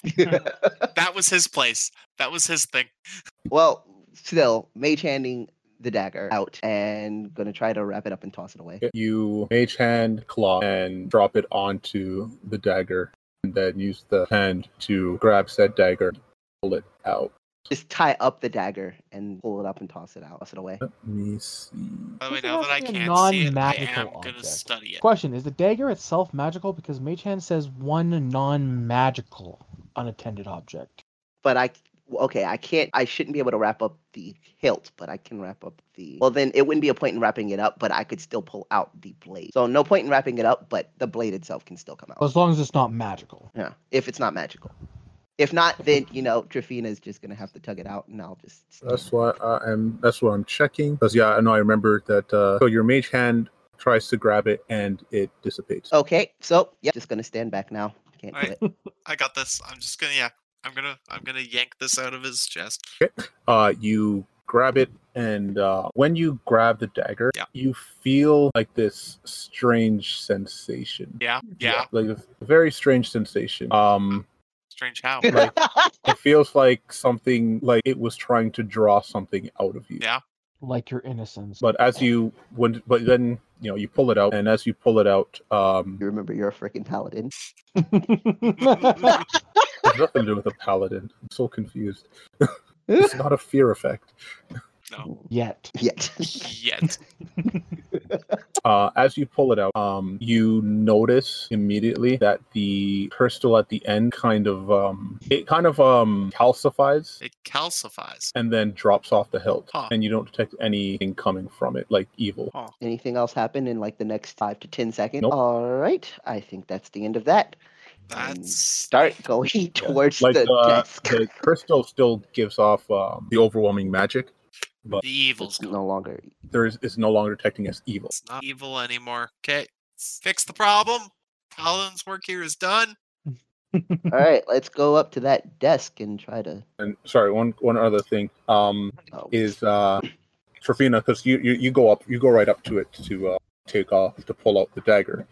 that was his place. That was his thing. well, still mage handing the dagger out and gonna try to wrap it up and toss it away. You mage hand claw and drop it onto the dagger, and then use the hand to grab said dagger, pull it out. Just tie up the dagger and pull it up and toss it out, toss it away. Let me see. By the way, This is now that I actually a can't see it, I non-magical am gonna object. study it. Question Is the dagger itself magical? Because Mage Hand says one non magical unattended object. but I okay, I can't I shouldn't be able to wrap up the hilt, but I can wrap up the Well then it wouldn't be a point in wrapping it up, but I could still pull out the blade. So no point in wrapping it up, but the blade itself can still come out. As long as it's not magical. Yeah, if it's not magical. If not, then you know Trafina is just gonna have to tug it out, and I'll just. That's what I am. That's what I'm checking. Because yeah, I know. I remember that. Uh, so your mage hand tries to grab it and it dissipates. Oh. Okay, so yeah, just gonna stand back now. Can't do Alright. it. I got this. I'm just gonna yeah. I'm gonna I'm gonna yank this out of his chest. Uh, you grab it, and uh, when you grab the dagger, Yeah. you feel like this strange sensation. Yeah, yeah. like a very strange sensation. Um, Strange how. Like- it feels like something like it was trying to draw something out of you. Yeah. Like your innocence. But as you would, but then you know you pull it out, and as you pull it out, um, You remember you're a freaking paladin. It has nothing to do with a paladin. I'm so confused. it's not a fear effect. Oh. Yet. Yet. Yet. Uh, as you pull it out, um, you notice immediately that the crystal at the end kind of um, it kind of um, calcifies It calcifies. and then drops off the hilt, Huh. and you don't detect anything coming from it, like evil. Anything else happen in like the next five to ten seconds? Nope. All right, I think that's the end of that. and That's start going towards Like the uh, desk. the crystal still gives off um, the overwhelming magic. the evil's It's gone. no longer. There is it's no longer detecting as evil. It's not evil anymore. Okay. Fix the problem. Paladin's work here is done. All right, let's go up to that desk and try to. And sorry, one one other thing. Um, Oh, is uh Trofina because you, you you go up you go right up to it to uh, take off to pull out the dagger.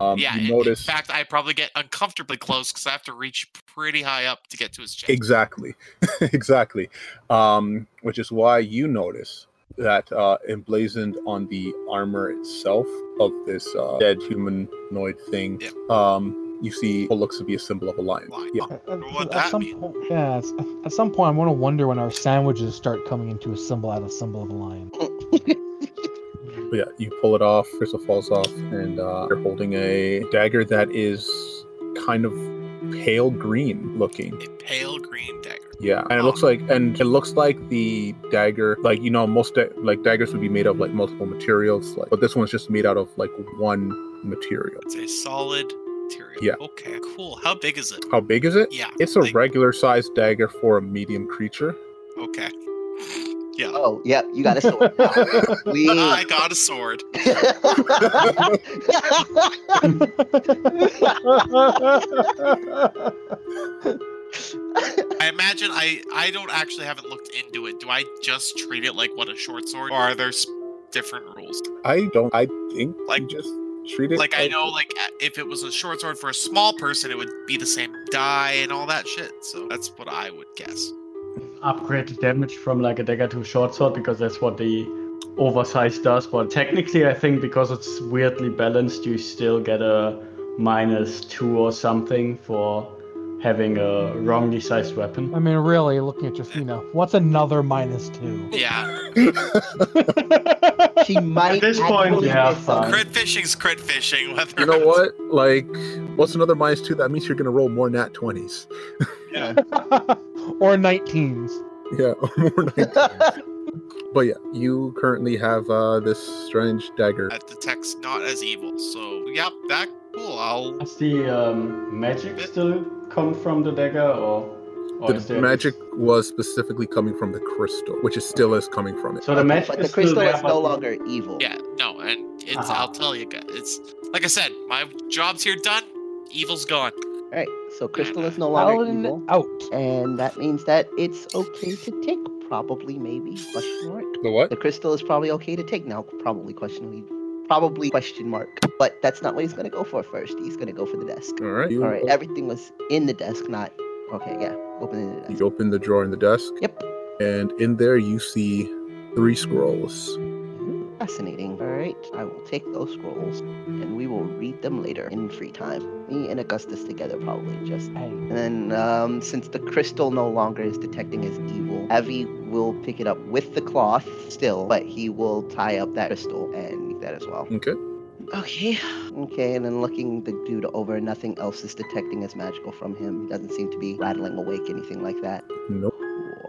Um, yeah. in- you notice In fact, I probably get uncomfortably close because I have to reach pretty high up to get to his chest. exactly, exactly, um, which is why you notice that uh, emblazoned on the armor itself of this uh, dead humanoid thing. Yeah. Um, you see what looks to be a symbol of a lion. Lion. Yeah. At- at- What at that some mean? point, yeah, it's- at- at some point, I'm gonna wonder when our sandwiches start coming into a symbol out of symbol of a lion. But yeah, you pull it off, crystal falls off, and uh, you're holding a dagger that is kind of pale green looking. A pale green dagger. Yeah, and it looks like, and it looks like the dagger, like you know, most da- like daggers would be made of like multiple materials, like, but this one's just made out of like one material. It's a solid material. Yeah. Okay. Cool. How big is it? How big is it? Yeah. It's a like- regular sized dagger for a medium creature. Okay. Yeah. oh yeah, you got a sword. We. I got a sword. I imagine I I don't actually haven't looked into it. Do I just treat it like what a short sword, or are there s- different rules? I don't. I think like Like- just treat it Like I know, like a- if it was a short sword for a small person, it would be the same die and all that shit. So that's what I would guess. upgrade the damage from like a dagger to a short sword because that's what the oversize does. But technically, I think because it's weirdly balanced, you still get a minus two or something for having a wrongly sized weapon. Um, I mean, really, looking at Trafina, what's another minus two? Yeah, she might. At this point, actually yeah, miss something. cred fishing's cred fishing. Whether You know it's- what? Like, what's another minus two? That means you're gonna roll more nat twenties. or 19s. Yeah, more night. but yeah, you currently have uh, this strange dagger. That detects not as evil. So, yep, that cool. I'll. Does the um, magic still come from the dagger, or, or is the there magic was specifically coming from the crystal, which it still is coming from it. So the magic Uh, But is the crystal still there, is no but- longer evil. Yeah, no, and it's. Uh-huh. I'll tell you guys. It's like I said. My job's here done. Evil's gone. All right. So crystal is no longer evil, Paladin out. and that means that it's okay to take. Probably, maybe question mark. The what? The crystal is probably okay to take now. Probably questionably. Probably question mark. But that's not what he's gonna go for first. He's gonna go for the desk. All right. You, All Mm-hmm. right. Everything was in the desk, not. Okay. Yeah. Opening the desk. you open the drawer in the desk. Yep. And in there, you see three scrolls. Fascinating. All right, I will take those scrolls and we will read them later in free time. Me and Augustus together, probably just. And then, um, since the crystal no longer is detecting as evil, Avi will pick it up with the cloth still, but he will tie up that crystal and eat that as well. Okay. Okay. Okay, and then looking the dude over, nothing else is detecting as magical from him. He doesn't seem to be rattling awake, anything like that. Nope.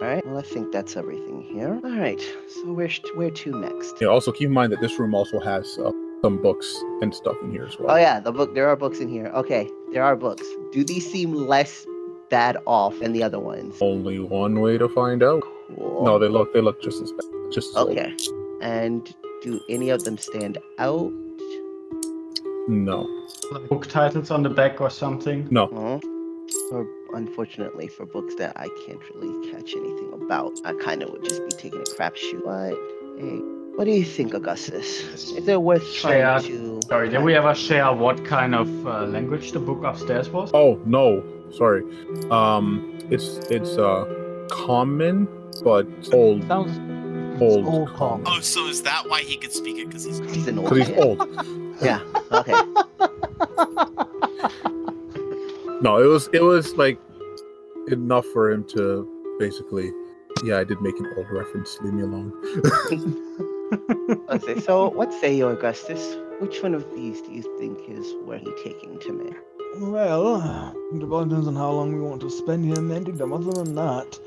All right. Well, I think that's everything here. All right. So where sh- where to next? Yeah, also, keep in mind that this room also has uh, some books and stuff in here as well. Oh yeah, the book. There are books in here. Okay, there are books. Do these seem less bad off than the other ones? Only one way to find out. Cool. No, they look they look just as bad. Just as old. Okay. And do any of them stand out? No. book titles on the back or something? Huh? Or unfortunately, for books that I can't really catch anything about, I kind of would just be taking a crapshoot. But hey, what do you think, Augustus? Is it worth trying Yeah. to? uh, Sorry, did we ever share what kind of uh, language the book upstairs was? Oh no. Sorry. Um, it's it's uh common but old Sounds old old common. Oh, so is that why he could speak it? Because he's. He's an old. Because he's man. old. Yeah. Okay. No, it was it was like enough for him to basically. Yeah, I did make an old reference. Leave me alone. Okay, so what say you, Augustus? Which one of these do you think is worth me taking to me? Well, it depends on how long we want to spend here mending them. Other than that,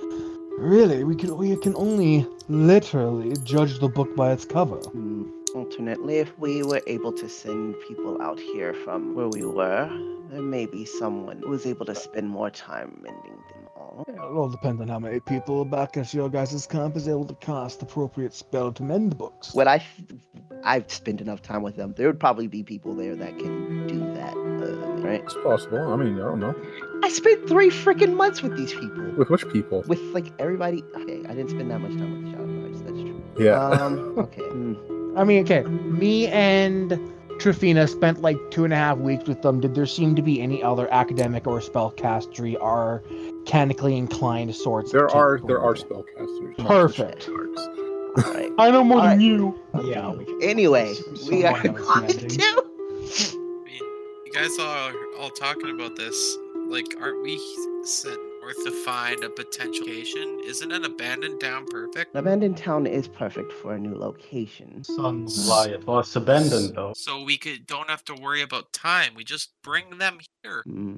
really, we can we can only literally judge the book by its cover. Hmm. Alternately, if we were able to send people out here from where we were, there may be someone who was able to spend more time mending them all. Yeah, It all depends on how many people back at your guys' camp is able to cast the appropriate spell to mend the books. When I, th- I've spent enough time with them, there would probably be people there that can do that, uh, right? It's possible. I mean, I don't know. I spent three freaking months with these people. With which people? With like everybody. Okay, I didn't spend that much time with the shadow Tribes, That's true. Yeah. Um, okay. hmm. I mean, okay. Me and Trafina spent like two and a half weeks with them. Did there seem to be any other academic or spellcastery or mechanically inclined sorts? There to are the there are group? spellcasters. Perfect. All right. I know more Alright. Um, than you. Yeah, we can- Anyway, we Someone are else going mending. to. I mean, you guys are all talking about this. Like, aren't we sent north to find a potential location? Isn't an abandoned town perfect? An abandoned town is perfect for a new location. Sunlight was abandoned though. So we could don't have to worry about time. We just bring them here. Hmm.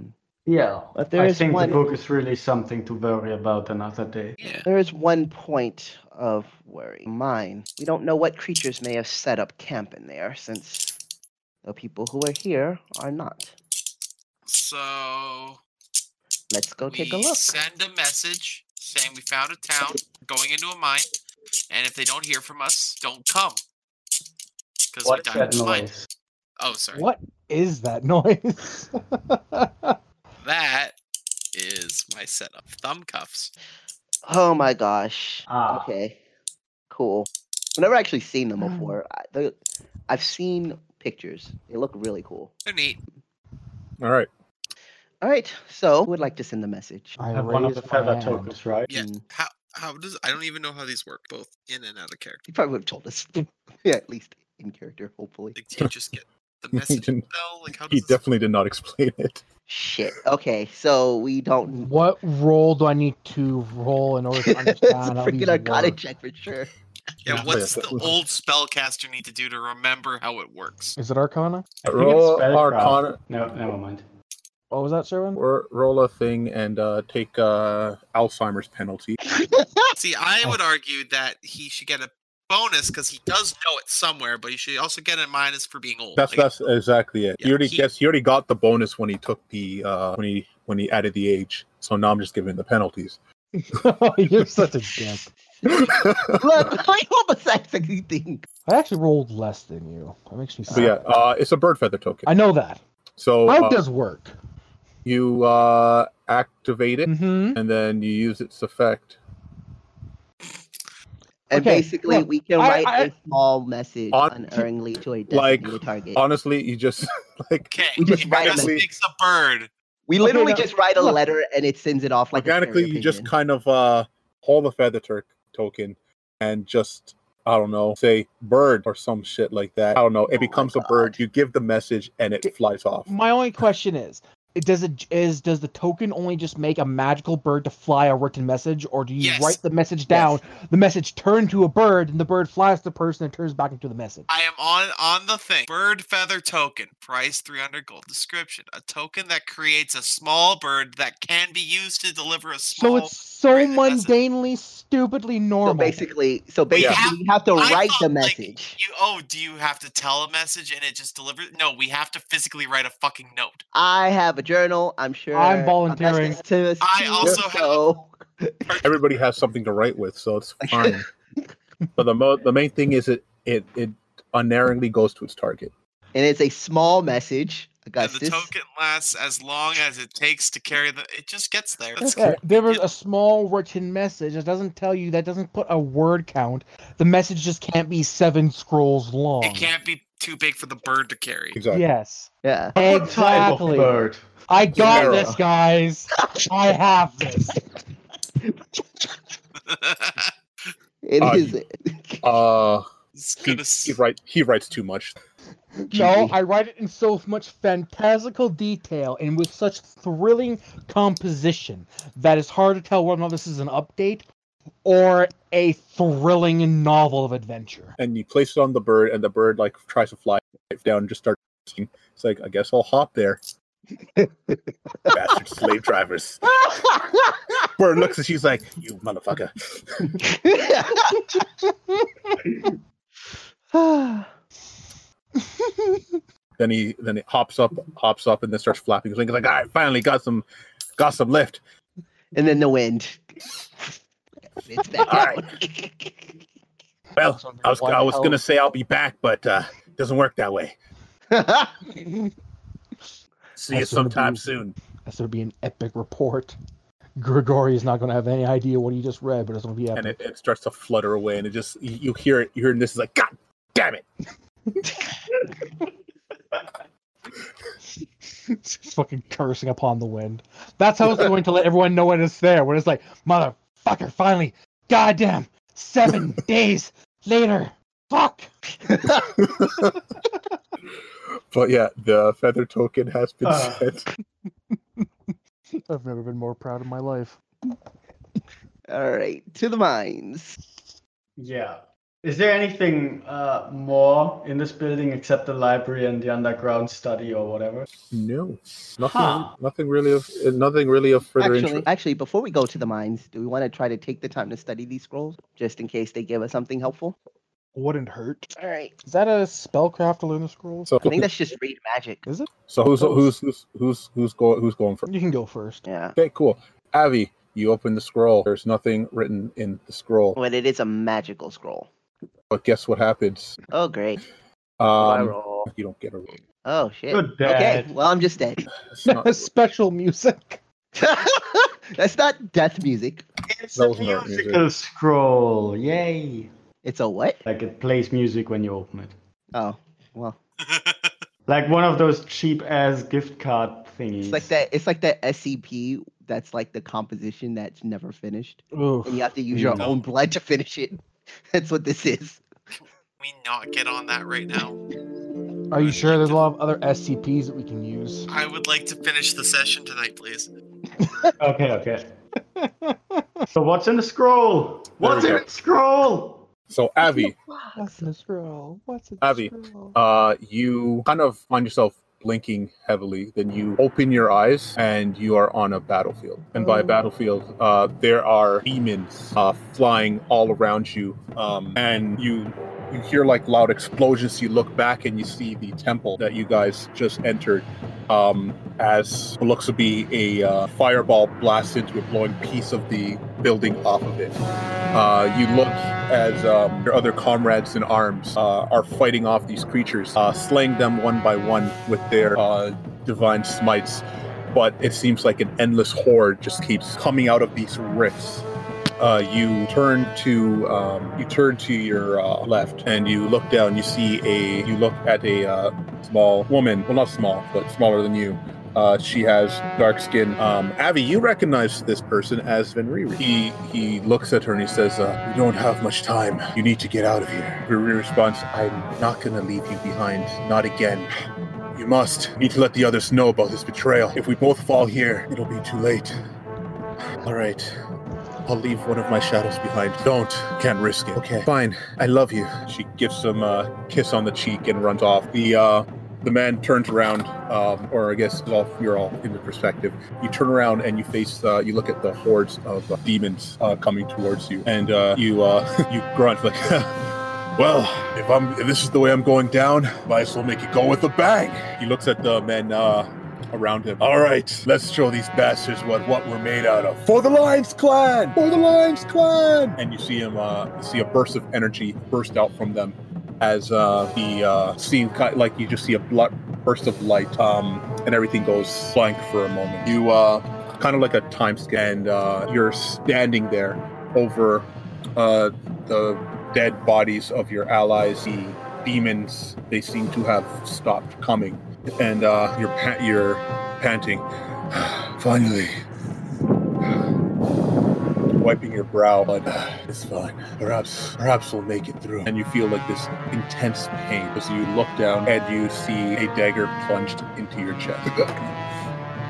Yeah, But there I is think one- the book is really something to worry about another day. Yeah. There is one point of worry. Mine. We don't know what creatures may have set up camp in there, since the people who are here are not. So Let's go take a we look. Send a message saying we found a town, going into a mine, and if they don't hear from us, don't come. Because we What's died that in the mine. noise? Oh, sorry. What is that noise? That is my setup. Thumb cuffs. Oh my gosh. Ah. Okay. Cool. I've never actually seen Um. them before. I, they, I've seen pictures. They look really cool. They're neat. All right. All right. So, who would like to send the message? I Have one of the raised my feather hand. tokens, right? Uh, Yeah. Mm. How how does I don't even know how these work, both in and out of character. He probably would have told us. yeah, at least in character, hopefully. Like, do you just get the message didn't- spell? Like, how He does this- definitely did not explain it. Shit. Okay. So we don't. What roll do I need to roll in order to it's understand? a how freaking these arcana work? check for sure. yeah, Yeah, what's yeah, the that was- old spellcaster need to do to remember how it works? Is it arcana? I think it's Roll spellcraft. Arcana. No, never mind. What was that, Sherwin? Or roll a thing and uh, take uh, Alzheimer's penalty. See, I would argue that he should get a bonus because he does know it somewhere, but he should also get a minus for being old. That's Like, that's uh, exactly it. he Yeah, already he- gets. He already got the bonus when he took the uh, when he when he added the age. So now I'm just giving him the penalties. You're such a dick. Look, I almost actually think. I actually rolled less than you. That makes me So sad. yeah, uh, it's a bird feather token. I know that. So Mine uh, does work. you uh, activate it Mm-hmm. and then you use its effect. And Okay, basically, look, we can I- write a I- small message On- unerringly to a Like, designated target. Honestly, you just like okay. We just He write just him in. picks a bird. we okay, literally now- just write a look. letter and it sends it off like organically, A carrier you just pigeon. kind of uh, haul the feather tur- token and just I don't know, say bird or some shit like that. I don't know. It Oh my becomes a God. bird. You give the message and Did- it flies off. My only question is, it- does it is does the token only just make a magical bird to fly a written message, or do you Yes. write the message down, the message turned to a bird, and the bird flies to the person and turns back into the message? I am on on the thing. Bird feather token, price 300 gold. Description: A token that creates a small bird that can be used to deliver a So small. it's so written message. mundanely, stupidly So normal. basically, so We basically, have- we have to I write the thought, like, message. you oh, do you have to tell a message and it just delivers? No, we have to physically write a fucking note. I have a journal. I'm sure. volunteering. Augustus To us I too, also have- so- Everybody has something to write with, so it's fine. but the mo- the main thing is it it it unerringly goes to its target. and it's a small message. And the Augustus. token lasts as long as it takes to carry the. It just gets there. That's Yeah, there was Yeah. a small written message that doesn't tell you that doesn't put a word count. The message just can't be seven scrolls long. It can't be too big for the bird to carry. Exactly. Yes. Yeah. What type of Exactly. bird? I got Sarah. this, guys. I have this. It Uh, is. Uh, It's he, gonna s- he writes he writes too much. No, I write it in so much fantastical detail and with such thrilling composition that it's hard to tell whether or not this is an update or a thrilling novel of adventure. And you place it on the bird, and the bird like tries to fly down and just starts. It's like I guess I'll hop there. Bastard slave drivers. Bird looks and she's like, "You motherfucker." Then he then it hops up, hops up, and then starts flapping his wings. Like, all right, finally got some, got some lift. and then the wind. It's back All up. Well, Something I was one I was hell- gonna say I'll be back, but uh, doesn't work that way. See you That's what it sometime is. soon. This would be an epic report. Grigori is not going to have any idea what he just read, but it's going to be epic. And it, it starts to flutter away, and it just you you hear it. You hear this is like, God damn it! It's just fucking cursing upon the wind. That's how it's going to let everyone know when it's there. When it's like, motherfucker, finally, goddamn, seven days later, fuck. But yeah, the feather token has been Uh. spent. I've never been more proud of my life. All right, to the mines. Yeah. Is there anything uh, more in this building except the library and the underground study or whatever? No, nothing, Huh. nothing really of nothing really of further Actually, interest. actually, before we go to the mines, do we want to try to take the time to study these scrolls just in case they give us something helpful? Wouldn't hurt. All right. Is that a spellcraft to learn the scrolls? So, I think that's just read magic. Is it? so who's who's who's who's who's going who's going for? You can go first. Yeah. Okay, cool. Avi, you open the scroll. There's nothing written in the scroll, But it is a magical scroll. but guess what happens? Oh, great. What do I Um, roll? you don't get a roll. Oh, shit. Good Okay, dad. well, I'm just dead. That's not- Special music. That's not death music. It's That a wasn't art music. musical scroll. Yay. It's a what? Like it plays music when you open it. Oh, well, Like one of those cheap ass gift card thingies. it's like that. It's like that SCP. That's like the composition that's never finished, Oof. and you have to use Hmm. your Mm. own blood to finish it. That's what this is. we not get on that right now. Are you sure there's a lot of other SCPs that we can use? I would like to finish the session tonight, please. Okay, okay. so what's in the scroll? What's we in go. the scroll? So Avi, What's in the scroll? What's in Avi, scroll? uh, you kind of find yourself blinking heavily. Then you open your eyes and you are on a battlefield. And by battlefield, uh, there are demons uh, flying all around you. Um, and you you hear like loud explosions. You look back and you see the temple that you guys just entered. Um, as what looks to be a uh, fireball blasts into a blowing piece of the building off of it. Uh, you look as um, your other comrades in arms uh, are fighting off these creatures, uh, slaying them one by one with their uh, divine smites. But it seems like an endless horde just keeps coming out of these rifts. Uh, you turn to um, you turn to your uh, left and you look down. You see a you look at a uh, small woman. Well, not small, but smaller than you. Uh, she has dark skin. Um, Avi, you recognize this person as Venriri. He he looks at her and he says, uh, "We don't have much time. You need to get out of here." Venriri responds, "I'm not gonna leave you behind. Not again." You must. You need to let the others know about this betrayal. If we both fall here, it'll be too late. All right. I'll leave one of my shadows behind. Don't. Can't risk it. Okay. Fine. I love you. She gives him a kiss on the cheek and runs off. The uh, the man turns around, um, or I guess all, you're all in the perspective. You turn around and you face, uh, you look at the hordes of uh, demons uh, coming towards you, and uh, you uh, you grunt like, "Well, if I'm if this is the way I'm going down, might as well make it go with a bang." He looks at the men uh, around him. All right, let's show these bastards what what we're made out of. For the Lions Clan! For the Lions Clan! And you see him, uh, you see a burst of energy burst out from them as uh, the uh, scene, ki- like you just see a bl- burst of light, um, and everything goes blank for a moment. You, uh, kind of like a time skip, and uh, you're standing there over uh, the dead bodies of your allies. The demons, they seem to have stopped coming, and uh, you're pa- you're panting. Finally. Wiping your brow, but uh, it's fine. Perhaps, perhaps we'll make it through. And you feel like this intense pain as you look down and you see a dagger plunged into your chest.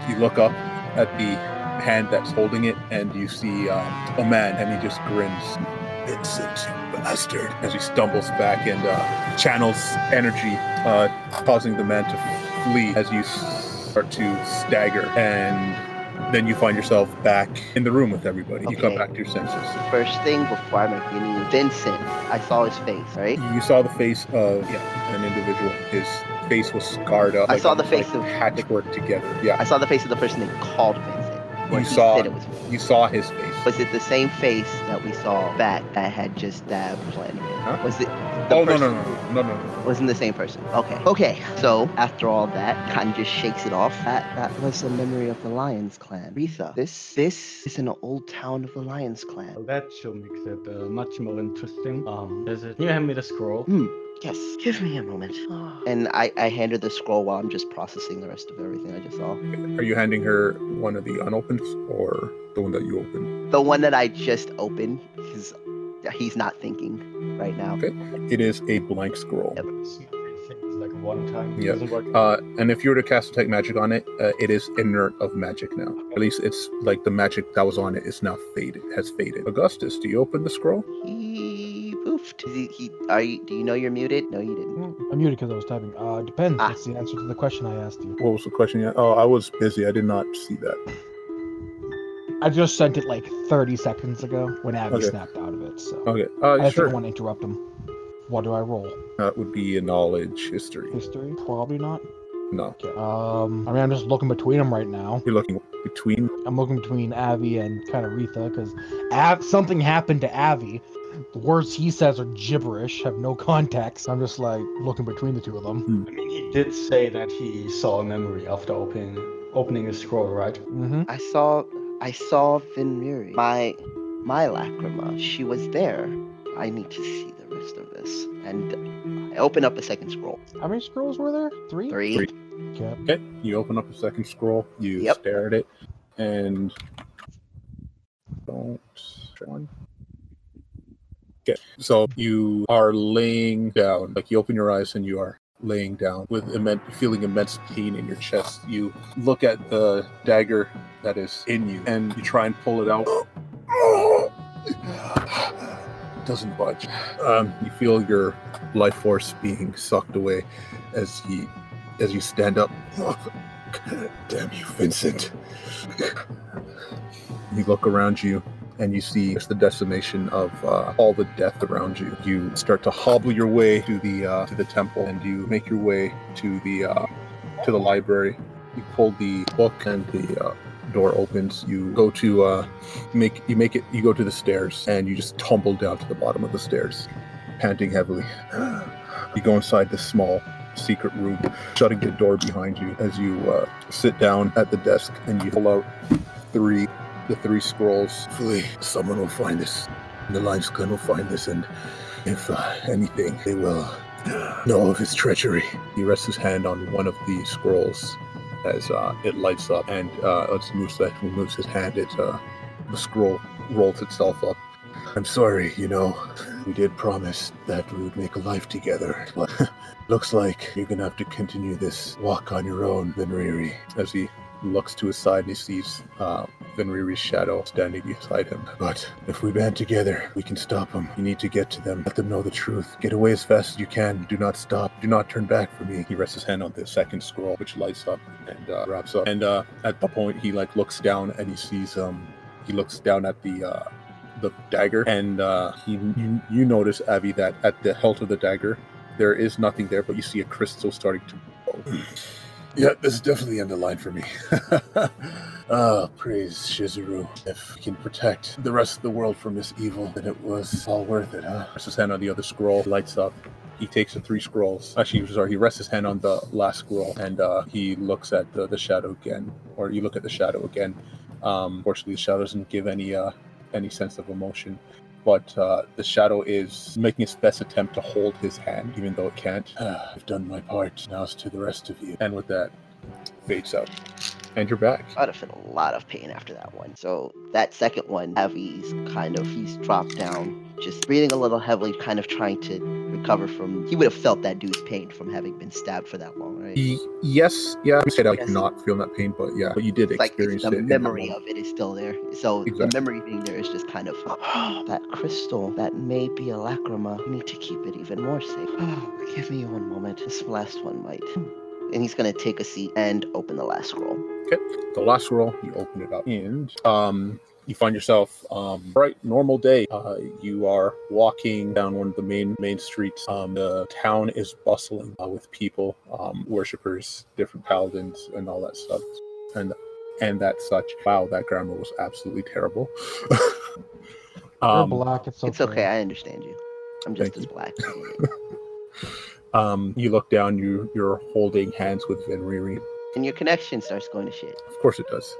you look up at the hand that's holding it, and you see um, a man, and he just grins. Vincent, you bastard! As he stumbles back and uh, channels energy, uh, causing the man to flee as you start to stagger, and then you find yourself back in the room with everybody. You come Okay. back to your senses. First thing before I make any Vincent, I saw his face, right? You saw the face of yeah, an individual. His face was scarred up. I saw the face like of- patchwork together. Yeah, I saw the face of the person they called Vincent. you or he saw said it was. you saw his face. Was it the same face that we saw back that had just stabbed Flanagan? Huh? Was it? The Oh no person? no no no no no! Wasn't the same person. Okay. Okay. So after all that, kind of just shakes it off. That that was the memory of the Lions Clan. Retha, this this is an old town of the Lions Clan. That show makes it uh, much more interesting. Um, is it? Can you hand me the scroll? Hmm. Yes. Give me a moment. And I I hand her the scroll while I'm just processing the rest of everything I just saw. Are you handing her one of the unopened or the one that you opened? The one that I just opened because he's not thinking right now. Okay. It is a blank scroll. Yep. It's like one time. Yeah. Doesn't work. Uh, and if you were to cast detect magic on it, uh, it is inert of magic now. At least it's like the magic that was on it is now faded, has faded. Augustus, do you open the scroll? He poofed. Is he, he are you, do you know you're muted? No, you didn't. I'm muted because I was typing. Uh, depends. Ah. That's the answer to the question I asked you. What was the question? you- Oh, I was busy. I did not see that. I just sent it like 30 seconds ago when Abby Okay. snapped out of it. So Okay. Uh, I sure. didn't want to interrupt him. What do I roll? That would be a knowledge history. History? Probably not. No. Okay. Um, I mean, I'm just looking between them right now. You're looking between. I'm looking between Avi and kind of Retha because Av- something happened to Avi. The words he says are gibberish, have no context. I'm just like looking between the two of them. I mean, he did say that he saw a memory after opening opening his scroll, right? Mm-hmm. I saw I saw Vinmiri. My my lacrima. She was there. I need to see the rest of this. And I open up a second scroll. How many scrolls were there? Three. Three. Three. Okay. Okay. You open up a second scroll. You Yep. stare at it, and don't. One. Okay. So you are laying down. Like you open your eyes and you are laying down with immense, feeling immense pain in your chest. You look at the dagger that is in you, and you try and pull it out. Doesn't budge. Um, you feel your life force being sucked away as you as you stand up. Damn you, Vincent. you look around you and you see it's the decimation of uh, all the death around you. You start to hobble your way to the uh, to the temple and you make your way to the uh, to the library. You pull the book and the uh, door opens. You go to uh, make you make it. You go to the stairs and you just tumble down to the bottom of the stairs, panting heavily. You go inside this small secret room, shutting the door behind you as you uh, sit down at the desk and you pull out three the three scrolls. Hopefully, someone will find this. The Lion's Clan will find this, and if uh, anything, they will uh, know of his treachery. He rests his hand on one of the scrolls as uh, it lights up, and uh, as Musa removes his hand, it uh, the scroll rolls itself up. I'm sorry, you know, we did promise that we would make a life together, but looks like you're gonna have to continue this walk on your own, Venriri. As he looks to his side, and he sees uh, Venriri's shadow standing beside him. But if we band together, we can stop them. You need to get to them. Let them know the truth. Get away as fast as you can. Do not stop. Do not turn back for me. He rests his hand on the second scroll, which lights up and uh, wraps up. And uh, at the point, he like looks down and he sees um he looks down at the uh, the dagger, and uh, he you, you notice Avi that at the hilt of the dagger, there is nothing there, but you see a crystal starting to Yeah, this is definitely on the line for me. Ah, praise Shizuru. If we can protect the rest of the world from this evil, then it was all worth it, huh? rests his hand on the other scroll, lights up. He takes the three scrolls. Actually, sorry, he rests his hand on the last scroll and uh, he looks at the, the shadow again, or you look at the shadow again. Um, fortunately, the shadow doesn't give any uh, any sense of emotion, but uh, the shadow is making its best attempt to hold his hand, even though it can't. Ah, I've done my part. Now it's to the rest of you. And with that, fades out. And you're back. I'd have been a lot of pain after that one. So that second one, Avi's kind of he's dropped down, just breathing a little heavily, kind of trying to recover from. He would have felt that dude's pain from having been stabbed for that long, right? Y- yes, yeah. You said like Yes. not feeling that pain, but yeah, but you did It's like experience it's the it. in that memory moment. of it is still there. So Exactly. the memory being there is just kind of that crystal that may be a lacrima. We need to keep it even more safe. give me one moment. This last one might. And he's gonna take a seat and open the last scroll. the last roll you open it up and um you find yourself um bright normal day uh you are walking down one of the main main streets um the town is bustling uh, with people um worshippers different paladins and all that stuff and and that such wow that grammar was absolutely terrible You're um, black. It's okay. It's okay, I understand you. I'm just Thank as you. black. um you look down you you're holding hands with venriri and your connection starts going to shit. Of course it does.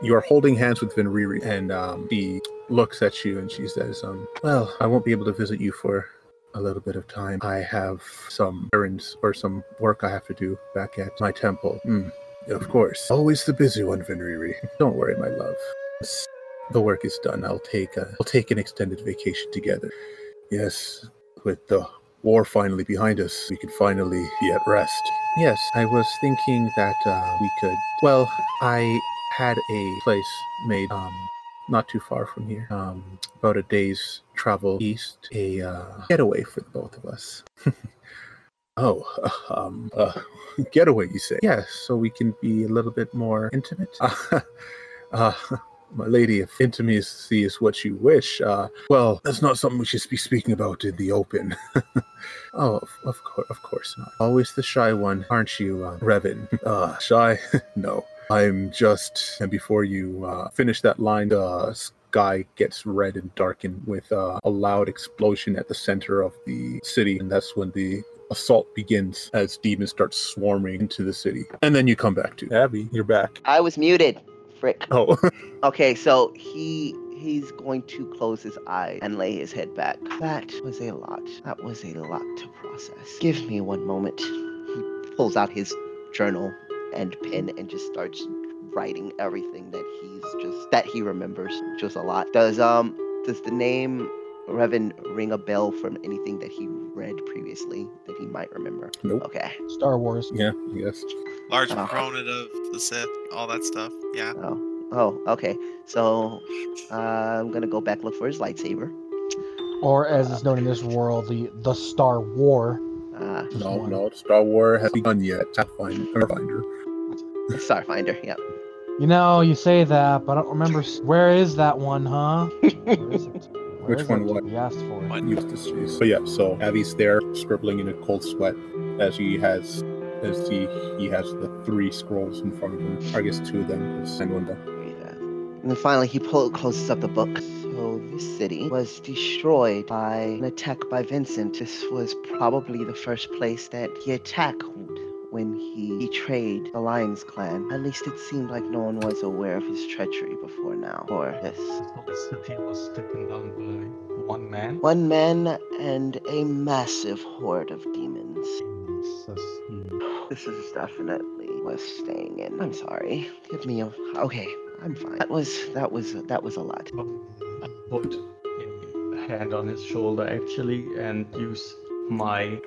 You are holding hands with Venriri, and um, she looks at you and she says, um, Well, I won't be able to visit you for a little bit of time. I have some errands or some work I have to do back at my temple. Hmm. Of course. Always the busy one, Venriri. Don't worry, my love. Once The work is done. I'll take a, I'll take an extended vacation together. Yes, with the war finally behind us, we can finally be at rest. Yes, I was thinking that uh, we could. Well, I had a place made um, not too far from here, um, about a day's travel east, a uh, getaway for the both of us. Oh, um, uh, getaway, you say? Yes, so we can be a little bit more intimate. Uh, uh, my lady, if intimacy is what you wish, uh, well, that's not something we should be speaking about in the open. Oh, of, of course, of course not. Always the shy one, aren't you, uh, Revan? Uh, shy? no. I'm just. And before you uh, finish that line, the sky gets red and darkened with uh, a loud explosion at the center of the city. And that's when the assault begins as demons start swarming into the city. And then you come back to Abby, you're back. I was muted. Frick. Oh, Okay, so he he's going to close his eyes and lay his head back. That was a lot. That was a lot to process. Give me one moment. He pulls out his journal and pen and just starts writing everything that he's just that he remembers. Just a lot. Does um does the name Revan ring a bell from anything that he read previously that he might remember? Nope. Okay. Star Wars. yeah, yes. Large Ah. proponent of the Sith, all that stuff. Yeah. Oh, oh, okay. So uh, I'm gonna go back look for his lightsaber. Or as it's known in this world, the the Star War. Ah, No, no, Star War has begun yet. Pathfind- Pathfinder. Starfinder. Yep. You know, you say that, but I don't remember. s- Where is that one, huh? Where is it? Where Which is one, it? what? We asked for it. What? Eustace Chase. But yeah, so Abby's there, scribbling in a cold sweat as he has as he he has the three scrolls in front of him. I guess two of them. And one down. Read that. And then finally, he pull- closes up the book. So this city was destroyed by an attack by Vincent. This was probably the first place that he attacked when he betrayed the Lions Clan. At least it seemed like no one was aware of his treachery before now. Or this. So the city was taken down by one man. One man and a massive horde of demons. Jesus. Hmm. This is definitely worth staying in. I'm sorry. Give me a. Okay, I'm fine. That was that was that was a lot. I put a hand on his shoulder actually and use my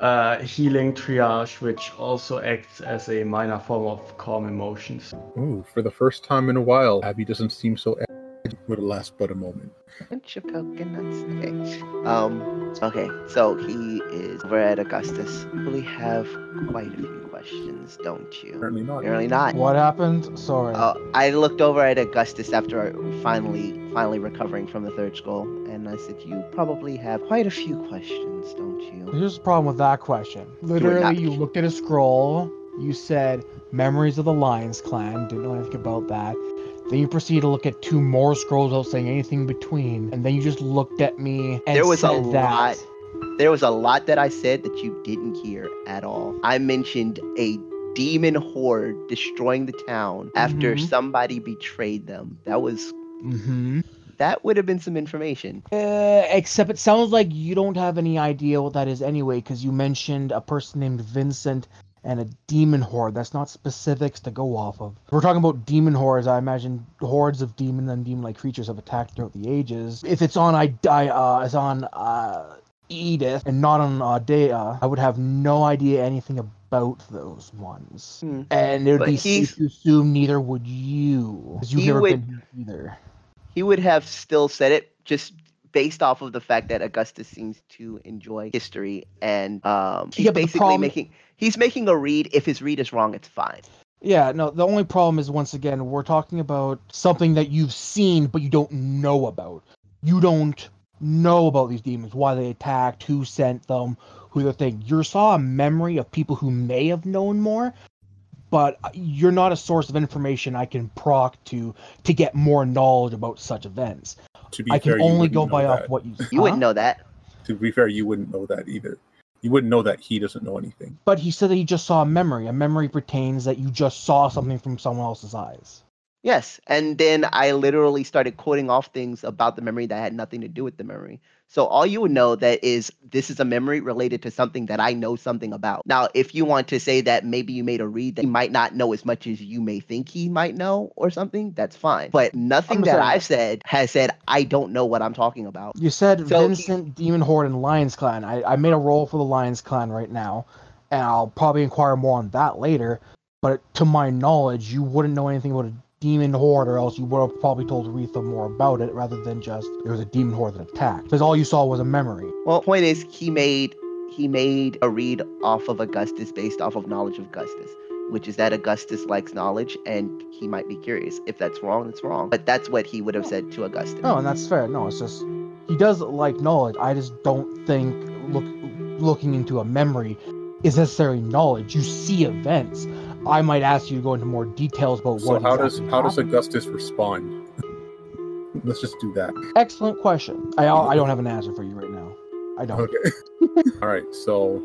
uh, healing triage, which also acts as a minor form of calm emotions. Ooh, for the first time in a while, Abby doesn't seem so agitated. would last but a moment. Bunch of coconuts. Okay. Um. Okay. So he is. We're at Augustus. You really have quite a few questions, don't you? Apparently not. Apparently not. What happened? Sorry. Uh, I looked over at Augustus after I- finally, finally recovering from the third skull, and I said, "You probably have quite a few questions, don't you?" Here's the problem with that question. not- Literally, you looked at a scroll. You said memories of the Lions Clan. Didn't know anything about that. Then you proceeded to look at two more scrolls without saying anything between, and then you just looked at me and There was a said that. lot. There was a lot that I said that you didn't hear at all. I mentioned a demon horde destroying the town after Mhm. somebody betrayed them. That was Mm-hmm. that would have been some information. Uh, except it sounds like you don't have any idea what that is anyway, because you mentioned a person named Vincent and a demon horde. That's not specifics to go off of. We're talking about demon hordes. I imagine hordes of demon and demon-like creatures have attacked throughout the ages. If it's on, I, I uh, it's on uh, Edith and not on Audea, I would have no idea anything about those ones. Hmm. And it would But be he- safe to assume neither would you, because you've He never would- been here either. He would have still said it just based off of the fact that Augustus seems to enjoy history and um, he's Yeah, but the basically problem- making he's making a read. If his read is wrong, it's fine. Yeah, no, the only problem is once again, we're talking about something that you've seen but you don't know about. You don't know about these demons, why they attacked, who sent them, who the thing. You saw a memory of people who may have known more, but you're not a source of information I can proc to to get more knowledge about such events. To be I can fair, you only wouldn't go know by that. off what you You wouldn't Huh? know that. To be fair, you wouldn't know that either. You wouldn't know that he doesn't know anything. But he said that he just saw a memory. A memory pertains that you just saw something from someone else's eyes. Yes, and then I literally started quoting off things about the memory that had nothing to do with the memory. So all you would know that is this is a memory related to something that I know something about. Now, if you want to say that maybe you made a read that he might not know as much as you may think he might know or something, that's fine. But nothing that Understand. I've said has said I don't know what I'm talking about. You said So he- Vincent, Demon Horde, and Lions Clan. I, I made a roll for the Lions Clan right now, and I'll probably inquire more on that later. But to my knowledge, you wouldn't know anything about a Demon Horde, or else you would have probably told Aretha more about it rather than just it was a Demon Horde that attacked. Because all you saw was a memory. Well, point is he made he made a read off of Augustus based off of knowledge of Augustus, which is that Augustus likes knowledge and he might be curious. If that's wrong, it's wrong. But that's what he would have said to Augustus. Oh, No, and that's fair. No, it's just he does like knowledge. I just don't think look looking into a memory is necessarily knowledge. You see events. I might ask you to go into more details about So what. how does exactly how does happened. Augustus respond? Let's just do that. Excellent question. I, I don't have an answer for you right now. I don't. Okay. All right. So,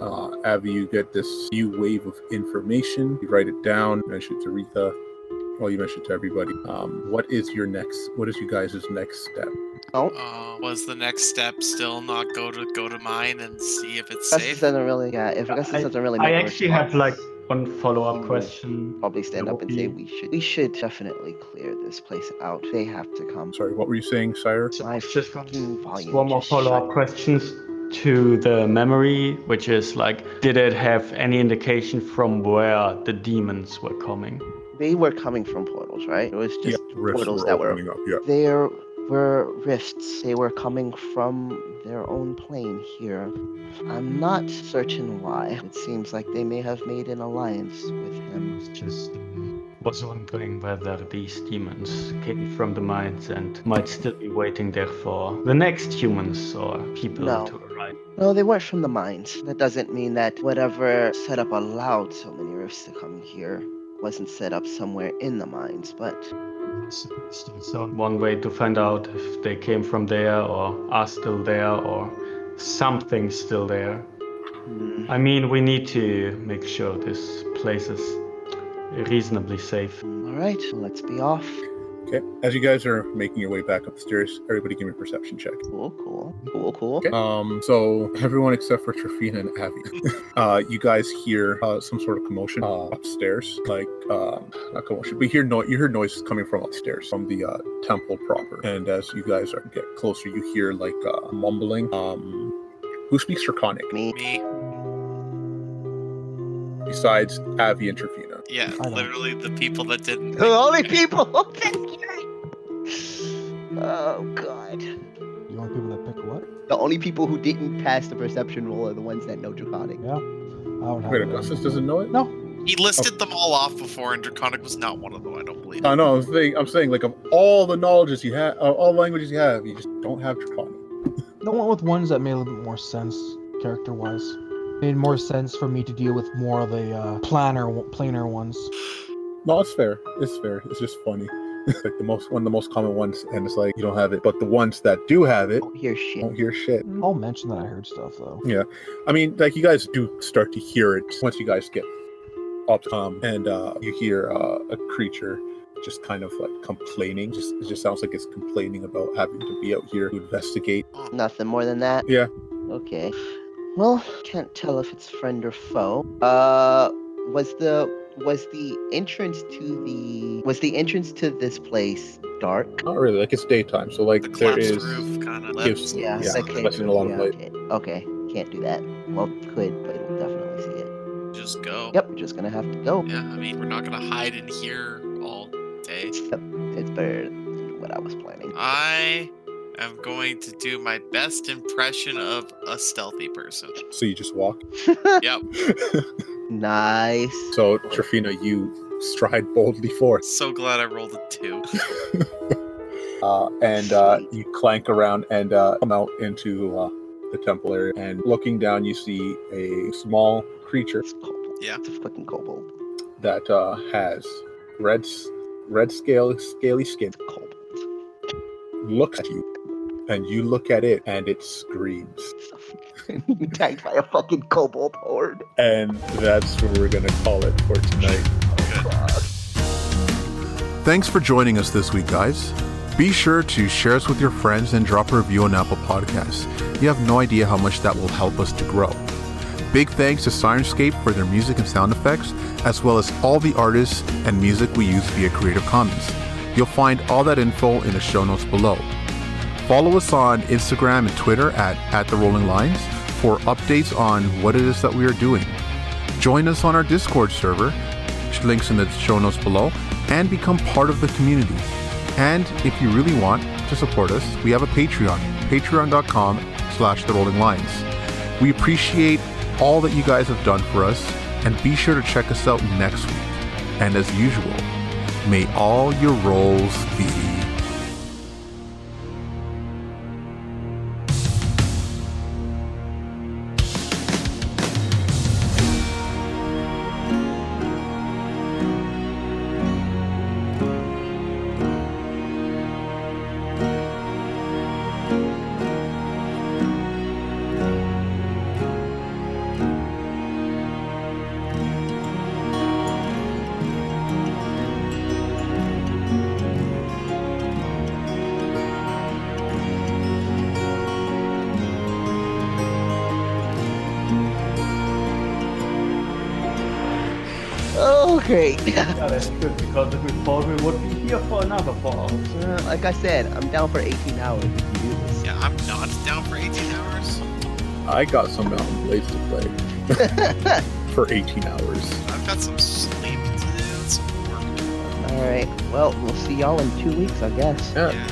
uh, Abby, you get this new wave of information. You write it down. You mention it to Retha. Well, you mention it to everybody. Um, what is your next? What is you guys' next step? Uh, was the next step still not go to go to mine and see if it's Augustus safe? doesn't really yeah, if Augustus I- doesn't really I make a actually Hmm. response, had like one follow He up would question. probably stand up and say Nope. we should we should definitely clear this place out. They have to come. I'm sorry. What were you saying, Sire? My Just fucking volume. one more just shut follow up questions to the memory, which is like, did it have any indication from where the demons were coming? they were coming from portals, right? It was just rifts portals that were- opening up. Yeah. there were rifts. They were coming from their own plane here. I'm not certain why. It seems like they may have made an alliance with him. It's just was wondering whether these demons came from the mines and might still be waiting there for the next humans or people No. to arrive. No, they weren't from the mines. That doesn't mean that whatever setup allowed so many rifts to come here wasn't set up somewhere in the mines, but So one way to find out if they came from there or are still there or something still there. hmm, I mean, we need to make sure this place is reasonably safe. all right, let's be off. Okay. As you guys are making your way back up the stairs, everybody give me a perception check. Cool, cool, cool, cool. Okay. Um, so everyone except for Trafina and Abby, uh, you guys hear uh, some sort of commotion uh, upstairs. Like, um, not commotion, but you hear no- you hear noises coming from upstairs from the uh, temple proper. And as you guys are get closer, you hear like uh, mumbling. Um, who speaks Draconic Me, Me, besides Abby and Trafina? yeah, I don't- literally the people that didn't. the only people who picked Oh god. You want people that pick what? The only people who didn't pass the perception roll are the ones that know draconic. I don't have Wait, that. Augustus doesn't know it. No. He listed them all off before, and Draconic was not one of them. I don't believe. I know. I'm saying, I'm saying, like of all the knowledges you have, uh, all languages you have, you just don't have Draconic. The one with ones that made a little bit more sense character wise. Made more sense for me to deal with more of the uh, planner, planar ones. No, it's fair. It's fair. It's just funny. It's like the most one of the most common ones, and it's like you don't have it, but the ones that do have it Don't hear shit. don't hear shit. I'll mention that I heard stuff though. I mean, like you guys do start to hear it once you guys get up, um, and uh, you hear uh, a creature just kind of like complaining. Just it just sounds like it's complaining about having to be out here to investigate. Nothing more than that. Yeah. Okay. Well, can't tell if it's friend or foe. Uh was the was the entrance to the was the entrance to this place dark? Not really. Like it's daytime, so The like there collapsed is roof kind of gives- Yeah, Yeah, okay. that's in a lot of yeah, light. okay. okay. Can't do that. Well could, but we'll definitely see it. Just go. Yep, we're just gonna have to go. Yeah, I mean, we're not gonna hide in here all day. Yep, it's better than what I was planning. Uh, I am going to do my best impression of a stealthy person. so you just walk. Yep. nice. So Trafina, you stride boldly forth. So glad I rolled a two. uh, and uh, you clank around and uh, come out into uh, the temple area. And looking down, you see a small creature It's kobold. Yeah. It's a fucking kobold. that uh, has red, s- red scale, scaly skin. It's a kobold. Looks at you, and you look at it, and it screams. It's a fucking- attacked by a fucking kobold horde. And that's where we're gonna call it for tonight. Thanks for joining us this week, guys. Be sure to share us with your friends and drop a review on Apple Podcasts. You have no idea how much that will help us to grow. Big thanks to Sirenscape for their music and sound effects, as well as all the artists and music we use via Creative Commons. You'll find all that info in the show notes below. Follow us on Instagram and Twitter at, at The Rolling Lines for updates on what it is that we are doing. Join us on our Discord server, links in the show notes below, and become part of the community. And if you really want to support us, we have a Patreon, patreon.com slash the rolling lines. We appreciate all that you guys have done for us, and be sure to check us out next week. And as usual, may all your rolls be Oh, great. Yeah, that's good because if we fought, we would be here for another four hours. Uh, like I said, I'm down for 18 hours if you do this. Yeah, I'm not down for 18 hours. I got some Mountain Blades to play for 18 hours. I've got some sleep to do, some work. All right. Well, we'll see y'all in two weeks, I guess. Yeah. Yeah.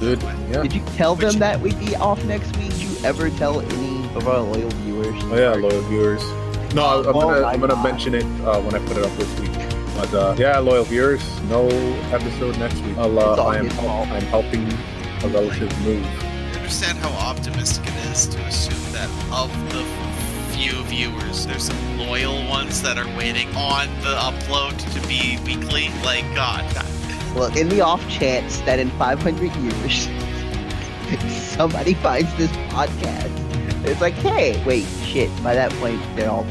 Good. Yeah. Did you tell Which- them that we'd be off next week? Did you ever tell any of our loyal viewers? Oh, yeah, loyal viewers. No, I- Uh, I'm Oh gonna, my I'm gonna God. mention it uh, when I put it up this week. But uh, yeah, loyal viewers, no episode next week. I'll, uh, It's all I am his hel- fault. I'm helping a relative move. I understand how optimistic it is to assume that of the few viewers, there's some loyal ones that are waiting on the upload to be weekly. Like, God, Look, in the off chance that in 500 years somebody finds this podcast, it's like, hey, wait, shit. By that point, they're all.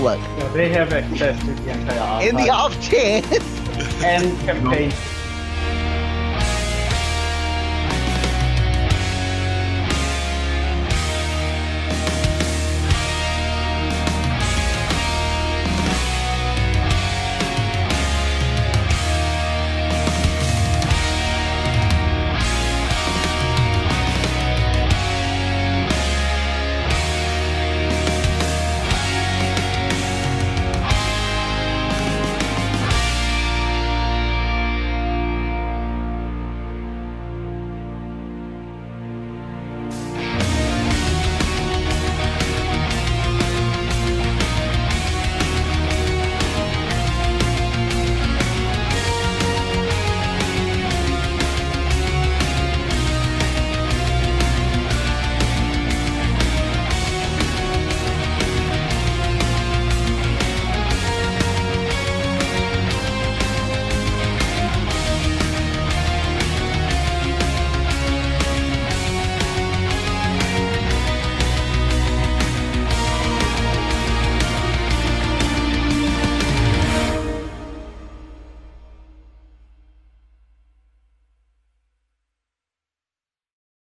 Look, Yeah, they have access to the entire archive in the off chance, and campaign